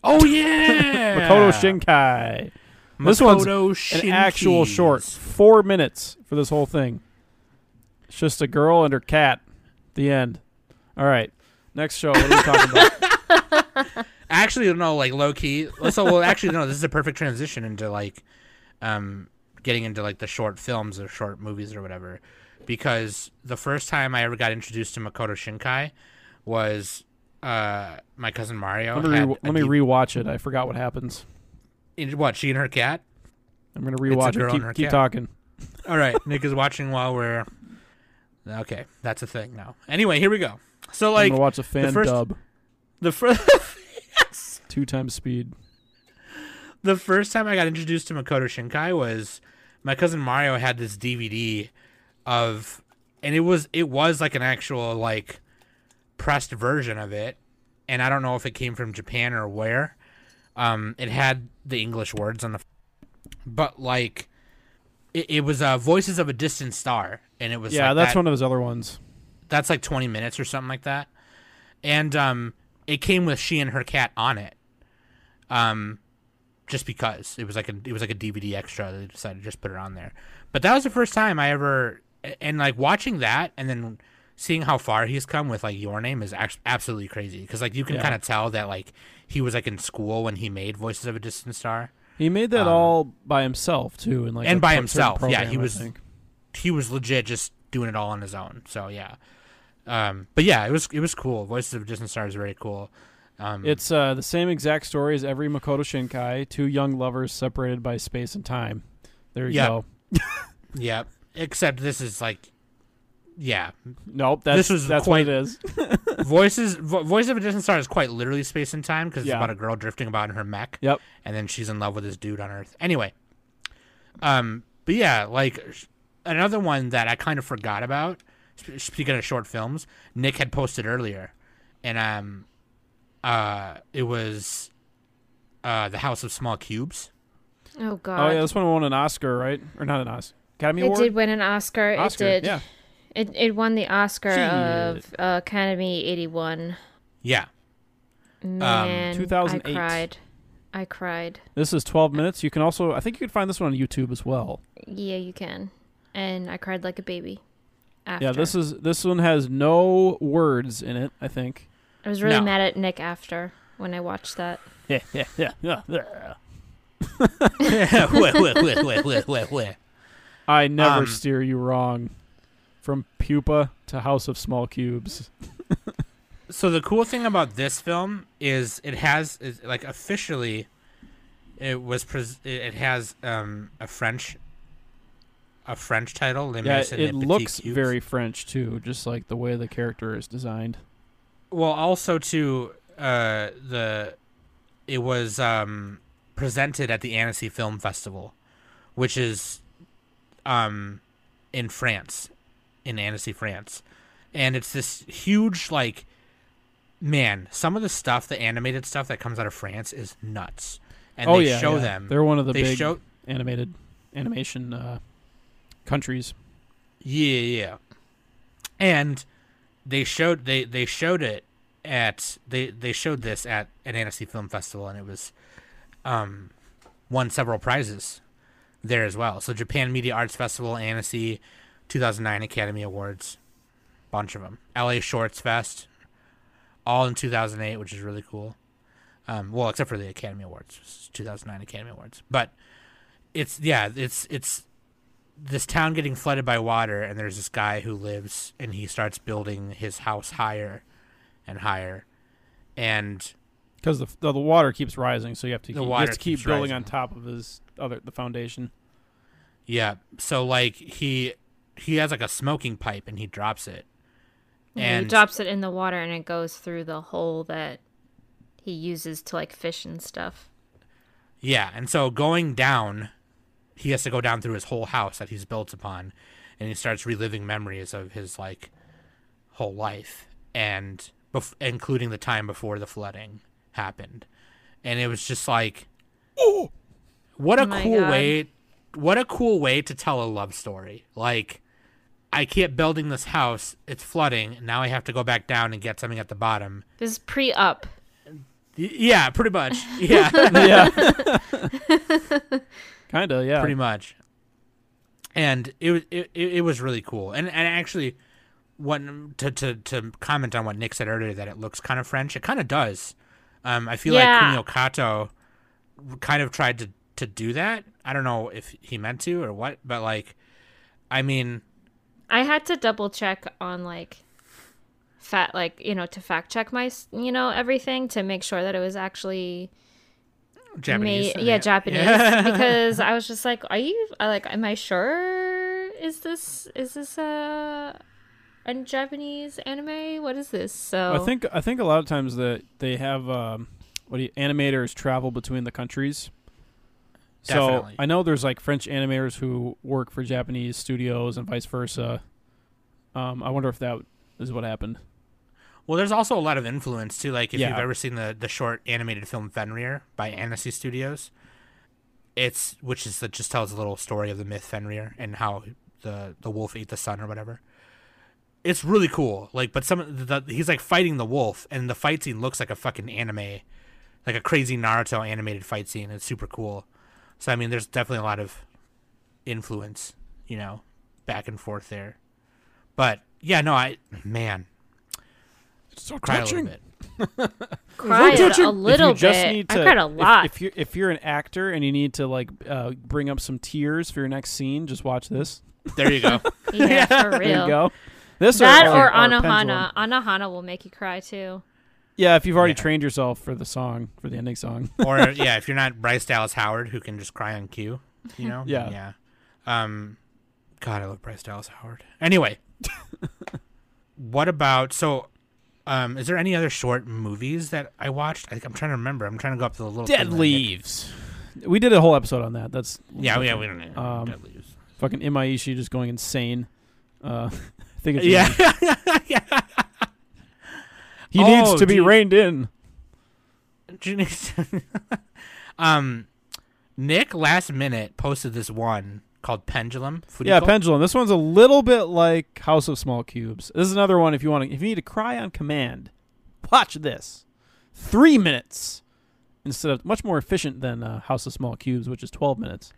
[SPEAKER 6] Oh yeah,
[SPEAKER 3] [laughs] Makoto Shinkai. This one's
[SPEAKER 6] Makoto
[SPEAKER 3] An actual
[SPEAKER 6] Shinkies.
[SPEAKER 3] short, four minutes for this whole thing. It's just a girl and her cat. The end. All right, next show. What are we talking about?
[SPEAKER 6] Actually, no, like low key. So, well, actually, no. This is a perfect transition into like, um, getting into like the short films or short movies or whatever, because the first time I ever got introduced to Makoto Shinkai was uh my cousin Mario.
[SPEAKER 3] Let me
[SPEAKER 6] had
[SPEAKER 3] re-
[SPEAKER 6] a
[SPEAKER 3] let me
[SPEAKER 6] deep-
[SPEAKER 3] rewatch it. I forgot what happens.
[SPEAKER 6] in- what she and her cat.
[SPEAKER 3] I'm gonna rewatch
[SPEAKER 6] girl
[SPEAKER 3] it.
[SPEAKER 6] and her
[SPEAKER 3] Keep, keep
[SPEAKER 6] cat.
[SPEAKER 3] talking.
[SPEAKER 6] All right, Nick is watching while we're. Okay, that's a thing now. Anyway, here we go. So
[SPEAKER 3] I'm
[SPEAKER 6] like
[SPEAKER 3] gonna watch a fan
[SPEAKER 6] first-
[SPEAKER 3] dub
[SPEAKER 6] the first.
[SPEAKER 3] two times speed.
[SPEAKER 6] [laughs] the first time I got introduced to Makoto Shinkai was my cousin Mario had this DVD of, and it was it was like an actual like pressed version of it, and I don't know if it came from Japan or where. Um, it had the English words on the, but like, it, it was uh, Voices of a Distant Star, and it was
[SPEAKER 3] yeah,
[SPEAKER 6] like
[SPEAKER 3] that's
[SPEAKER 6] that-
[SPEAKER 3] one of his other ones.
[SPEAKER 6] that's like 20 minutes or something like that and um it came with she and her cat on it um just because it was like a it was like a dvd extra they decided to just put it on there but that was the first time i ever a- and like watching that and then seeing how far he's come with like your name is act- absolutely crazy because like you can
[SPEAKER 3] Yeah.
[SPEAKER 6] kind of tell that like he was like in school when he made voices of a distant star
[SPEAKER 3] He made that
[SPEAKER 6] Um,
[SPEAKER 3] all by himself too, and like
[SPEAKER 6] and
[SPEAKER 3] a
[SPEAKER 6] by
[SPEAKER 3] pro- certain
[SPEAKER 6] himself. Yeah,
[SPEAKER 3] program,
[SPEAKER 6] he
[SPEAKER 3] I
[SPEAKER 6] was-
[SPEAKER 3] think.
[SPEAKER 6] he was legit just doing it all on his own. So yeah, um, but yeah, it was it was cool. Voices of Distant Star is very cool. Um,
[SPEAKER 3] It's uh, the same exact story as every Makoto Shinkai: two young lovers separated by space and time. There you
[SPEAKER 6] Yeah.
[SPEAKER 3] go.
[SPEAKER 6] Yep. Except this is like, yeah,
[SPEAKER 3] Nope, that's
[SPEAKER 6] This was
[SPEAKER 3] that's
[SPEAKER 6] quite-
[SPEAKER 3] what it is. [laughs]
[SPEAKER 6] voices. Vo- Voice of a Distant Star is quite literally space and time because
[SPEAKER 3] Yeah.
[SPEAKER 6] it's about a girl drifting about in her mech.
[SPEAKER 3] Yep.
[SPEAKER 6] and then she's in love with this dude on Earth. Anyway, um, but yeah, like sh- another one that I kind of forgot about. sp- Speaking of short films, Nick had posted earlier, and um, uh, it was uh, the House of Small Cubes.
[SPEAKER 5] Oh
[SPEAKER 3] Oh
[SPEAKER 5] god.
[SPEAKER 3] yeah, this one won an Oscar, right? Or not an Oscar? Academy
[SPEAKER 5] it
[SPEAKER 3] Award.
[SPEAKER 5] did win an Oscar.
[SPEAKER 3] Oscar,
[SPEAKER 5] It did.
[SPEAKER 3] yeah.
[SPEAKER 5] It it won the Oscar
[SPEAKER 3] Shit.
[SPEAKER 5] of uh, Academy 81.
[SPEAKER 6] Yeah, [laughs]
[SPEAKER 3] Um,
[SPEAKER 5] Man,
[SPEAKER 3] 2008.
[SPEAKER 5] I cried. I cried.
[SPEAKER 3] This is 12 minutes. You can also, I think you can find this one on YouTube as well.
[SPEAKER 5] Yeah, you can. And I cried like a baby. After.
[SPEAKER 3] Yeah, this is this one has no words in it. I think.
[SPEAKER 5] I was really
[SPEAKER 6] No.
[SPEAKER 5] mad at Nick after when I watched that.
[SPEAKER 3] Yeah, yeah, yeah, yeah.
[SPEAKER 6] Wah, wah, wah, wah, wah, wah, wah.
[SPEAKER 3] I never
[SPEAKER 6] Um,
[SPEAKER 3] steer you wrong. From pupa to house of small cubes.
[SPEAKER 6] so the cool thing about this film is it has is like officially it was pres- it has um a french a french title Les
[SPEAKER 3] Yeah,
[SPEAKER 6] Mis
[SPEAKER 3] it,
[SPEAKER 6] and Les Petits
[SPEAKER 3] looks
[SPEAKER 6] Cubes.
[SPEAKER 3] very French too, just like the way the character is designed.
[SPEAKER 6] well also to uh the it was um presented at the annecy film festival which is um in france in annecy france and it's this huge like man some of the stuff the animated stuff that comes out of france is nuts and
[SPEAKER 3] oh
[SPEAKER 6] they
[SPEAKER 3] yeah,
[SPEAKER 6] show
[SPEAKER 3] yeah.
[SPEAKER 6] them
[SPEAKER 3] They're one of the
[SPEAKER 6] they
[SPEAKER 3] big
[SPEAKER 6] show
[SPEAKER 3] animated animation uh, countries.
[SPEAKER 6] Yeah, yeah. And they showed they they showed it at they they showed this at an Annecy Film Festival and it was um won several prizes there as well. So Japan Media Arts Festival, Annecy 2009 Academy Awards, bunch of them. LA Shorts Fest all in 2008, which is really cool. Um well, except for the Academy Awards, which is 2009 Academy Awards. But it's yeah, it's it's this town getting flooded by water and there's this guy who lives and he starts building his house higher and higher and
[SPEAKER 3] Because the, the the water keeps rising, so you have to
[SPEAKER 6] The
[SPEAKER 3] keep, you
[SPEAKER 6] water
[SPEAKER 3] have to keep
[SPEAKER 6] keeps
[SPEAKER 3] building
[SPEAKER 6] rising.
[SPEAKER 3] on top of his other the foundation.
[SPEAKER 6] yeah so like he he has like a smoking pipe and he drops it
[SPEAKER 5] And he
[SPEAKER 6] and
[SPEAKER 5] drops it in the water and it goes through the hole that he uses to like fish and stuff.
[SPEAKER 6] yeah and so going down he has to go down through his whole house that he's built upon and he starts reliving memories of his like whole life and bef- including the time before the flooding happened and it was just like what a
[SPEAKER 5] Oh my
[SPEAKER 6] cool
[SPEAKER 5] God.
[SPEAKER 6] way what a cool way to tell a love story like i keep building this house it's flooding now i have to go back down and get something at the bottom
[SPEAKER 5] This is pre up.
[SPEAKER 6] Y- yeah pretty
[SPEAKER 5] [laughs]
[SPEAKER 6] much yeah
[SPEAKER 3] [laughs] [laughs] yeah. Kinda, yeah.
[SPEAKER 6] pretty much. And it was it, it it was really cool. And and actually, what to, to to comment on what Nick said earlier that it looks kind of French. It kind of does. Um, I feel
[SPEAKER 5] Yeah.
[SPEAKER 6] like Kunio Kato kind of tried to to do that. I don't know if he meant to or what, but like, I mean,
[SPEAKER 5] I had to double check on like fat like you know to fact check my s- you know everything to make sure that it was actually
[SPEAKER 6] Japanese.
[SPEAKER 5] made
[SPEAKER 6] and
[SPEAKER 5] yeah
[SPEAKER 6] it- [laughs]
[SPEAKER 3] [laughs]
[SPEAKER 5] Japanese because I was just like are you I like am I sure is this is this a a Japanese anime what is this so
[SPEAKER 3] I think I think a lot of times that they have um, what do you, animators travel between the countries.
[SPEAKER 6] Definitely.
[SPEAKER 3] So I know there's like French animators who work for Japanese studios and vice versa. Um, I wonder if that is what happened.
[SPEAKER 6] Well, there's also a lot of influence too. Like if
[SPEAKER 3] Yeah.
[SPEAKER 6] you've ever seen the the short animated film Fenrir by Annecy Studios, it's which is that just tells a little story of the myth Fenrir and how the the wolf ate the sun or whatever. It's really cool. Like, but some of the, he's like fighting the wolf, and the fight scene looks like a fucking anime, like a crazy Naruto animated fight scene. It's super cool. So I mean, there's definitely a lot of influence, you know, back and forth there. But yeah, no, I man,
[SPEAKER 3] It's so
[SPEAKER 6] cry a little bit.
[SPEAKER 5] cried a little
[SPEAKER 3] if you just
[SPEAKER 5] bit
[SPEAKER 3] Need
[SPEAKER 5] I
[SPEAKER 3] to,
[SPEAKER 5] cried a
[SPEAKER 3] if-
[SPEAKER 5] lot
[SPEAKER 3] If, you're if you're an actor and you need to like uh, bring up some tears for your next scene, just watch this.
[SPEAKER 6] There you go.
[SPEAKER 5] yeah
[SPEAKER 3] [laughs]
[SPEAKER 5] for
[SPEAKER 3] There
[SPEAKER 5] real
[SPEAKER 3] you go. This
[SPEAKER 5] that
[SPEAKER 3] or, uh,
[SPEAKER 5] or,
[SPEAKER 3] Pendulum.
[SPEAKER 5] Anohana Anohana will make you cry too
[SPEAKER 3] Yeah, if you've already
[SPEAKER 6] Yeah.
[SPEAKER 3] trained yourself for the song, for the ending song.
[SPEAKER 6] or yeah,
[SPEAKER 3] [laughs]
[SPEAKER 6] if you're not Bryce Dallas Howard, who can just cry on cue, you know.
[SPEAKER 3] Yeah.
[SPEAKER 6] Yeah. Um, God, I love Bryce Dallas Howard.
[SPEAKER 3] [laughs]
[SPEAKER 6] Anyway, what about so? Um, is there any other short movies that I watched? I, I'm trying to remember. I'm trying to go up to the little thing that
[SPEAKER 3] Dead
[SPEAKER 6] I did.
[SPEAKER 3] Leaves. We did a whole episode on that. That's
[SPEAKER 6] Yeah, yeah, we don't know.
[SPEAKER 3] Um,
[SPEAKER 6] Dead Leaves.
[SPEAKER 3] fucking Imaishi just going insane. Uh, [laughs] I think it's
[SPEAKER 6] Yeah, [laughs] yeah.
[SPEAKER 3] He
[SPEAKER 6] Oh,
[SPEAKER 3] needs to be
[SPEAKER 6] dude.
[SPEAKER 3] reined in.
[SPEAKER 6] Janice- [laughs] um, Nick last minute posted this one called Pendulum.
[SPEAKER 3] Yeah,
[SPEAKER 6] Furiko.
[SPEAKER 3] pendulum. This one's a little bit like House of Small Cubes. This is another one. If you want, to, if you need to cry on command, watch this. Three minutes instead of much more efficient than uh, House of Small Cubes, which is twelve minutes.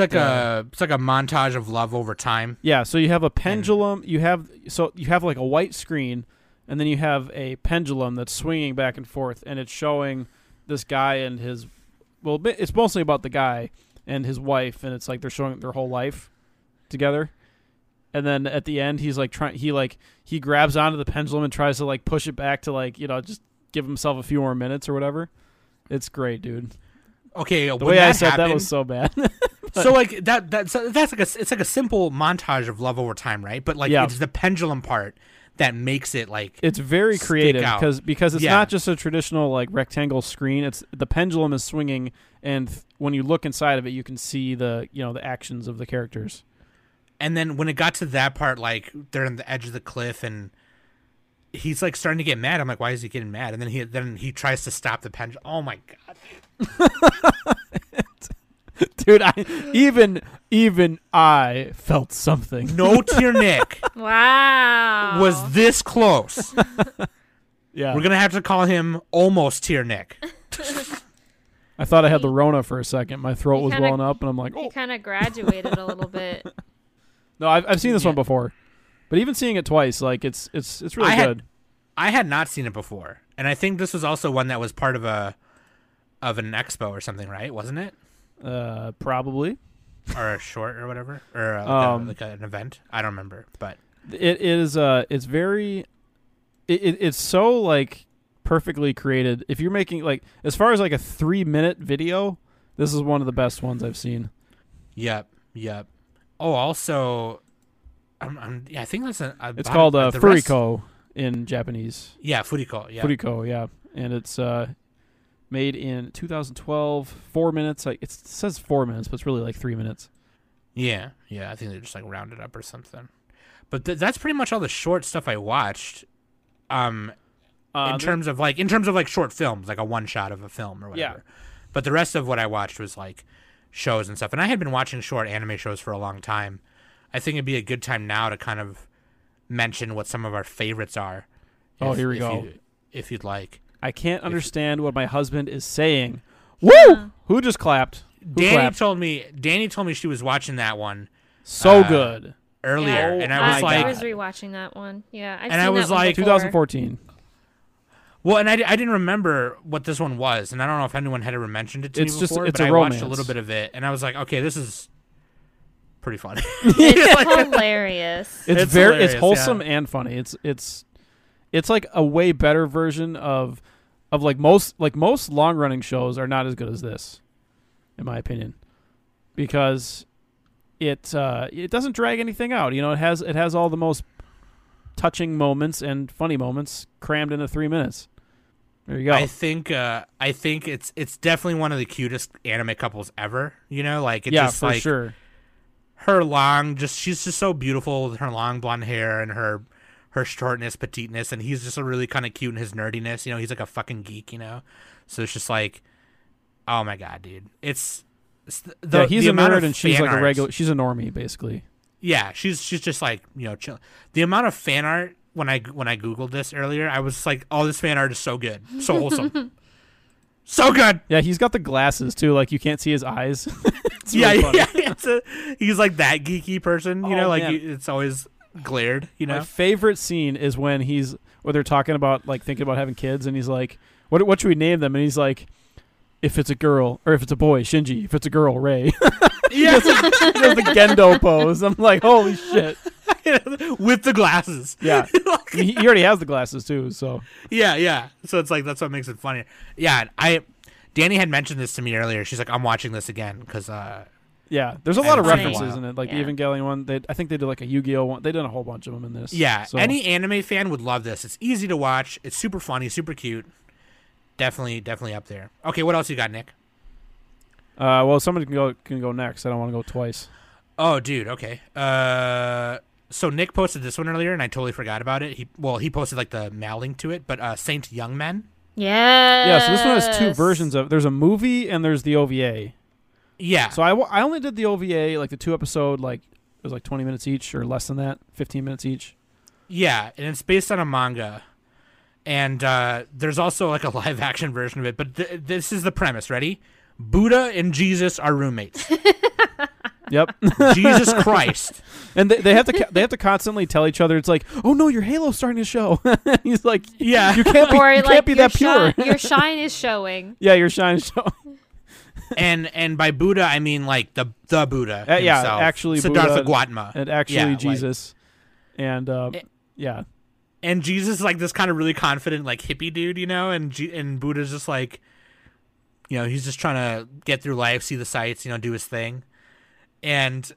[SPEAKER 6] it's like
[SPEAKER 3] uh,
[SPEAKER 6] a it's like a montage of love over time.
[SPEAKER 3] yeah. So you have a pendulum. You have so you have like a white screen, and then you have a pendulum that's swinging back and forth, and it's showing this guy and his. Well, bi- it's mostly about the guy and his wife, and it's like they're showing their whole life together. And then at the end, he's like trying. He like he grabs onto the pendulum and tries to like push it back to like you know just give himself a few more minutes or whatever. It's great, dude.
[SPEAKER 6] Okay,
[SPEAKER 3] The way I said that was so bad.
[SPEAKER 6] so like that that's that's like a it's like a simple montage of love over time, right? But like
[SPEAKER 3] Yeah.
[SPEAKER 6] it's the pendulum part that makes it like
[SPEAKER 3] it's very
[SPEAKER 6] stick
[SPEAKER 3] creative
[SPEAKER 6] out.
[SPEAKER 3] because because it's
[SPEAKER 6] Yeah.
[SPEAKER 3] not just a traditional like rectangle screen. It's the pendulum is swinging, and th- when you look inside of it, you can see the you know the actions of
[SPEAKER 6] [laughs]
[SPEAKER 3] the characters.
[SPEAKER 6] and then when it got to that part, like they're on the edge of the cliff and he's like starting to get mad. I'm like, why is he getting mad? And then he then he tries to stop the pendulum. Oh my god!
[SPEAKER 3] Dude, I even even I felt something.
[SPEAKER 6] No
[SPEAKER 3] [laughs]
[SPEAKER 6] tear Nick
[SPEAKER 5] Wow.
[SPEAKER 6] was this close.
[SPEAKER 3] Yeah,
[SPEAKER 6] We're gonna have to call him almost tear Nick.
[SPEAKER 3] I thought I had the Rona for a second. My throat
[SPEAKER 5] He
[SPEAKER 3] was
[SPEAKER 5] kinda-
[SPEAKER 3] welling up, and I'm like,
[SPEAKER 5] He
[SPEAKER 3] oh
[SPEAKER 5] kind of graduated a
[SPEAKER 3] [laughs]
[SPEAKER 5] little bit.
[SPEAKER 3] no, I've, I've seen this one
[SPEAKER 6] Yeah.
[SPEAKER 3] before, but even seeing it twice, like it's it's it's really
[SPEAKER 6] I had-
[SPEAKER 3] good.
[SPEAKER 6] I had not seen it before, and I think this was also one that was part of a of an expo or something, right? Wasn't it?
[SPEAKER 3] uh, probably
[SPEAKER 6] or a short or whatever or uh, like,
[SPEAKER 3] Um,
[SPEAKER 6] a, like an event i don't remember but
[SPEAKER 3] it is uh it's very it, it it's so like perfectly created if you're making like as far as like a three minute video this is one of the best ones i've seen
[SPEAKER 6] yep yep oh also i'm, I'm yeah i think that's a, a
[SPEAKER 3] it's
[SPEAKER 6] bottom-
[SPEAKER 3] called uh,
[SPEAKER 6] the rest-
[SPEAKER 3] furiko in japanese
[SPEAKER 6] yeah furiko yeah
[SPEAKER 3] furiko yeah and it's uh made in 2012 four minutes like it's, it says four minutes but it's really like three minutes
[SPEAKER 6] yeah yeah i think they just like rounded up or something but th- that's pretty much all the short stuff i watched um
[SPEAKER 3] uh,
[SPEAKER 6] in
[SPEAKER 3] there-
[SPEAKER 6] terms of like in terms of like short films like a one shot of a film or
[SPEAKER 3] Yeah.
[SPEAKER 6] whatever but the rest of what i watched was like shows and stuff and i had been watching short anime shows for a long time i think it'd be a good time now to kind of mention what some of our favorites are
[SPEAKER 3] Oh, here we go.
[SPEAKER 6] you- if you'd like
[SPEAKER 3] i can't understand what my husband is saying woo who just clapped who
[SPEAKER 6] danny
[SPEAKER 3] clapped
[SPEAKER 6] told me danny told me she was watching that one
[SPEAKER 3] so
[SPEAKER 6] uh,
[SPEAKER 3] good
[SPEAKER 6] earlier
[SPEAKER 5] Yeah.
[SPEAKER 6] and
[SPEAKER 3] Oh
[SPEAKER 6] i was
[SPEAKER 3] my
[SPEAKER 6] like
[SPEAKER 5] I was rewatching that one. Yeah, I've
[SPEAKER 6] And I
[SPEAKER 5] seen
[SPEAKER 6] was
[SPEAKER 5] that one
[SPEAKER 6] like-
[SPEAKER 3] [laughs]
[SPEAKER 5] before.
[SPEAKER 3] 2014
[SPEAKER 6] well and I, di- I didn't remember what this one was and i don't know if anyone had ever mentioned it to
[SPEAKER 3] It's
[SPEAKER 6] me
[SPEAKER 3] just-
[SPEAKER 6] before
[SPEAKER 3] it's
[SPEAKER 6] but
[SPEAKER 3] a
[SPEAKER 6] I watched a
[SPEAKER 3] romance.
[SPEAKER 6] little bit of it and i was like okay this is pretty funny
[SPEAKER 3] [laughs]
[SPEAKER 6] [laughs]
[SPEAKER 5] It's hilarious.
[SPEAKER 3] it's,
[SPEAKER 6] It's
[SPEAKER 3] very
[SPEAKER 6] hilarious,
[SPEAKER 3] it's wholesome and funny. It's it's it's like a way better version of of like most like most long running shows are not as good as this, in my opinion, because it uh, it doesn't drag anything out. You know, it has it has all the most touching moments and funny moments crammed into three minutes. There you go.
[SPEAKER 6] I think uh, I think it's it's definitely one of the cutest anime couples ever. You know, like it
[SPEAKER 3] yeah,
[SPEAKER 6] just
[SPEAKER 3] for
[SPEAKER 6] like
[SPEAKER 3] sure.
[SPEAKER 6] her long, just she's just so beautiful with her long blonde hair and her her shortness, petiteness, and he's just a really kind of cute in his nerdiness. You know, he's like a fucking geek. You know, so it's just like, oh my god, dude, it's, it's the, the
[SPEAKER 3] yeah, he's
[SPEAKER 6] the
[SPEAKER 3] a
[SPEAKER 6] amount
[SPEAKER 3] nerd
[SPEAKER 6] of
[SPEAKER 3] and she's
[SPEAKER 6] fan
[SPEAKER 3] like a
[SPEAKER 6] art-
[SPEAKER 3] regular. She's a normie basically.
[SPEAKER 6] yeah, she's she's just like you know, chill. The amount of fan art when I when I googled this earlier, I was like, oh, this fan art is so good, so
[SPEAKER 3] [laughs]
[SPEAKER 6] wholesome, so good.
[SPEAKER 3] Yeah, he's got the glasses too. Like you can't see his eyes. [laughs] It's
[SPEAKER 6] yeah, [laughs]
[SPEAKER 3] really funny.
[SPEAKER 6] yeah, it's a, he's like that geeky person, you
[SPEAKER 3] Oh,
[SPEAKER 6] know, like
[SPEAKER 3] man.
[SPEAKER 6] you, it's always glared, you [laughs]
[SPEAKER 3] My
[SPEAKER 6] know.
[SPEAKER 3] favorite scene is when he's where they're talking about like thinking about having kids, and he's like, "What what should we name them?" And he's like, "If it's a girl, or if it's a boy, Shinji. If it's a girl, Ray."
[SPEAKER 6] Yeah,
[SPEAKER 3] [laughs] he does the Gendo pose. I'm like, "Holy shit!"
[SPEAKER 6] with the glasses.
[SPEAKER 3] Yeah,
[SPEAKER 6] [laughs] Like,
[SPEAKER 3] he, he already has the glasses too. So
[SPEAKER 6] yeah, yeah. So it's like that's what makes it funnier. Yeah, I Danny had mentioned this to me earlier. She's like, "I'm watching this again because uh,
[SPEAKER 3] Yeah, there's a lot of
[SPEAKER 6] It's been a
[SPEAKER 3] references
[SPEAKER 6] while.
[SPEAKER 3] in it, like
[SPEAKER 5] Yeah.
[SPEAKER 3] the Evangelion one. They, I think they did like a Yu-Gi-Oh one. They done a whole bunch of them in this.
[SPEAKER 6] Yeah,
[SPEAKER 3] so,
[SPEAKER 6] any anime fan would love this. It's easy to watch. It's super funny, super cute. Definitely, definitely up there. Okay, what else you got, Nick?
[SPEAKER 3] Uh, well, somebody can go can go next. I don't want to go twice.
[SPEAKER 6] Oh, dude. Okay. Uh, so Nick posted this one earlier, and I totally forgot about it. He well, he posted like the mailing to it, but uh, Saint Young Men.
[SPEAKER 5] Yeah.
[SPEAKER 3] Yeah, so this one has two versions of. There's a movie and there's the OVA.
[SPEAKER 6] Yeah.
[SPEAKER 3] So I, w- I only did the OVA like the two episode like it was like 20 minutes each or less than that, 15 minutes each.
[SPEAKER 6] Yeah, and it's based on a manga. And uh, there's also like a [laughs] live action version of it, but th- this is the premise. Ready? Buddha and Jesus are
[SPEAKER 3] [laughs]
[SPEAKER 6] roommates.
[SPEAKER 5] [laughs]
[SPEAKER 3] Yep.
[SPEAKER 6] Jesus Christ.
[SPEAKER 3] and they, they have to ca- they have to constantly tell each other. It's like, oh no, your halo's starting to show. [laughs] He's like,
[SPEAKER 6] Yeah.
[SPEAKER 3] you can't be,
[SPEAKER 5] Or
[SPEAKER 3] [laughs] you
[SPEAKER 5] like
[SPEAKER 3] can't be
[SPEAKER 5] your,
[SPEAKER 3] that pure. [laughs]
[SPEAKER 5] shi- your shine is showing.
[SPEAKER 3] yeah, your shine is
[SPEAKER 6] [laughs]
[SPEAKER 3] showing.
[SPEAKER 6] And and by Buddha I mean like the the Buddha.
[SPEAKER 3] Uh, yeah,
[SPEAKER 6] himself,
[SPEAKER 3] actually
[SPEAKER 6] Siddhartha
[SPEAKER 3] Buddha
[SPEAKER 6] Gautama.
[SPEAKER 3] and actually
[SPEAKER 6] Yeah, like-
[SPEAKER 3] Jesus, and uh,
[SPEAKER 6] It-
[SPEAKER 3] yeah,
[SPEAKER 6] and Jesus is like this kind of really confident like hippie dude, you know, and G- and Buddha's just like you know, he's just trying to get through life, see the sights, you know, do his thing. And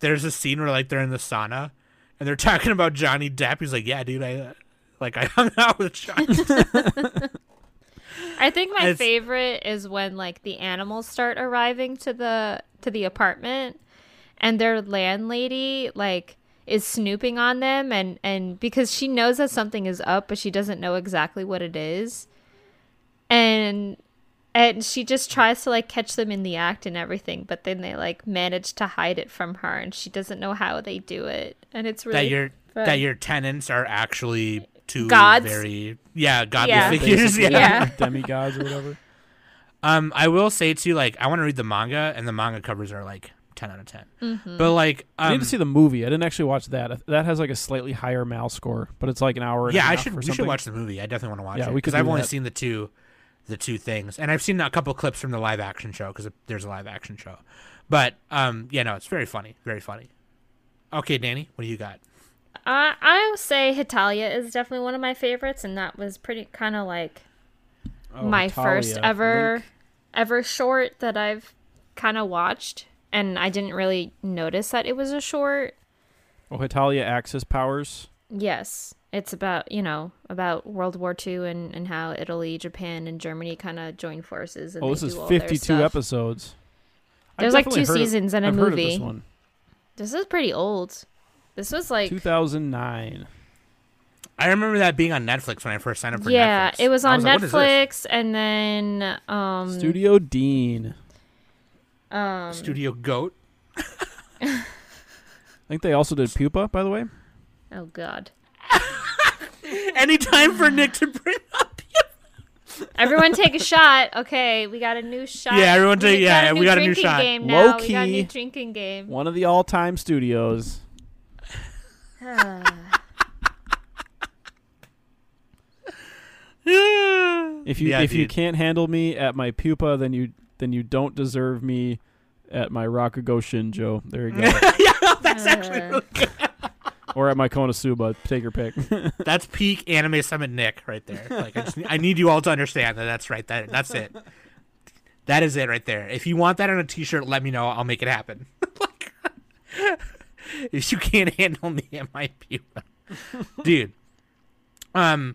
[SPEAKER 6] there's a scene where like they're in the sauna and they're [laughs] talking about Johnny Depp. He's like, "Yeah, dude, I like I hung out with
[SPEAKER 5] [laughs]
[SPEAKER 6] Johnny."
[SPEAKER 5] I think my
[SPEAKER 6] It's-
[SPEAKER 5] favorite is when like the animals start arriving to the to the apartment and their landlady like is snooping on them and and because she knows that something is up but she doesn't know exactly what it is. And and she just tries to like catch them in the act and everything, but then they like manage to hide it from her and she doesn't know how they do it. And it's really
[SPEAKER 6] that your
[SPEAKER 5] fun.
[SPEAKER 6] that your tenants are actually two
[SPEAKER 5] Gods?
[SPEAKER 6] very yeah, godly
[SPEAKER 5] Yeah.
[SPEAKER 6] figures. [laughs]
[SPEAKER 3] Basically,
[SPEAKER 6] yeah.
[SPEAKER 5] Yeah.
[SPEAKER 3] demigods or whatever.
[SPEAKER 6] Um, I will say too, like I want to read the manga, and the manga covers are like ten out of 10
[SPEAKER 5] Mm-hmm.
[SPEAKER 6] But like, [laughs] um,
[SPEAKER 3] I need to see the movie. I didn't actually watch that. That has like a slightly higher mal score, but it's like an hour. And a
[SPEAKER 6] yeah, I
[SPEAKER 3] half
[SPEAKER 6] should
[SPEAKER 3] or
[SPEAKER 6] we should
[SPEAKER 3] something.
[SPEAKER 6] watch the movie. I definitely want to watch
[SPEAKER 3] Yeah,
[SPEAKER 6] it
[SPEAKER 3] we could
[SPEAKER 6] because I've
[SPEAKER 3] do
[SPEAKER 6] only
[SPEAKER 3] that.
[SPEAKER 6] seen the two, the two things, and I've seen a couple clips from the live action show because there's a live action show. But um, yeah, no, it's very funny, very funny. Okay, Danny, what do you got?
[SPEAKER 5] I I would say Hitalia is definitely one of my favorites, and that was pretty kind of like
[SPEAKER 3] Oh,
[SPEAKER 5] my
[SPEAKER 3] Natalia,
[SPEAKER 5] first ever
[SPEAKER 3] Link.
[SPEAKER 5] ever short that I've kind of watched, and I didn't really notice that it was a short.
[SPEAKER 3] Oh, Hitalia Axis powers.
[SPEAKER 5] Yes, it's about you know about World War II and and how Italy, Japan, and Germany kind of join forces. And
[SPEAKER 3] Oh,
[SPEAKER 5] they
[SPEAKER 3] this is
[SPEAKER 5] do all their
[SPEAKER 3] 52
[SPEAKER 5] stuff.
[SPEAKER 3] episodes. I've
[SPEAKER 5] There's like
[SPEAKER 3] definitely
[SPEAKER 5] two
[SPEAKER 3] heard of-
[SPEAKER 5] seasons and a
[SPEAKER 3] I've heard of this
[SPEAKER 5] movie.
[SPEAKER 3] one.
[SPEAKER 5] This is pretty old. This was like
[SPEAKER 3] 2009.
[SPEAKER 6] I remember that being on Netflix when I first signed up for
[SPEAKER 5] yeah,
[SPEAKER 6] Netflix.
[SPEAKER 5] it was
[SPEAKER 6] I
[SPEAKER 5] on
[SPEAKER 6] like, what is this?
[SPEAKER 5] Netflix, and then um
[SPEAKER 3] Studio Dean.
[SPEAKER 5] um
[SPEAKER 6] Studio Goat.
[SPEAKER 3] I think they also did Pupa, by the way.
[SPEAKER 5] oh god.
[SPEAKER 6] Any time for Nick to bring [laughs] up.
[SPEAKER 5] Everyone take
[SPEAKER 6] [laughs]
[SPEAKER 5] a shot. Okay, we got a new shot.
[SPEAKER 6] Yeah, everyone take- yeah, we got a new
[SPEAKER 5] drinking
[SPEAKER 6] shot.
[SPEAKER 5] Game now. We got a
[SPEAKER 3] Low-key.
[SPEAKER 5] new drinking game.
[SPEAKER 3] One of the all-time studios.
[SPEAKER 5] Ah,
[SPEAKER 3] If you
[SPEAKER 6] Yeah,
[SPEAKER 3] if you
[SPEAKER 6] dude.
[SPEAKER 3] can't handle me at my pupa, then you then you don't deserve me at my Rakugo Shinjo.
[SPEAKER 6] [laughs]
[SPEAKER 3] There you go.
[SPEAKER 6] That's actually
[SPEAKER 5] Uh.
[SPEAKER 6] really good.
[SPEAKER 3] or at my Konosuba. Take your pick.
[SPEAKER 6] That's peak Anime Summit Nick right there. Like I, just, I need you all to understand that that's right. That that's it. That is it right there. If you want that on a T-shirt, let me know. I'll make it happen. [laughs] Like, if you can't handle me, it might be, dude. Um,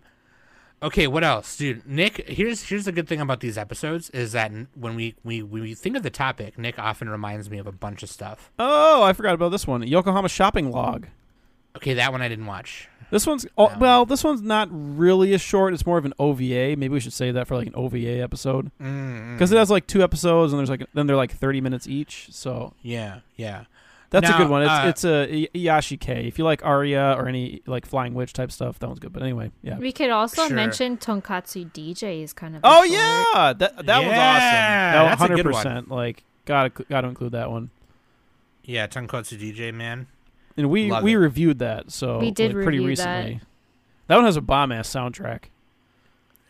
[SPEAKER 6] okay. What else, dude? Nick, here's here's the good thing about these episodes is that when we we we think of the topic, Nick often reminds me of a bunch of stuff.
[SPEAKER 3] oh, I forgot about this one. Yokohama shopping log.
[SPEAKER 6] Okay, that one I didn't watch.
[SPEAKER 3] This one's oh,
[SPEAKER 6] No.
[SPEAKER 3] well. This one's not really a short. It's more of an OVA. Maybe we should save that for like an OVA episode
[SPEAKER 6] Mm,
[SPEAKER 3] because it has like two episodes and there's like then they're like 30 minutes each. So
[SPEAKER 6] yeah, yeah.
[SPEAKER 3] That's
[SPEAKER 6] Now,
[SPEAKER 3] a good one. It's
[SPEAKER 6] uh,
[SPEAKER 3] it's a I- Iyashi K. If you like Arya or any like Flying Witch type stuff, that one's good. But anyway, yeah.
[SPEAKER 5] We could also
[SPEAKER 6] Sure.
[SPEAKER 5] mention Tonkatsu DJ is kind of. a
[SPEAKER 3] Oh
[SPEAKER 5] short.
[SPEAKER 3] yeah, that that one's
[SPEAKER 6] Yeah,
[SPEAKER 3] awesome.
[SPEAKER 6] that's a good one.
[SPEAKER 3] Like gotta gotta include that one.
[SPEAKER 6] Yeah, Tonkotsu DJ man.
[SPEAKER 3] And we
[SPEAKER 6] Love
[SPEAKER 3] we
[SPEAKER 6] it.
[SPEAKER 3] reviewed that. So
[SPEAKER 5] We did
[SPEAKER 3] like, pretty
[SPEAKER 5] review that.
[SPEAKER 3] recently. That one has a bomb ass soundtrack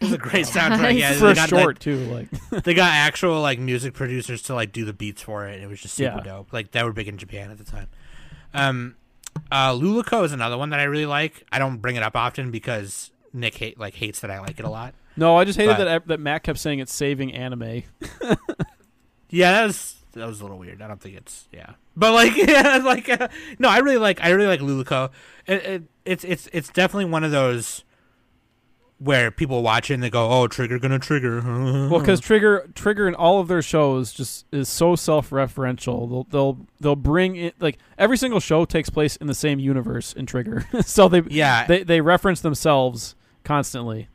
[SPEAKER 6] It was a
[SPEAKER 3] [laughs]
[SPEAKER 6] great soundtrack.
[SPEAKER 5] does.
[SPEAKER 6] Yeah,
[SPEAKER 3] for
[SPEAKER 6] they
[SPEAKER 3] a
[SPEAKER 6] got,
[SPEAKER 3] short too. Like [laughs]
[SPEAKER 6] Like, they got actual like music producers to like do the beats for it. It was just super
[SPEAKER 3] Yeah.
[SPEAKER 6] dope. Like they were big in Japan at the time. Um, uh, Luluko is another one that I really like. I don't bring it up often because Nick hate like hates that I like it a lot.
[SPEAKER 3] no, I just hated
[SPEAKER 6] But-
[SPEAKER 3] that that Matt kept saying it's saving anime.
[SPEAKER 6] Yeah, that was that was a little weird. I don't think it's yeah, but like [laughs] yeah, like uh, no, I really like I really like Luluco. It, it, it's it's it's definitely one of those where people watch it and they go, "Oh, trigger gonna trigger." [laughs]
[SPEAKER 3] Well, because
[SPEAKER 6] Hmm.
[SPEAKER 3] Trigger Trigger in all of their shows just is so self-referential. They'll they'll they'll bring it like every single show takes place in the same universe in Trigger, [laughs] so they
[SPEAKER 6] yeah,
[SPEAKER 3] they they reference themselves constantly.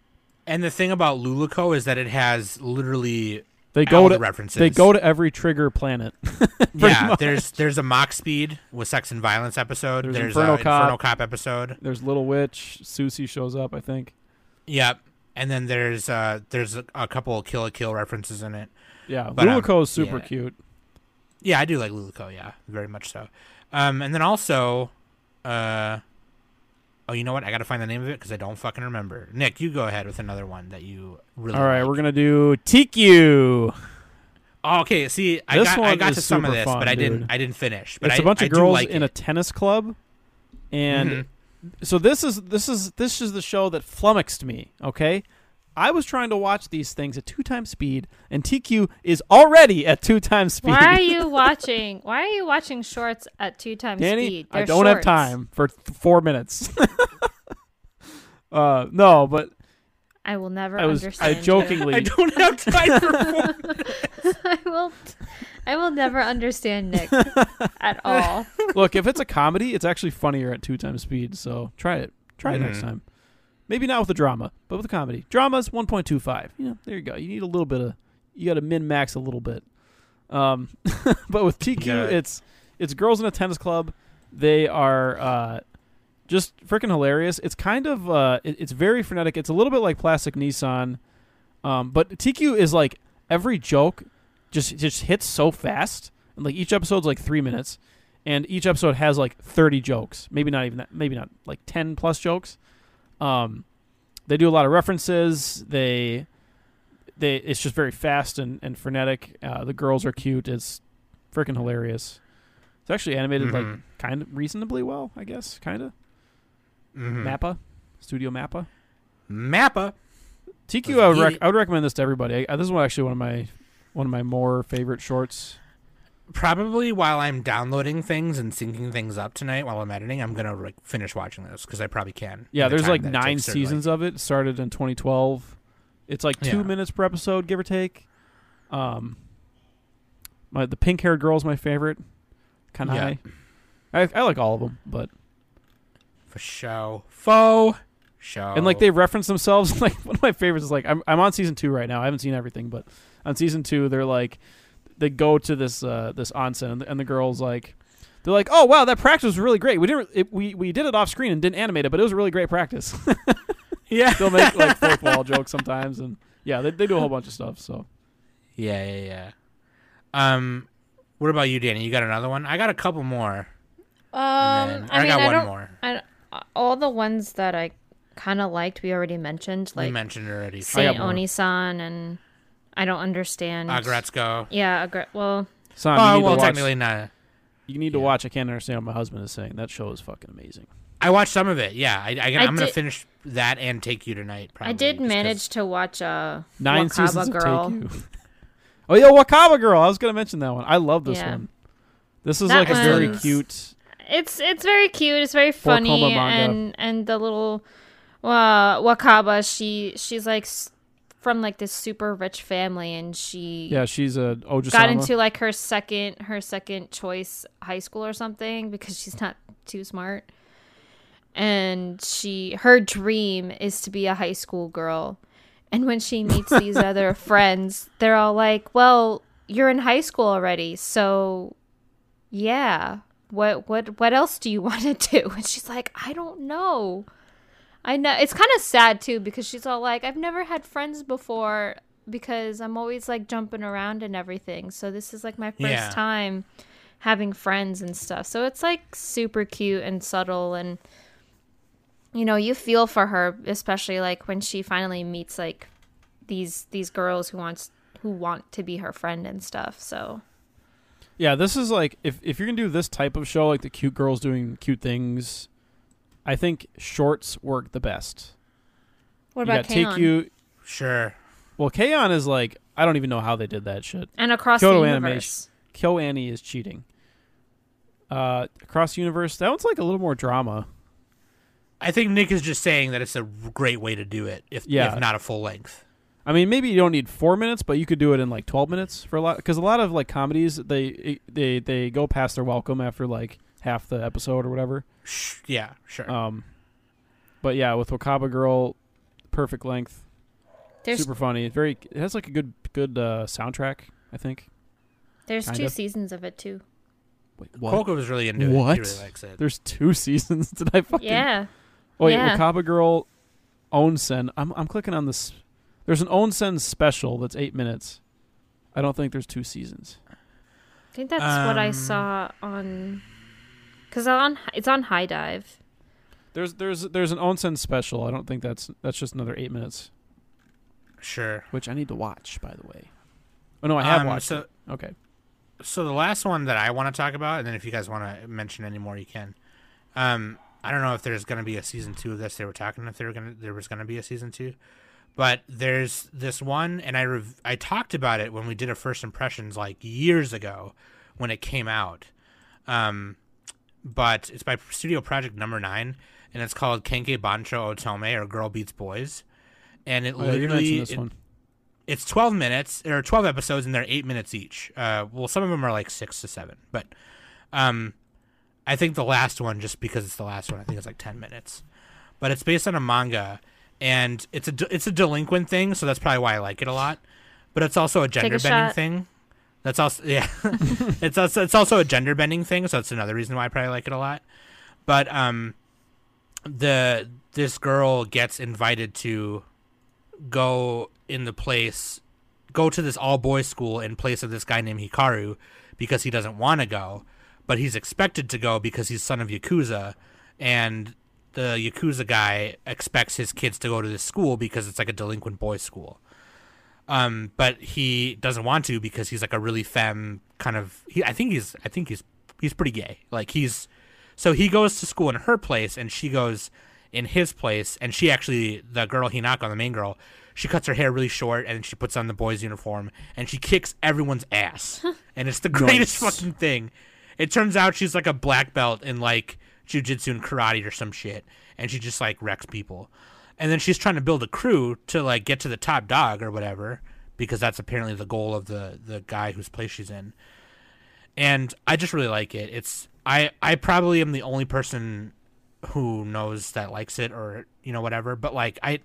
[SPEAKER 6] and the thing about Luluco is that it has literally
[SPEAKER 3] They
[SPEAKER 6] all
[SPEAKER 3] go
[SPEAKER 6] the
[SPEAKER 3] to
[SPEAKER 6] references.
[SPEAKER 3] they go to every Trigger planet. [laughs]
[SPEAKER 6] yeah. There's there's a mock speed with sex and violence episode.
[SPEAKER 3] There's
[SPEAKER 6] There's,
[SPEAKER 3] Inferno
[SPEAKER 6] a
[SPEAKER 3] Cop.
[SPEAKER 6] Inferno Cop episode.
[SPEAKER 3] There's Little Witch. Susie shows up, I think.
[SPEAKER 6] Yep. And then there's uh there's a, a couple of Kill a Kill references in it.
[SPEAKER 3] Yeah,
[SPEAKER 6] But, um,
[SPEAKER 3] Luluco is super
[SPEAKER 6] yeah.
[SPEAKER 3] cute.
[SPEAKER 6] Yeah, I do like Luluco. Yeah, very much so. Um, and then also, uh, oh, you know what? I gotta find the name of it because I don't fucking remember. Nick, you go ahead with another one that you really.
[SPEAKER 3] All right,
[SPEAKER 6] like.
[SPEAKER 3] we're gonna do TQ.
[SPEAKER 6] Oh, okay, see, I
[SPEAKER 3] This
[SPEAKER 6] got I
[SPEAKER 3] one
[SPEAKER 6] got
[SPEAKER 3] is
[SPEAKER 6] to some of
[SPEAKER 3] super
[SPEAKER 6] this,
[SPEAKER 3] fun,
[SPEAKER 6] but I didn't.
[SPEAKER 3] dude.
[SPEAKER 6] I didn't finish. But
[SPEAKER 3] it's
[SPEAKER 6] a
[SPEAKER 3] a bunch
[SPEAKER 6] I
[SPEAKER 3] of
[SPEAKER 6] do
[SPEAKER 3] girls
[SPEAKER 6] like
[SPEAKER 3] in a
[SPEAKER 6] it.
[SPEAKER 3] tennis club, and
[SPEAKER 6] Mhm.
[SPEAKER 3] so this is this is this is the show that flummoxed me. Okay, I was trying to watch these things at two times speed, and TQ is already at two times speed. [laughs]
[SPEAKER 5] Why are you watching? Why are you watching shorts at two times
[SPEAKER 3] Danny?
[SPEAKER 5] speed?
[SPEAKER 3] I
[SPEAKER 5] They're
[SPEAKER 3] don't have
[SPEAKER 5] shorts.
[SPEAKER 3] time for th- four minutes. [laughs] uh, no, but
[SPEAKER 5] I will never
[SPEAKER 3] I was I
[SPEAKER 5] understand. you.
[SPEAKER 3] jokingly
[SPEAKER 6] I don't have time for more.
[SPEAKER 5] [laughs] I will. I will never understand Nick
[SPEAKER 3] [laughs]
[SPEAKER 5] at all.
[SPEAKER 3] Look, if it's a comedy, it's actually funnier at two times speed. So try it. Try it next
[SPEAKER 6] Mhm.
[SPEAKER 3] time. Maybe not with the drama, but with the comedy. Drama's one point two five. You know, there you go. You need a little bit of. You got to min max a little bit. Um, [laughs] but with TQ,
[SPEAKER 6] Yeah.
[SPEAKER 3] it's it's girls in a tennis club. They are uh, just freaking hilarious. It's kind of uh, it- it's very frenetic. It's a little bit like Plastic Nissan, um, but TQ is like every joke just just hits so fast. And like each episode's like three minutes, and each episode has like 30 jokes maybe not even that maybe not like 10 plus jokes um they do a lot of references they they it's just very fast and, and frenetic uh, the girls are cute it's freaking hilarious it's actually animated like
[SPEAKER 6] Mhm.
[SPEAKER 3] kind of reasonably well i guess kind of
[SPEAKER 6] Mhm.
[SPEAKER 3] mappa studio mappa
[SPEAKER 6] Mappa.
[SPEAKER 3] tq
[SPEAKER 6] Let's
[SPEAKER 3] I would,
[SPEAKER 6] get
[SPEAKER 3] rec-
[SPEAKER 6] it.
[SPEAKER 3] I would recommend this to everybody I, this is one actually one of my one of my more favorite shorts
[SPEAKER 6] Probably while I'm downloading things and syncing things up tonight while I'm editing, I'm gonna like finish watching this because I probably can.
[SPEAKER 3] Yeah,
[SPEAKER 6] in the
[SPEAKER 3] there's
[SPEAKER 6] time
[SPEAKER 3] like
[SPEAKER 6] that it
[SPEAKER 3] nine
[SPEAKER 6] takes to, like-
[SPEAKER 3] seasons of it. It Started in 2012. It's like two
[SPEAKER 6] Yeah.
[SPEAKER 3] minutes per episode, give or take. Um, my the pink haired girl's my favorite. Kind of
[SPEAKER 6] Yeah.
[SPEAKER 3] I, I like all of them, but
[SPEAKER 6] for show, faux show,
[SPEAKER 3] and like they reference themselves. [laughs] Like one of my favorites is like I'm I'm on season two right now. I haven't seen everything, but on season two they're like they go to this uh this onsen and the, and the girls like. They're like, oh wow, that practice was really great. We didn't, it, we we did it off screen and didn't animate it, but it was a really great practice. [laughs]
[SPEAKER 6] yeah.
[SPEAKER 3] they'll make
[SPEAKER 6] [laughs]
[SPEAKER 3] like fourth wall jokes sometimes and yeah they, they do a whole bunch of stuff so
[SPEAKER 6] Yeah, yeah, yeah. Um, what about you, Danny? You got another one? I got a couple more.
[SPEAKER 5] [laughs] Um,
[SPEAKER 6] and then,
[SPEAKER 5] I mean,
[SPEAKER 6] got
[SPEAKER 5] I
[SPEAKER 6] one
[SPEAKER 5] don't.
[SPEAKER 6] more.
[SPEAKER 5] I, all the ones that I kind of liked, we already mentioned,
[SPEAKER 6] we
[SPEAKER 5] like
[SPEAKER 6] mentioned it already.
[SPEAKER 5] Saint
[SPEAKER 3] more.
[SPEAKER 5] Onisan, and I don't understand.
[SPEAKER 6] Uh, Gretzko.
[SPEAKER 5] Yeah, Agre- well,
[SPEAKER 3] Sam, you,
[SPEAKER 6] Oh
[SPEAKER 3] need
[SPEAKER 6] well,
[SPEAKER 3] to watch,
[SPEAKER 6] technically not.
[SPEAKER 3] you need to watch i can't understand what my husband is saying that show is fucking amazing
[SPEAKER 6] I watched some of it. Yeah, I, I,
[SPEAKER 5] I
[SPEAKER 6] am gonna
[SPEAKER 5] did-
[SPEAKER 6] finish that and take you tonight. Probably,
[SPEAKER 5] I did
[SPEAKER 6] just 'cause-
[SPEAKER 5] manage to watch a
[SPEAKER 3] nine
[SPEAKER 5] Wakaba
[SPEAKER 3] seasons
[SPEAKER 5] girl.
[SPEAKER 3] of take you oh yeah wakaba girl i was gonna mention that one i love this
[SPEAKER 5] Yeah.
[SPEAKER 3] one this is
[SPEAKER 5] That
[SPEAKER 3] like a very
[SPEAKER 5] one's-
[SPEAKER 3] cute
[SPEAKER 5] It's it's very cute. It's very
[SPEAKER 3] Full Coma
[SPEAKER 5] funny,
[SPEAKER 3] manga.
[SPEAKER 5] and and the little uh, Wakaba, she she's like s- from like this super rich family, and she
[SPEAKER 3] yeah she's a ojasama
[SPEAKER 5] got into like her second her second choice high school or something because she's not too smart and she her dream is to be a high school girl and when she meets these other friends they're all like well you're in high school already so yeah what what what else do you [laughs] want to do and she's like i don't know i know it's kind of sad too because she's all like i've never had friends before because i'm always like jumping around and everything so this is like my first
[SPEAKER 6] Yeah.
[SPEAKER 5] time having friends and stuff so it's like super cute and subtle and you know you feel for her especially like when she finally meets like these these girls who wants who want to be her friend and stuff so
[SPEAKER 3] yeah this is like if, if you're gonna do this type of show like the cute girls doing cute things i think shorts work the best
[SPEAKER 5] what
[SPEAKER 3] you
[SPEAKER 5] about
[SPEAKER 3] got take
[SPEAKER 5] Kaon?
[SPEAKER 3] you
[SPEAKER 6] Sure.
[SPEAKER 3] well Kaon is like i don't even know how they did that shit
[SPEAKER 5] and across
[SPEAKER 3] Kyoto
[SPEAKER 5] the
[SPEAKER 3] Animation.
[SPEAKER 5] universe
[SPEAKER 3] Kyo Annie is cheating. Uh, Across the Universe, that one's like a little more drama.
[SPEAKER 6] I think Nick is just saying that it's a great way to do it, if,
[SPEAKER 3] Yeah.
[SPEAKER 6] if not a full length.
[SPEAKER 3] I mean, maybe you don't need four minutes, but you could do it in like twelve minutes for a lot. Because a lot of like comedies, they they they go past their welcome after like half the episode or whatever.
[SPEAKER 6] Sh- yeah, sure.
[SPEAKER 3] Um, but yeah, with Wakaba Girl, perfect length,
[SPEAKER 5] There's
[SPEAKER 3] super funny. It's Very, it has like a good good uh, soundtrack. I think.
[SPEAKER 5] there's
[SPEAKER 3] kind
[SPEAKER 5] two
[SPEAKER 3] of.
[SPEAKER 5] seasons of it too.
[SPEAKER 3] Wait,
[SPEAKER 6] Coco was really into
[SPEAKER 3] What?
[SPEAKER 6] it. He really likes it.
[SPEAKER 3] There's two [laughs] seasons. Did I fucking?
[SPEAKER 5] Yeah.
[SPEAKER 3] Oh, wait,
[SPEAKER 5] yeah.
[SPEAKER 3] Wakaba Girl, Onsen. I'm I'm clicking on this. There's an Onsen special that's eight minutes. I don't think there's two seasons.
[SPEAKER 5] I think that's what I
[SPEAKER 6] Um,
[SPEAKER 5] saw on cuz on it's on High Dive.
[SPEAKER 3] There's there's there's an onsen special. I don't think that's that's just another eight minutes,
[SPEAKER 6] Sure.
[SPEAKER 3] which I need to watch. By the way, oh no, I have
[SPEAKER 6] Um,
[SPEAKER 3] watched
[SPEAKER 6] so-
[SPEAKER 3] it. Okay,
[SPEAKER 6] So the last one that I want to talk about, and then if you guys want to mention any more, you can. Um, I don't know if there's going to be a season two of this. They were talking if there were going to there was going to be a season two, but there's this one, and I rev- I talked about it when we did a first impressions like years ago when it came out. Um, but it's by Studio Project Number Nine, and it's called Kenke Bancho Otome or Girl Beats Boys, and it
[SPEAKER 3] oh, yeah, you
[SPEAKER 6] literally
[SPEAKER 3] mentioned this
[SPEAKER 6] it-
[SPEAKER 3] one.
[SPEAKER 6] it's 12 minutes or 12 episodes and they're eight minutes each uh, well some of them are like six to seven but um, i think the last one just because it's the last one i think it's like 10 minutes but it's based on a manga and it's a de- it's a delinquent thing so that's probably why i like it a lot but it's also a gender bending
[SPEAKER 5] shot.
[SPEAKER 6] thing that's also yeah [laughs] it's also it's also a gender bending thing so that's another reason why i probably like it a lot but um the this girl gets invited to go in the place go to this all boys school in place of this guy named Hikaru because he doesn't want to go, but he's expected to go because he's son of Yakuza and the Yakuza guy expects his kids to go to this school because it's like a delinquent boys school. Um, but he doesn't want to because he's like a really femme kind of he I think he's I think he's he's pretty gay. Like he's so he goes to school in her place, and she goes in his place. And she actually, the girl Hinako, the main girl, she cuts her hair really short, and she puts on the boy's uniform, and she kicks everyone's ass. and it's the greatest
[SPEAKER 3] Nice.
[SPEAKER 6] fucking thing. It turns out she's like a black belt in like jujitsu and karate or some shit, and she just like wrecks people. And then she's trying to build a crew to like get to the top dog or whatever, because that's apparently the goal of the the guy whose place she's in and I just really like it. It's I I probably am the only person who knows that likes it or you know whatever, but like I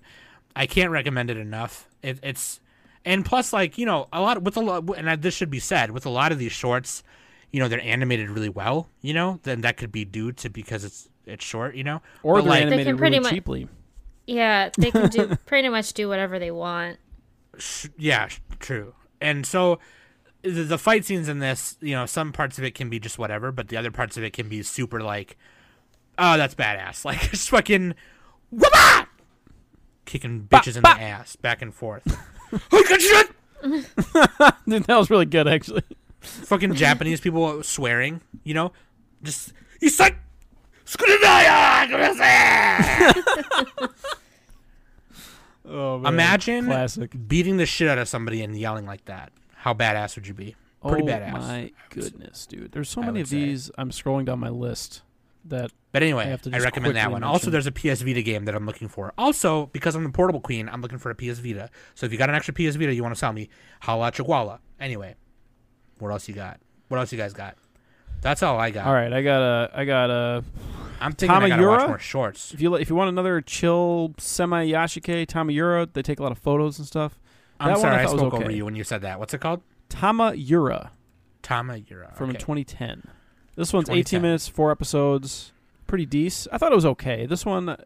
[SPEAKER 6] I can't recommend it enough. It, it's and plus like you know a lot with a lot and I, this should be said with a lot of these shorts, you know they're animated really well. You know then that could be due to because it's it's short. You know
[SPEAKER 3] Or
[SPEAKER 6] But,
[SPEAKER 3] they're
[SPEAKER 6] like-
[SPEAKER 3] animated
[SPEAKER 5] can pretty
[SPEAKER 3] really
[SPEAKER 5] much-
[SPEAKER 3] cheaply. [laughs]
[SPEAKER 5] Yeah, they can do pretty much do whatever they want.
[SPEAKER 6] Sh- yeah, sh- true. And so the, the fight scenes in this, you know, some parts of it can be just whatever, but the other parts of it can be super like, oh, that's badass. [laughs] Like just fucking, wah kicking bitches in the ass back and forth. [laughs] Who can shit?
[SPEAKER 3] Dude, that was really good actually. [laughs]
[SPEAKER 6] fucking Japanese people swearing, you know, just you suck. Imagine
[SPEAKER 3] Oh, man. classic.
[SPEAKER 6] beating the shit out of somebody and yelling like that. How badass would you be? Pretty
[SPEAKER 3] oh
[SPEAKER 6] badass.
[SPEAKER 3] my goodness, dude. There's so
[SPEAKER 6] I
[SPEAKER 3] many
[SPEAKER 6] would
[SPEAKER 3] of
[SPEAKER 6] say.
[SPEAKER 3] these. I'm scrolling down my list. That
[SPEAKER 6] But
[SPEAKER 3] I
[SPEAKER 6] anyway,
[SPEAKER 3] have to
[SPEAKER 6] I,
[SPEAKER 3] just
[SPEAKER 6] recommend that
[SPEAKER 3] quickly
[SPEAKER 6] one. Also,
[SPEAKER 3] mention-
[SPEAKER 6] there's a PS Vita game that I'm looking for. Also, because I'm the portable queen, I'm looking for a PS Vita. So if you got an extra PS Vita you want to sell me, holla at Chihuahua. Anyway, what else you got? What else you guys got? That's all I got.
[SPEAKER 3] all right, I got a I got a
[SPEAKER 6] I'm thinking I gotta
[SPEAKER 3] Tamayura?
[SPEAKER 6] watch more shorts.
[SPEAKER 3] if you li- if you want another chill semi Yashike Tamayura, they take a lot of photos and stuff.
[SPEAKER 6] I'm
[SPEAKER 3] That one
[SPEAKER 6] sorry,
[SPEAKER 3] I
[SPEAKER 6] I,
[SPEAKER 3] thought was
[SPEAKER 6] spoke
[SPEAKER 3] okay.
[SPEAKER 6] over you when you said that. What's it called?
[SPEAKER 3] Tamayura
[SPEAKER 6] Tamayura.
[SPEAKER 3] from
[SPEAKER 6] okay.
[SPEAKER 3] 2010. This one's 18
[SPEAKER 6] 2010.
[SPEAKER 3] minutes, four episodes, pretty decent. I thought it was okay. This one, uh,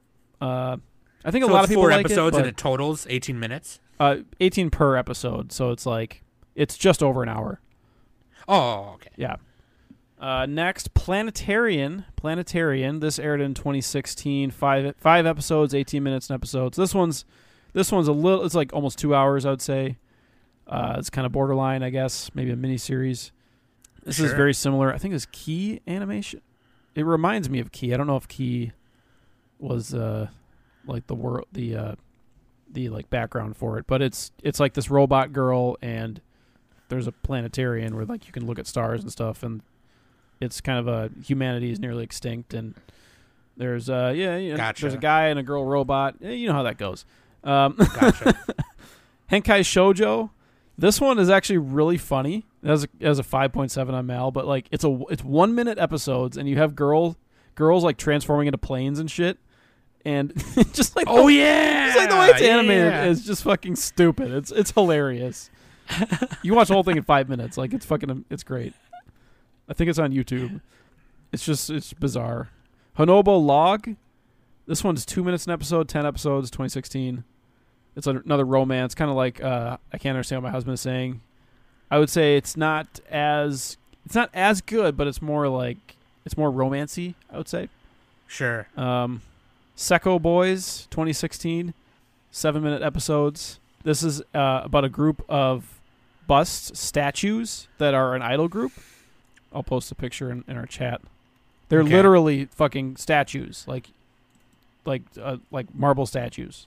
[SPEAKER 3] I think
[SPEAKER 6] So
[SPEAKER 3] a lot
[SPEAKER 6] it's
[SPEAKER 3] of people
[SPEAKER 6] four
[SPEAKER 3] like
[SPEAKER 6] episodes
[SPEAKER 3] it,
[SPEAKER 6] and it totals 18 minutes.
[SPEAKER 3] but, uh, 18 per episode, so it's like it's just over an hour.
[SPEAKER 6] Oh, okay.
[SPEAKER 3] Yeah. Uh, next, Planetarian. Planetarian. This aired in 2016. Five five episodes, 18 minutes an episode. So this one's this one's a little. It's like almost two hours, I would say. Uh, it's kind of borderline, I guess. Maybe a mini series. This is
[SPEAKER 6] Sure.
[SPEAKER 3] very similar. I think it's Key Animation. It reminds me of Key. I don't know if Key was uh, like the world the uh, the like background for it, but it's it's like this robot girl and there's a planetarian where like you can look at stars and stuff, and it's kind of a humanity is nearly extinct, and there's uh yeah, you know, there's
[SPEAKER 6] Gotcha.
[SPEAKER 3] a guy and a girl robot. Eh, You know how that goes. Um, [laughs]
[SPEAKER 6] Gotcha.
[SPEAKER 3] Henkai Shoujo. This one is actually really funny. It has a, it has a 5.7 on Mal, but like it's a it's one minute episodes, and you have girls girls like transforming into planes and shit, and [laughs] just like
[SPEAKER 6] oh
[SPEAKER 3] the,
[SPEAKER 6] yeah.
[SPEAKER 3] just like the way it's
[SPEAKER 6] Yeah,
[SPEAKER 3] animated
[SPEAKER 6] yeah, yeah.
[SPEAKER 3] is just fucking stupid. It's it's
[SPEAKER 6] [laughs]
[SPEAKER 3] hilarious. you watch the whole thing in five minutes. Like it's fucking it's great. I think it's on YouTube. It's just it's bizarre. Honobo Log. This one's two minutes an episode, ten episodes, 2016. It's an- another romance, kind of like uh, I can't understand what my husband is saying. I would say it's not as it's not as good, but it's more like it's more romancy. I would say.
[SPEAKER 6] Sure.
[SPEAKER 3] Um, Secco Boys 2016, seven minute episodes. This is uh, about a group of bust statues that are an idol group. I'll post a picture in, in our chat. They're
[SPEAKER 6] Okay.
[SPEAKER 3] literally fucking statues, like, like, uh, like marble statues,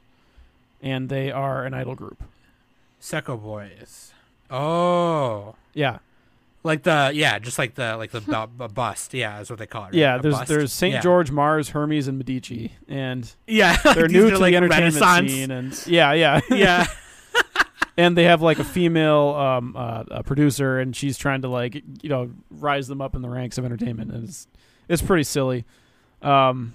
[SPEAKER 3] and they are an idol group.
[SPEAKER 6] Secco Boys. Oh.
[SPEAKER 3] Yeah,
[SPEAKER 6] Like the yeah, just like the like
[SPEAKER 5] [laughs]
[SPEAKER 6] the bu- a bust. Yeah, is what they call it. right?
[SPEAKER 3] yeah.
[SPEAKER 6] A
[SPEAKER 3] There's
[SPEAKER 6] bust.
[SPEAKER 3] there's Saint
[SPEAKER 6] Yeah.
[SPEAKER 3] George, Mars, Hermes, and Medici,
[SPEAKER 6] [laughs]
[SPEAKER 3] and
[SPEAKER 6] Yeah,
[SPEAKER 3] they're
[SPEAKER 6] these
[SPEAKER 3] new
[SPEAKER 6] are,
[SPEAKER 3] to
[SPEAKER 6] like
[SPEAKER 3] the entertainment
[SPEAKER 6] Renaissance.
[SPEAKER 3] scene, and yeah, yeah,
[SPEAKER 6] [laughs]
[SPEAKER 3] [laughs]
[SPEAKER 6] yeah.
[SPEAKER 3] and they have like a female um, uh, a producer, and she's trying to like you know rise them up in the ranks of entertainment, and it's it's pretty silly. Um,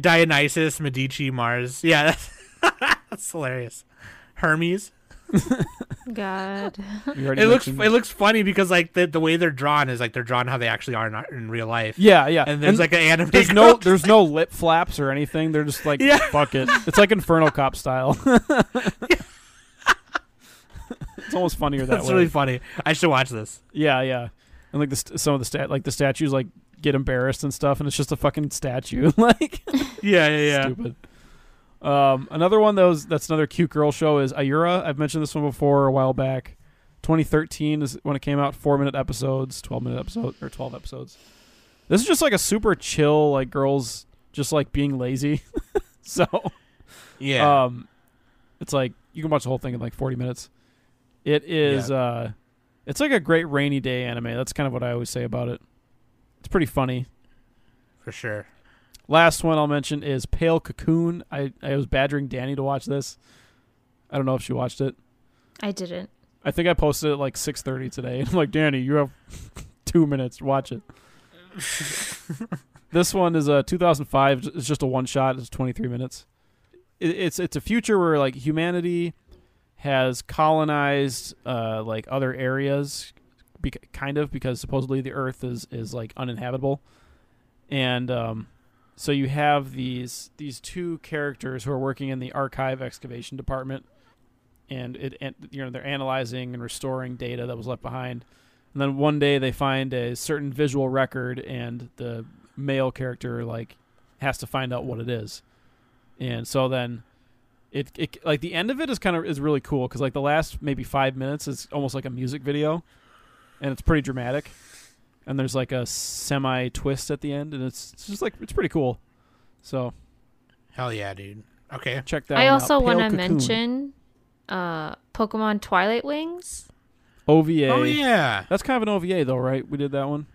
[SPEAKER 6] Dionysus, Medici, Mars. Yeah, that's, [laughs] that's hilarious. Hermes.
[SPEAKER 5] God.
[SPEAKER 3] you already
[SPEAKER 6] It looks
[SPEAKER 3] mentioned-
[SPEAKER 6] it looks funny because like the, the way they're drawn is like they're drawn how they actually are in, in real life.
[SPEAKER 3] yeah, yeah.
[SPEAKER 6] And there's like an anime.
[SPEAKER 3] [laughs] there's no
[SPEAKER 6] girl. [laughs]
[SPEAKER 3] there's no lip flaps or anything. They're just like
[SPEAKER 6] Yeah.
[SPEAKER 3] fuck it. It's like Inferno Cop style. [laughs] it's almost funnier that
[SPEAKER 6] That's
[SPEAKER 3] way.
[SPEAKER 6] really funny. I should watch this.
[SPEAKER 3] Yeah, yeah. And like the st- some of the stat like the statues like get embarrassed and stuff, and it's just a fucking statue. [laughs] like
[SPEAKER 6] Yeah, yeah, yeah.
[SPEAKER 3] stupid. Um, another one that was, that's another cute girl show is Ayura. I've mentioned this one before a while back. 2013 is when it came out. Four minute episodes, 12 minute episode or 12 episodes. This is just like a super chill, like girls just like being lazy. [laughs] so,
[SPEAKER 6] Yeah.
[SPEAKER 3] um, it's like you can watch the whole thing in like 40 minutes. It is, uh, it's like a great rainy day anime. That's kind of what I always say about it. It's pretty funny.
[SPEAKER 6] for sure.
[SPEAKER 3] Last one I'll mention is Pale Cocoon. I, I was badgering Danny to watch this. I don't know if she watched it.
[SPEAKER 5] I didn't.
[SPEAKER 3] I think I posted it at like 6:30 today. [laughs] I'm like, "Danny, you have 2 minutes to watch it." this one is a 2005. It's just a one shot. It's 23 minutes. It, it's it's a future where like humanity has colonized uh like other areas bec- kind of because supposedly the earth is is like uninhabitable. And um so you have these these two characters who are working in the archive excavation department and it and, you know they're analyzing and restoring data that was left behind and then one day they find a certain visual record and the male character like has to find out what it is and so then it, it like the end of it is kind of is really cool because like the last maybe five minutes is almost like a music video and it's pretty dramatic and there's like a semi twist at the end and it's, it's just like it's pretty cool so
[SPEAKER 6] Hell yeah, dude. Okay.
[SPEAKER 3] check that
[SPEAKER 5] I
[SPEAKER 3] one out.
[SPEAKER 5] also
[SPEAKER 3] Pale
[SPEAKER 5] want to
[SPEAKER 3] Cocoon,
[SPEAKER 5] mention uh, Pokemon Twilight Wings.
[SPEAKER 3] ova
[SPEAKER 6] Oh yeah.
[SPEAKER 3] that's kind of an ova though right we did that one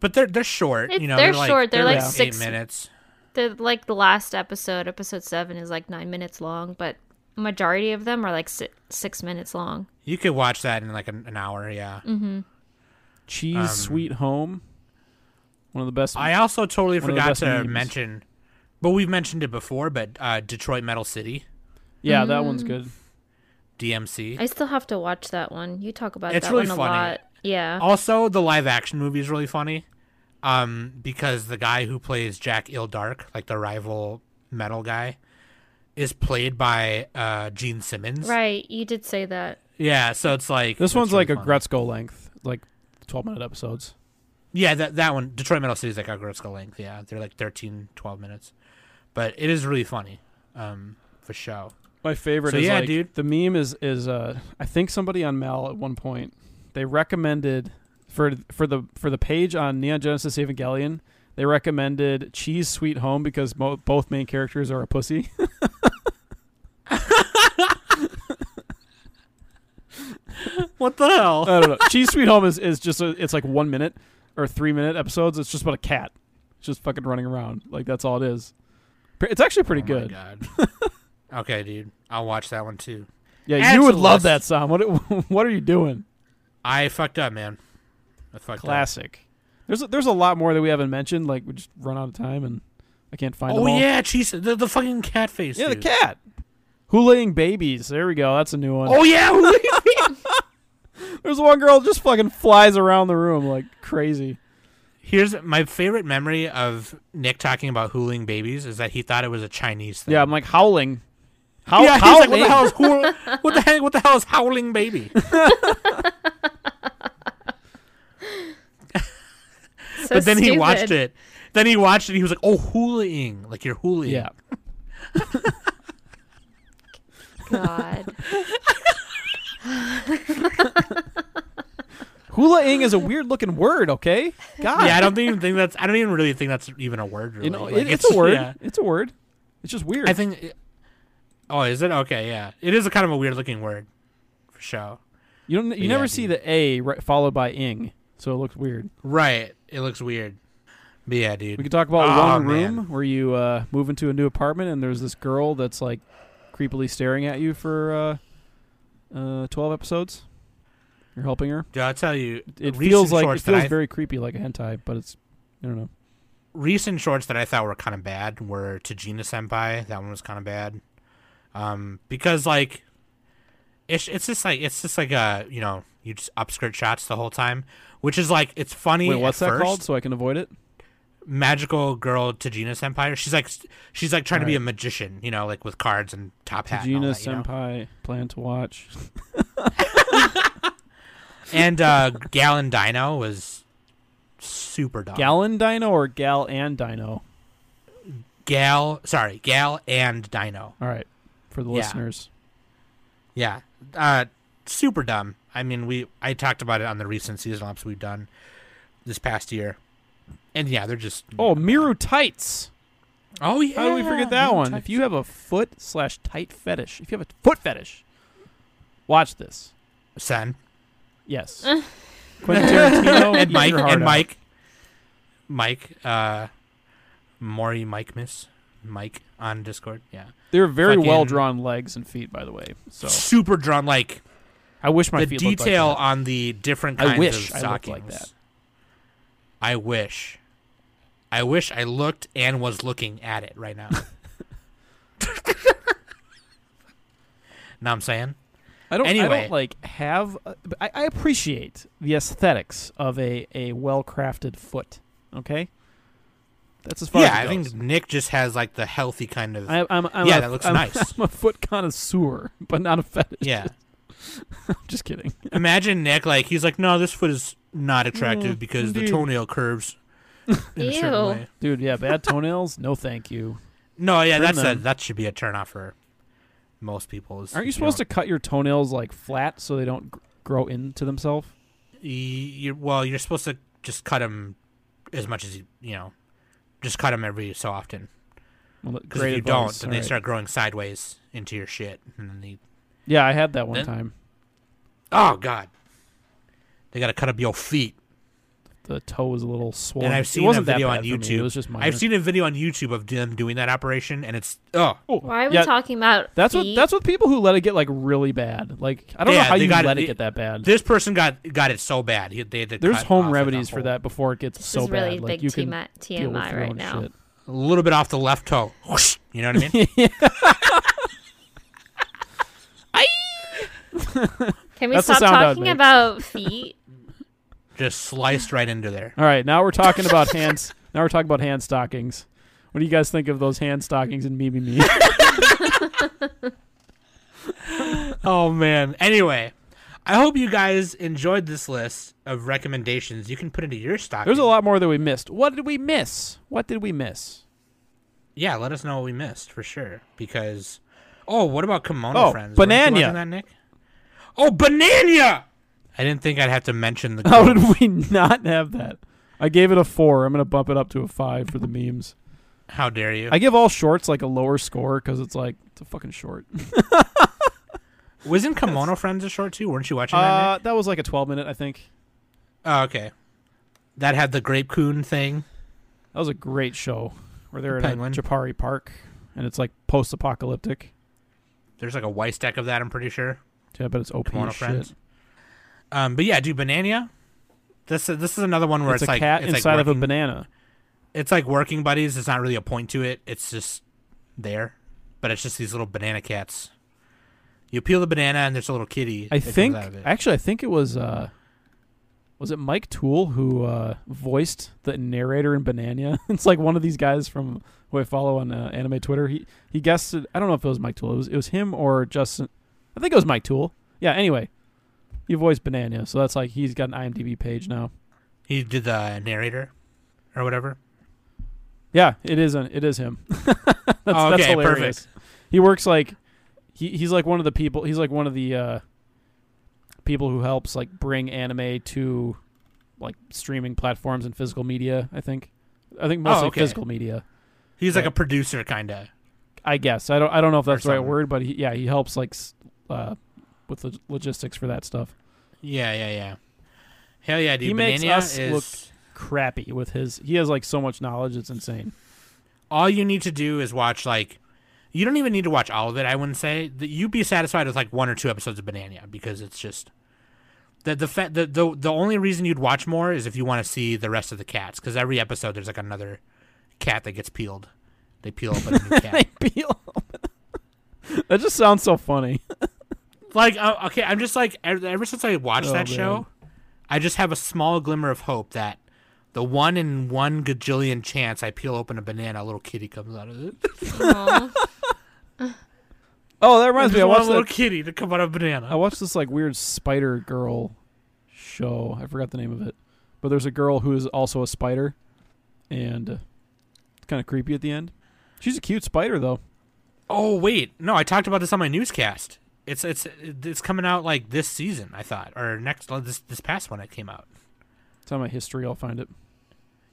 [SPEAKER 6] But they're they're short.
[SPEAKER 5] It-
[SPEAKER 6] you know,
[SPEAKER 5] they're
[SPEAKER 6] like,
[SPEAKER 5] short. They're,
[SPEAKER 3] like,
[SPEAKER 6] eight
[SPEAKER 5] six-
[SPEAKER 6] minutes.
[SPEAKER 5] The like the last episode, episode seven, is like nine minutes long, but majority of them are like si- six minutes long.
[SPEAKER 6] You could watch that in like an, an hour. Yeah.
[SPEAKER 3] Cheese
[SPEAKER 6] Um,
[SPEAKER 3] Sweet Home. One of the best.
[SPEAKER 6] I also totally
[SPEAKER 3] One of the
[SPEAKER 6] forgot
[SPEAKER 3] best
[SPEAKER 6] to
[SPEAKER 3] memes.
[SPEAKER 6] mention, but we've mentioned it before. But uh, Detroit Metal City,
[SPEAKER 3] yeah, that one's good.
[SPEAKER 6] DMC.
[SPEAKER 5] I still have to watch that one. You talk about
[SPEAKER 6] It's
[SPEAKER 5] that
[SPEAKER 6] really
[SPEAKER 5] one a
[SPEAKER 6] funny.
[SPEAKER 5] lot. Yeah.
[SPEAKER 6] also, the live action movie is really funny, um, because the guy who plays Jack Ildark, like the rival metal guy, is played by uh, Gene Simmons.
[SPEAKER 5] Right. You did say that.
[SPEAKER 6] Yeah. So it's like
[SPEAKER 3] This
[SPEAKER 6] it's
[SPEAKER 3] one's
[SPEAKER 6] really
[SPEAKER 3] like a
[SPEAKER 6] funny.
[SPEAKER 3] Gretzko length, like twelve minute episodes.
[SPEAKER 6] Yeah, that that one, Detroit Metal City is like a Gretzko length. Yeah, they're like 13, 12 minutes, but it is really funny, um, for show.
[SPEAKER 3] My favorite
[SPEAKER 6] So
[SPEAKER 3] is
[SPEAKER 6] yeah,
[SPEAKER 3] like,
[SPEAKER 6] dude.
[SPEAKER 3] the meme is is uh I think somebody on Mal at one point they recommended for for the for the page on Neon Genesis Evangelion they recommended Cheese Sweet Home because mo- both main characters are a pussy. [laughs]
[SPEAKER 6] What the hell? [laughs]
[SPEAKER 3] I don't know. Cheese Sweet Home is, is just a, it's like one minute or three minute episodes. It's just about a cat. It's just fucking running around. Like that's all it is. Pre- It's actually pretty
[SPEAKER 6] Oh my
[SPEAKER 3] good.
[SPEAKER 6] God. okay, dude. I'll watch that one too.
[SPEAKER 3] Yeah, you would
[SPEAKER 6] Excellent.
[SPEAKER 3] love that song. What what [laughs] are you doing?
[SPEAKER 6] I fucked up, man. I fucked up.
[SPEAKER 3] Classic. There's a, there's a lot more that we haven't mentioned. Like we just run out of time and I can't find
[SPEAKER 6] Oh
[SPEAKER 3] them all.
[SPEAKER 6] yeah, cheese. The, the fucking cat face.
[SPEAKER 3] yeah, the
[SPEAKER 6] dude.
[SPEAKER 3] cat. Who laying babies? There we go. That's a new one.
[SPEAKER 6] Oh yeah. [laughs] who-
[SPEAKER 3] [laughs] There's one girl just fucking flies around the room like crazy.
[SPEAKER 6] Here's my favorite memory of Nick talking about hooling babies is that he thought it was a Chinese thing.
[SPEAKER 3] Yeah, I'm like howling. How,
[SPEAKER 6] yeah, he's like,
[SPEAKER 3] howling?
[SPEAKER 6] what the hell is
[SPEAKER 3] [laughs]
[SPEAKER 6] hool- what the heck, what the hell is howling baby?
[SPEAKER 5] So
[SPEAKER 6] but then he watched
[SPEAKER 5] stupid.
[SPEAKER 6] it. Then he watched it. He was like, "Oh, hooling, like you're hooling."
[SPEAKER 3] Yeah.
[SPEAKER 5] [laughs] God.
[SPEAKER 3] Hula ing is a weird looking word, [laughs] okay? God.
[SPEAKER 6] yeah. I don't even think that's. I don't even really think that's even a word. Really.
[SPEAKER 3] you know,
[SPEAKER 6] Like,
[SPEAKER 3] it- it's, a word.
[SPEAKER 6] yeah.
[SPEAKER 3] It's a word. It's just weird.
[SPEAKER 6] I think. it- oh, is it okay? Yeah, it is a kind of a weird looking word, for sure.
[SPEAKER 3] you don't you
[SPEAKER 6] Yeah,
[SPEAKER 3] never see
[SPEAKER 6] dude.
[SPEAKER 3] the a right, followed by ing, so it looks weird.
[SPEAKER 6] Right. It looks weird. But yeah, dude.
[SPEAKER 3] We could talk about
[SPEAKER 6] Oh,
[SPEAKER 3] one
[SPEAKER 6] man.
[SPEAKER 3] room where you uh, move into a new apartment and there's this girl that's like creepily staring at you for uh, uh, 12 episodes. You're helping her.
[SPEAKER 6] Dude, I'll tell you.
[SPEAKER 3] It
[SPEAKER 6] recent
[SPEAKER 3] feels like it
[SPEAKER 6] shorts that
[SPEAKER 3] feels
[SPEAKER 6] I-
[SPEAKER 3] very creepy like a hentai, but it's I don't know.
[SPEAKER 6] recent shorts that I thought were kind of bad were Tajina Senpai. That one was kind of bad. Um, because like, it's it's just like it's just like uh you know you just upskirt shots the whole time, which is like it's funny.
[SPEAKER 3] Wait, what's
[SPEAKER 6] at
[SPEAKER 3] that
[SPEAKER 6] first.
[SPEAKER 3] called so I can avoid it?
[SPEAKER 6] Magical girl Tajina Senpai. She's like she's like trying to be a
[SPEAKER 3] Alright.
[SPEAKER 6] magician, you know, like with cards and top hat. and all
[SPEAKER 3] Gina
[SPEAKER 6] that, you know?
[SPEAKER 3] Senpai plan to watch.
[SPEAKER 6] and uh Gallon Dino was super dumb.
[SPEAKER 3] Gallon Dino or Gal and Dino?
[SPEAKER 6] Gal sorry, Gal and Dino.
[SPEAKER 3] All right, for the
[SPEAKER 6] Yeah.
[SPEAKER 3] listeners.
[SPEAKER 6] Yeah. Uh super dumb. I mean we I talked about it on the recent season ups we've done this past year. And yeah, they're just
[SPEAKER 3] Oh, Miru tights.
[SPEAKER 6] oh yeah.
[SPEAKER 3] How do we forget that
[SPEAKER 6] Miru
[SPEAKER 3] one?
[SPEAKER 6] tights.
[SPEAKER 3] If you have a foot slash tight fetish, if you have a foot fetish, watch this. [laughs]
[SPEAKER 6] Sen
[SPEAKER 3] Yes. Quentin [laughs] Tarantino
[SPEAKER 6] and
[SPEAKER 3] eat
[SPEAKER 6] Mike
[SPEAKER 3] your heart
[SPEAKER 6] and
[SPEAKER 3] out.
[SPEAKER 6] Mike Mike uh Maury Mike Miss Mike on Discord. Yeah.
[SPEAKER 3] They're very
[SPEAKER 6] fucking-
[SPEAKER 3] well drawn legs and feet, by the way. So
[SPEAKER 6] Super drawn like
[SPEAKER 3] I wish my
[SPEAKER 6] the
[SPEAKER 3] feet looked
[SPEAKER 6] detail
[SPEAKER 3] Like that.
[SPEAKER 6] on the different
[SPEAKER 3] I
[SPEAKER 6] kinds
[SPEAKER 3] wish
[SPEAKER 6] of
[SPEAKER 3] I looked
[SPEAKER 6] stockings.
[SPEAKER 3] like that.
[SPEAKER 6] I wish. I wish I looked and was looking at it right
[SPEAKER 3] [laughs]
[SPEAKER 6] now. know what I'm saying?
[SPEAKER 3] I don't. I
[SPEAKER 6] Anyway.
[SPEAKER 3] don't like have. uh, but I, I appreciate the aesthetics of a a well crafted foot. Okay. That's as far
[SPEAKER 6] yeah,
[SPEAKER 3] as
[SPEAKER 6] I
[SPEAKER 3] it
[SPEAKER 6] think
[SPEAKER 3] goes.
[SPEAKER 6] Nick just has like the healthy kind of.
[SPEAKER 3] I, I'm, I'm
[SPEAKER 6] yeah,
[SPEAKER 3] a-
[SPEAKER 6] that looks
[SPEAKER 3] I'm- [laughs]
[SPEAKER 6] nice.
[SPEAKER 3] I'm a foot connoisseur, but not a fetish.
[SPEAKER 6] [laughs] yeah.
[SPEAKER 3] [laughs] Just kidding.
[SPEAKER 6] Imagine Nick like he's like, no, this foot is not attractive because the
[SPEAKER 3] indeed.
[SPEAKER 6] toenail curves. In a certain
[SPEAKER 5] Ew.
[SPEAKER 6] way.
[SPEAKER 3] Dude, yeah, bad toenails? No, thank you.
[SPEAKER 6] No, yeah,
[SPEAKER 3] Trim
[SPEAKER 6] that's a,
[SPEAKER 3] them.
[SPEAKER 6] that should be a turnoff for most people.
[SPEAKER 3] Aren't you supposed to cut your toenails like flat so they don't gr- grow into themselves?
[SPEAKER 6] you well, you're supposed to just cut them as much as you you know, just cut them every so often.
[SPEAKER 3] Well, that-
[SPEAKER 6] Because if
[SPEAKER 3] great
[SPEAKER 6] you don't,
[SPEAKER 3] advice.
[SPEAKER 6] then
[SPEAKER 3] All
[SPEAKER 6] they
[SPEAKER 3] right.
[SPEAKER 6] start growing sideways into your shit, and then they
[SPEAKER 3] Yeah, I had that one
[SPEAKER 6] Then-
[SPEAKER 3] time.
[SPEAKER 6] oh god, they gotta cut up your feet.
[SPEAKER 3] The toe was a little swollen.
[SPEAKER 6] and I've
[SPEAKER 3] it
[SPEAKER 6] seen a
[SPEAKER 3] wasn't that
[SPEAKER 6] video on
[SPEAKER 3] bad for me.
[SPEAKER 6] YouTube.
[SPEAKER 3] It was just minor.
[SPEAKER 6] I've seen a video on YouTube of them doing that operation, and it's oh
[SPEAKER 3] Oh,
[SPEAKER 5] Why are we
[SPEAKER 3] yeah,
[SPEAKER 5] talking about
[SPEAKER 3] That's what
[SPEAKER 5] feet?
[SPEAKER 3] that's what people who let it get like really bad. Like I don't
[SPEAKER 6] Yeah,
[SPEAKER 3] know how
[SPEAKER 6] they
[SPEAKER 3] you
[SPEAKER 6] got it-
[SPEAKER 3] let it,
[SPEAKER 6] they-
[SPEAKER 3] get that bad.
[SPEAKER 6] this person got got it so bad. He, they had to
[SPEAKER 3] There's
[SPEAKER 6] cut off,
[SPEAKER 3] home
[SPEAKER 6] like, the
[SPEAKER 3] remedies for
[SPEAKER 6] whole-
[SPEAKER 3] that before it gets
[SPEAKER 5] This
[SPEAKER 3] so
[SPEAKER 5] is really
[SPEAKER 3] bad.
[SPEAKER 5] big
[SPEAKER 3] like you can
[SPEAKER 5] TMI,
[SPEAKER 3] deal with
[SPEAKER 5] TMI
[SPEAKER 3] your
[SPEAKER 5] right
[SPEAKER 3] own
[SPEAKER 5] now.
[SPEAKER 3] shit.
[SPEAKER 6] A little bit off the left toe. Whoosh, you know what
[SPEAKER 3] [laughs]
[SPEAKER 6] I mean?
[SPEAKER 5] Can we
[SPEAKER 3] That's the
[SPEAKER 5] stop
[SPEAKER 3] sound I would
[SPEAKER 5] talking
[SPEAKER 3] make.
[SPEAKER 5] about feet?
[SPEAKER 6] just sliced right into there.
[SPEAKER 3] All right,
[SPEAKER 5] [laughs]
[SPEAKER 3] now we're talking about hands. Now we're talking about hand stockings. What do you guys think of those hand stockings and me,
[SPEAKER 6] [laughs]
[SPEAKER 3] me, me?
[SPEAKER 6] Oh man. Anyway, I hope you guys enjoyed this list of recommendations you can put into your stock.
[SPEAKER 3] There's a lot more that we missed. What did we miss? What did we miss?
[SPEAKER 6] Yeah, let us know what we missed for sure. Because oh, what about kimono
[SPEAKER 3] Oh,
[SPEAKER 6] friends? Weren't you
[SPEAKER 3] Banania.
[SPEAKER 6] watching That, Nick? Oh, banana! I didn't think I'd have to mention the.
[SPEAKER 3] [laughs] How did we not have that? I gave it a four. I'm gonna bump it up to a five for the memes.
[SPEAKER 6] How dare you?
[SPEAKER 3] I give all shorts like a lower score because it's like it's a fucking short.
[SPEAKER 6] Wasn't Kimono Friends a short too? Weren't you watching that?
[SPEAKER 3] Uh,
[SPEAKER 6] Nick?
[SPEAKER 3] that was like a 12 minute, I think.
[SPEAKER 6] Oh, okay. That had the grape coon thing.
[SPEAKER 3] That was a great show where they're in
[SPEAKER 6] Penguin.
[SPEAKER 3] Japari uh, Park and it's like post apocalyptic.
[SPEAKER 6] There's like a Weiss deck of that. I'm pretty sure.
[SPEAKER 3] Yeah, but it's OP
[SPEAKER 6] Kimono
[SPEAKER 3] as shit.
[SPEAKER 6] Friends. Um, but yeah, do Banania. This is, this is another one where
[SPEAKER 3] It's,
[SPEAKER 2] It's
[SPEAKER 6] it's,
[SPEAKER 3] a
[SPEAKER 6] like
[SPEAKER 3] cat
[SPEAKER 6] it's
[SPEAKER 3] inside
[SPEAKER 6] like
[SPEAKER 3] of a
[SPEAKER 6] working,
[SPEAKER 3] banana.
[SPEAKER 6] It's like working buddies. It's not really a point to it. It's just there, but it's just these little banana cats. You peel the banana and there's a little kitty.
[SPEAKER 3] I
[SPEAKER 6] that comes
[SPEAKER 3] think
[SPEAKER 6] out of it.
[SPEAKER 3] actually I think it was uh was it Mike Toole who uh voiced the narrator in Banania? [laughs] it's like one of these guys from who I follow on uh, anime Twitter. He he guessed it, I don't know if it was Mike Toole. It was, it was him or Justin. I think it was Mike Toole. Yeah, anyway. You voiced Banania, so that's like he's got an IMDb page now.
[SPEAKER 6] he did the narrator or whatever.
[SPEAKER 3] Yeah, it is. An, it is him. [laughs] that's,
[SPEAKER 6] Oh,
[SPEAKER 3] that's
[SPEAKER 6] okay,
[SPEAKER 3] hilarious. He works like he, he's like one of the people. He's like one of the uh, people who helps like bring anime to like streaming platforms and physical media. I think. I think mostly
[SPEAKER 6] okay.
[SPEAKER 3] physical media.
[SPEAKER 6] He's like
[SPEAKER 3] Yeah.
[SPEAKER 6] a producer kind of.
[SPEAKER 3] I guess. I don't. I don't know if that's the right
[SPEAKER 6] something.
[SPEAKER 3] word, but he, yeah, he helps like s- uh, with the logistics for that stuff.
[SPEAKER 6] Yeah, yeah, yeah. Hell yeah, dude.
[SPEAKER 3] He makes
[SPEAKER 6] Banania
[SPEAKER 3] us
[SPEAKER 6] is
[SPEAKER 3] look- Crappy with his. He has like so much knowledge. It's insane.
[SPEAKER 6] all you need to do is watch like you don't even need to watch all of it, I wouldn't say. That you'd be satisfied with like one or two episodes of Banania because it's just the the, fa- the the the only reason you'd watch more is if you want to see the rest of the cats because every episode there's like another cat that gets peeled. They peel open a
[SPEAKER 3] [laughs]
[SPEAKER 6] new cat.
[SPEAKER 3] that just sounds so funny.
[SPEAKER 6] like uh, okay i'm just like ever, ever since i watched
[SPEAKER 3] Oh,
[SPEAKER 6] that
[SPEAKER 3] man.
[SPEAKER 6] show i just have a small glimmer of hope that the one in one gajillion chance i peel open a banana a little kitty comes out of it
[SPEAKER 3] [laughs]
[SPEAKER 5] Aw.
[SPEAKER 3] Oh, that
[SPEAKER 6] [laughs]
[SPEAKER 3] reminds
[SPEAKER 6] just
[SPEAKER 3] me. I
[SPEAKER 6] want a
[SPEAKER 3] watched
[SPEAKER 6] little
[SPEAKER 3] that-
[SPEAKER 6] kitty to come out of a
[SPEAKER 3] I
[SPEAKER 6] banana
[SPEAKER 3] watched this like weird spider girl show. I forgot the name of it, but there's a girl who is also a spider, and uh, it's kind of creepy at the end. She's a cute spider though.
[SPEAKER 6] oh wait no i talked about this on my newscast it's it's it's coming out like this season i thought or next uh, this this past one it came out
[SPEAKER 3] It's on my history. I'll find it.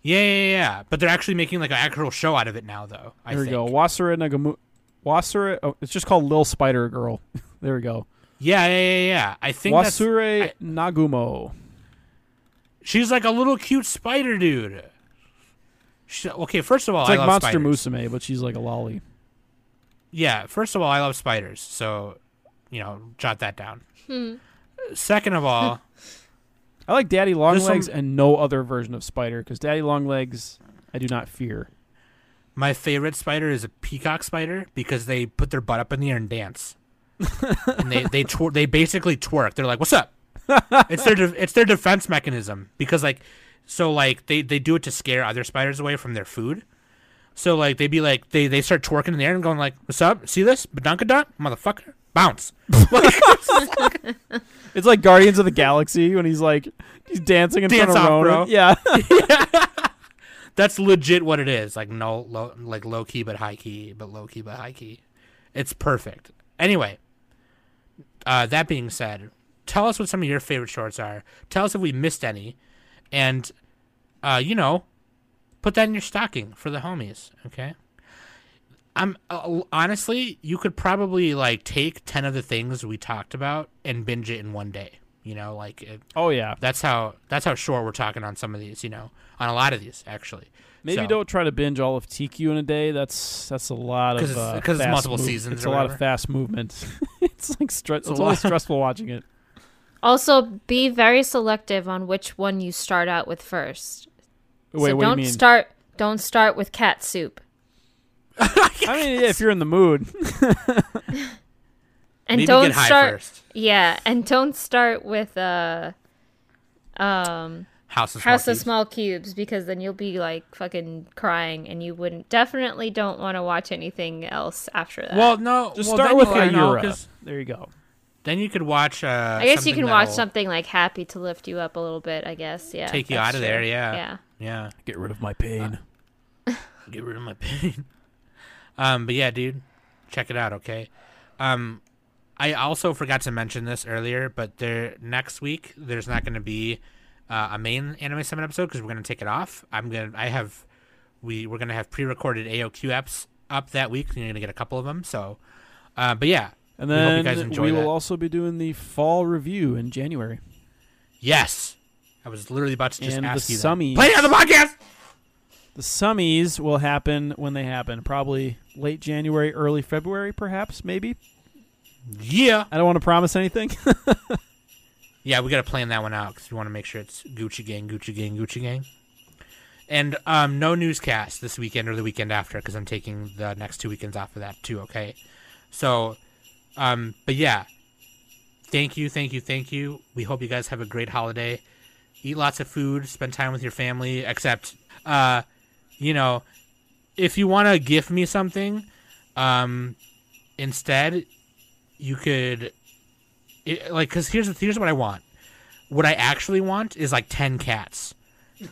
[SPEAKER 6] yeah yeah yeah, yeah but they're actually making like an actual show out of it now though i
[SPEAKER 3] There we
[SPEAKER 6] think
[SPEAKER 3] go. Wasura Nagamu. Wasura. Oh, it's just called Lil Spider Girl. [laughs] there we go.
[SPEAKER 6] yeah yeah yeah yeah i think that's,
[SPEAKER 3] Wasure
[SPEAKER 6] I-
[SPEAKER 3] Nagumo.
[SPEAKER 6] She's like a little cute spider dude. She, okay, first of all,
[SPEAKER 3] It's
[SPEAKER 6] I
[SPEAKER 3] like
[SPEAKER 6] love
[SPEAKER 3] Monster
[SPEAKER 6] spiders.
[SPEAKER 3] Musume, but she's like a lolly.
[SPEAKER 6] Yeah, first of all, I love spiders, so you know, jot that down. Second of all,
[SPEAKER 3] I like Daddy Longlegs
[SPEAKER 6] one-
[SPEAKER 3] and no other version of spider because Daddy Longlegs I do not fear.
[SPEAKER 6] my favorite spider is a peacock spider because they put their butt up in the air and dance, and they they twer- they basically twerk. They're like, "What's up?" it's their de- it's their defense mechanism because like so like they they do it to scare other spiders away from their food. So like they'd be like they they start twerking in the air and going like, "What's up? See this? Badunkadunk, motherfucker, bounce!"
[SPEAKER 3] It's like Guardians of the Galaxy when he's like he's dancing in
[SPEAKER 6] Dance
[SPEAKER 3] front of
[SPEAKER 6] off,
[SPEAKER 3] Ronan.
[SPEAKER 6] bro.
[SPEAKER 3] Yeah.
[SPEAKER 6] that's legit what it is. Like no, low, like low key but high key, but low key but high key. It's perfect. Anyway, uh, that being said, tell us what some of your favorite shorts are. Tell us if we missed any, and uh, you know, put that in your stocking for the homies. Okay. I'm uh, honestly, you could probably like take ten of the things we talked about and binge it in one day. You know, like it,
[SPEAKER 3] [laughs] Oh yeah.
[SPEAKER 6] that's how that's how short we're talking on some of these. You know, on a lot of these actually.
[SPEAKER 3] Maybe
[SPEAKER 6] So-
[SPEAKER 3] don't try to binge all of TQ in a day. That's that's a lot of
[SPEAKER 6] 'Cause it's-
[SPEAKER 3] uh,
[SPEAKER 6] 'cause it's
[SPEAKER 3] fast
[SPEAKER 6] multiple
[SPEAKER 3] move-
[SPEAKER 6] seasons
[SPEAKER 3] It's
[SPEAKER 6] or
[SPEAKER 3] a lot of
[SPEAKER 6] whatever.
[SPEAKER 3] fast [laughs] movement. it's like stre- it's,
[SPEAKER 6] a
[SPEAKER 3] always
[SPEAKER 6] lot.
[SPEAKER 3] stressful
[SPEAKER 6] [laughs]
[SPEAKER 3] watching it.
[SPEAKER 5] also, be very selective on which one you start out with first.
[SPEAKER 3] Wait,
[SPEAKER 5] so
[SPEAKER 3] what
[SPEAKER 5] don't
[SPEAKER 3] do you mean?
[SPEAKER 5] start. Don't start with cat soup. [laughs]
[SPEAKER 3] I mean, yeah, if you're in
[SPEAKER 6] [laughs]
[SPEAKER 3] the mood,
[SPEAKER 5] And
[SPEAKER 6] Maybe
[SPEAKER 5] don't
[SPEAKER 6] get high
[SPEAKER 5] start.
[SPEAKER 6] first.
[SPEAKER 5] Yeah, and don't start with uh, um,
[SPEAKER 6] House of Small
[SPEAKER 5] House of
[SPEAKER 6] Thieves.
[SPEAKER 5] Small Cubes because then you'll be like fucking crying, and you wouldn't definitely don't want to watch anything else after that.
[SPEAKER 6] Well, no,
[SPEAKER 3] just
[SPEAKER 6] well,
[SPEAKER 3] start
[SPEAKER 6] then
[SPEAKER 3] with
[SPEAKER 6] you, no,
[SPEAKER 3] Ayura.
[SPEAKER 6] 'cause
[SPEAKER 3] there you go.
[SPEAKER 6] Then you could watch. Uh,
[SPEAKER 5] I guess you
[SPEAKER 6] something
[SPEAKER 5] can watch
[SPEAKER 6] that'll
[SPEAKER 5] something like Happy to lift you up a little bit. I guess, yeah.
[SPEAKER 6] Take you
[SPEAKER 5] that's
[SPEAKER 6] out of there,
[SPEAKER 5] true.
[SPEAKER 6] yeah.
[SPEAKER 5] Yeah.
[SPEAKER 6] Yeah,
[SPEAKER 3] Get rid of my
[SPEAKER 6] Uh,
[SPEAKER 3] pain.
[SPEAKER 6] get rid of my [laughs] pain. Um, but yeah, dude, check it out, okay? Um, I also forgot to mention this earlier, but there next week there's not going to be uh, a main anime summit episode because we're going to take it off. I'm gonna. I have. We we're gonna have pre-recorded AOQ apps up that week. And you're gonna get a couple of them. So, uh, but yeah,
[SPEAKER 3] And
[SPEAKER 6] hope you
[SPEAKER 3] then
[SPEAKER 6] guys enjoy
[SPEAKER 3] will
[SPEAKER 6] that.
[SPEAKER 3] also be doing the fall review in January.
[SPEAKER 6] Yes. I was literally about to just
[SPEAKER 3] And the
[SPEAKER 6] ask you. that.
[SPEAKER 3] summies.
[SPEAKER 6] Play it on the podcast.
[SPEAKER 3] The summies will happen when they happen, probably late January, early February, perhaps, maybe.
[SPEAKER 6] Yeah.
[SPEAKER 3] I don't want to promise anything. [laughs]
[SPEAKER 6] Yeah, we got to plan that one out because we want to make sure it's Gucci Gang, Gucci Gang, Gucci Gang. And um, no newscast this weekend or the weekend after because I'm taking the next two weekends off of that too. Okay, so, um, but yeah, thank you, thank you, thank you. We hope you guys have a great holiday. Eat lots of food, spend time with your family. Except, uh, you know, if you want to gift me something, um, instead, you could it, like because here's the, here's what I want. What I actually want is like ten cats.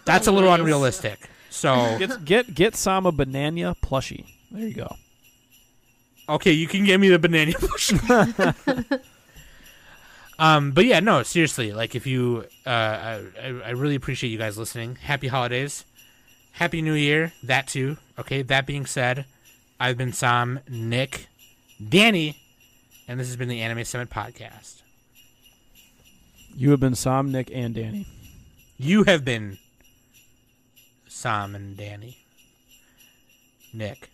[SPEAKER 6] That's a little
[SPEAKER 5] Nice.
[SPEAKER 6] unrealistic. So
[SPEAKER 3] get, get get Sam a banana plushie. There you go.
[SPEAKER 6] okay, you can give me the banana [laughs] push. um, but yeah, no, seriously, like if you, uh, I, I I really appreciate you guys listening. Happy holidays, happy New Year. That too. Okay. That being said, I've been Sam, Nick, Danny, and this has been the Anime Summit podcast.
[SPEAKER 3] You have been Sam, Nick, and Danny.
[SPEAKER 6] You have been Sam and Danny. Nick.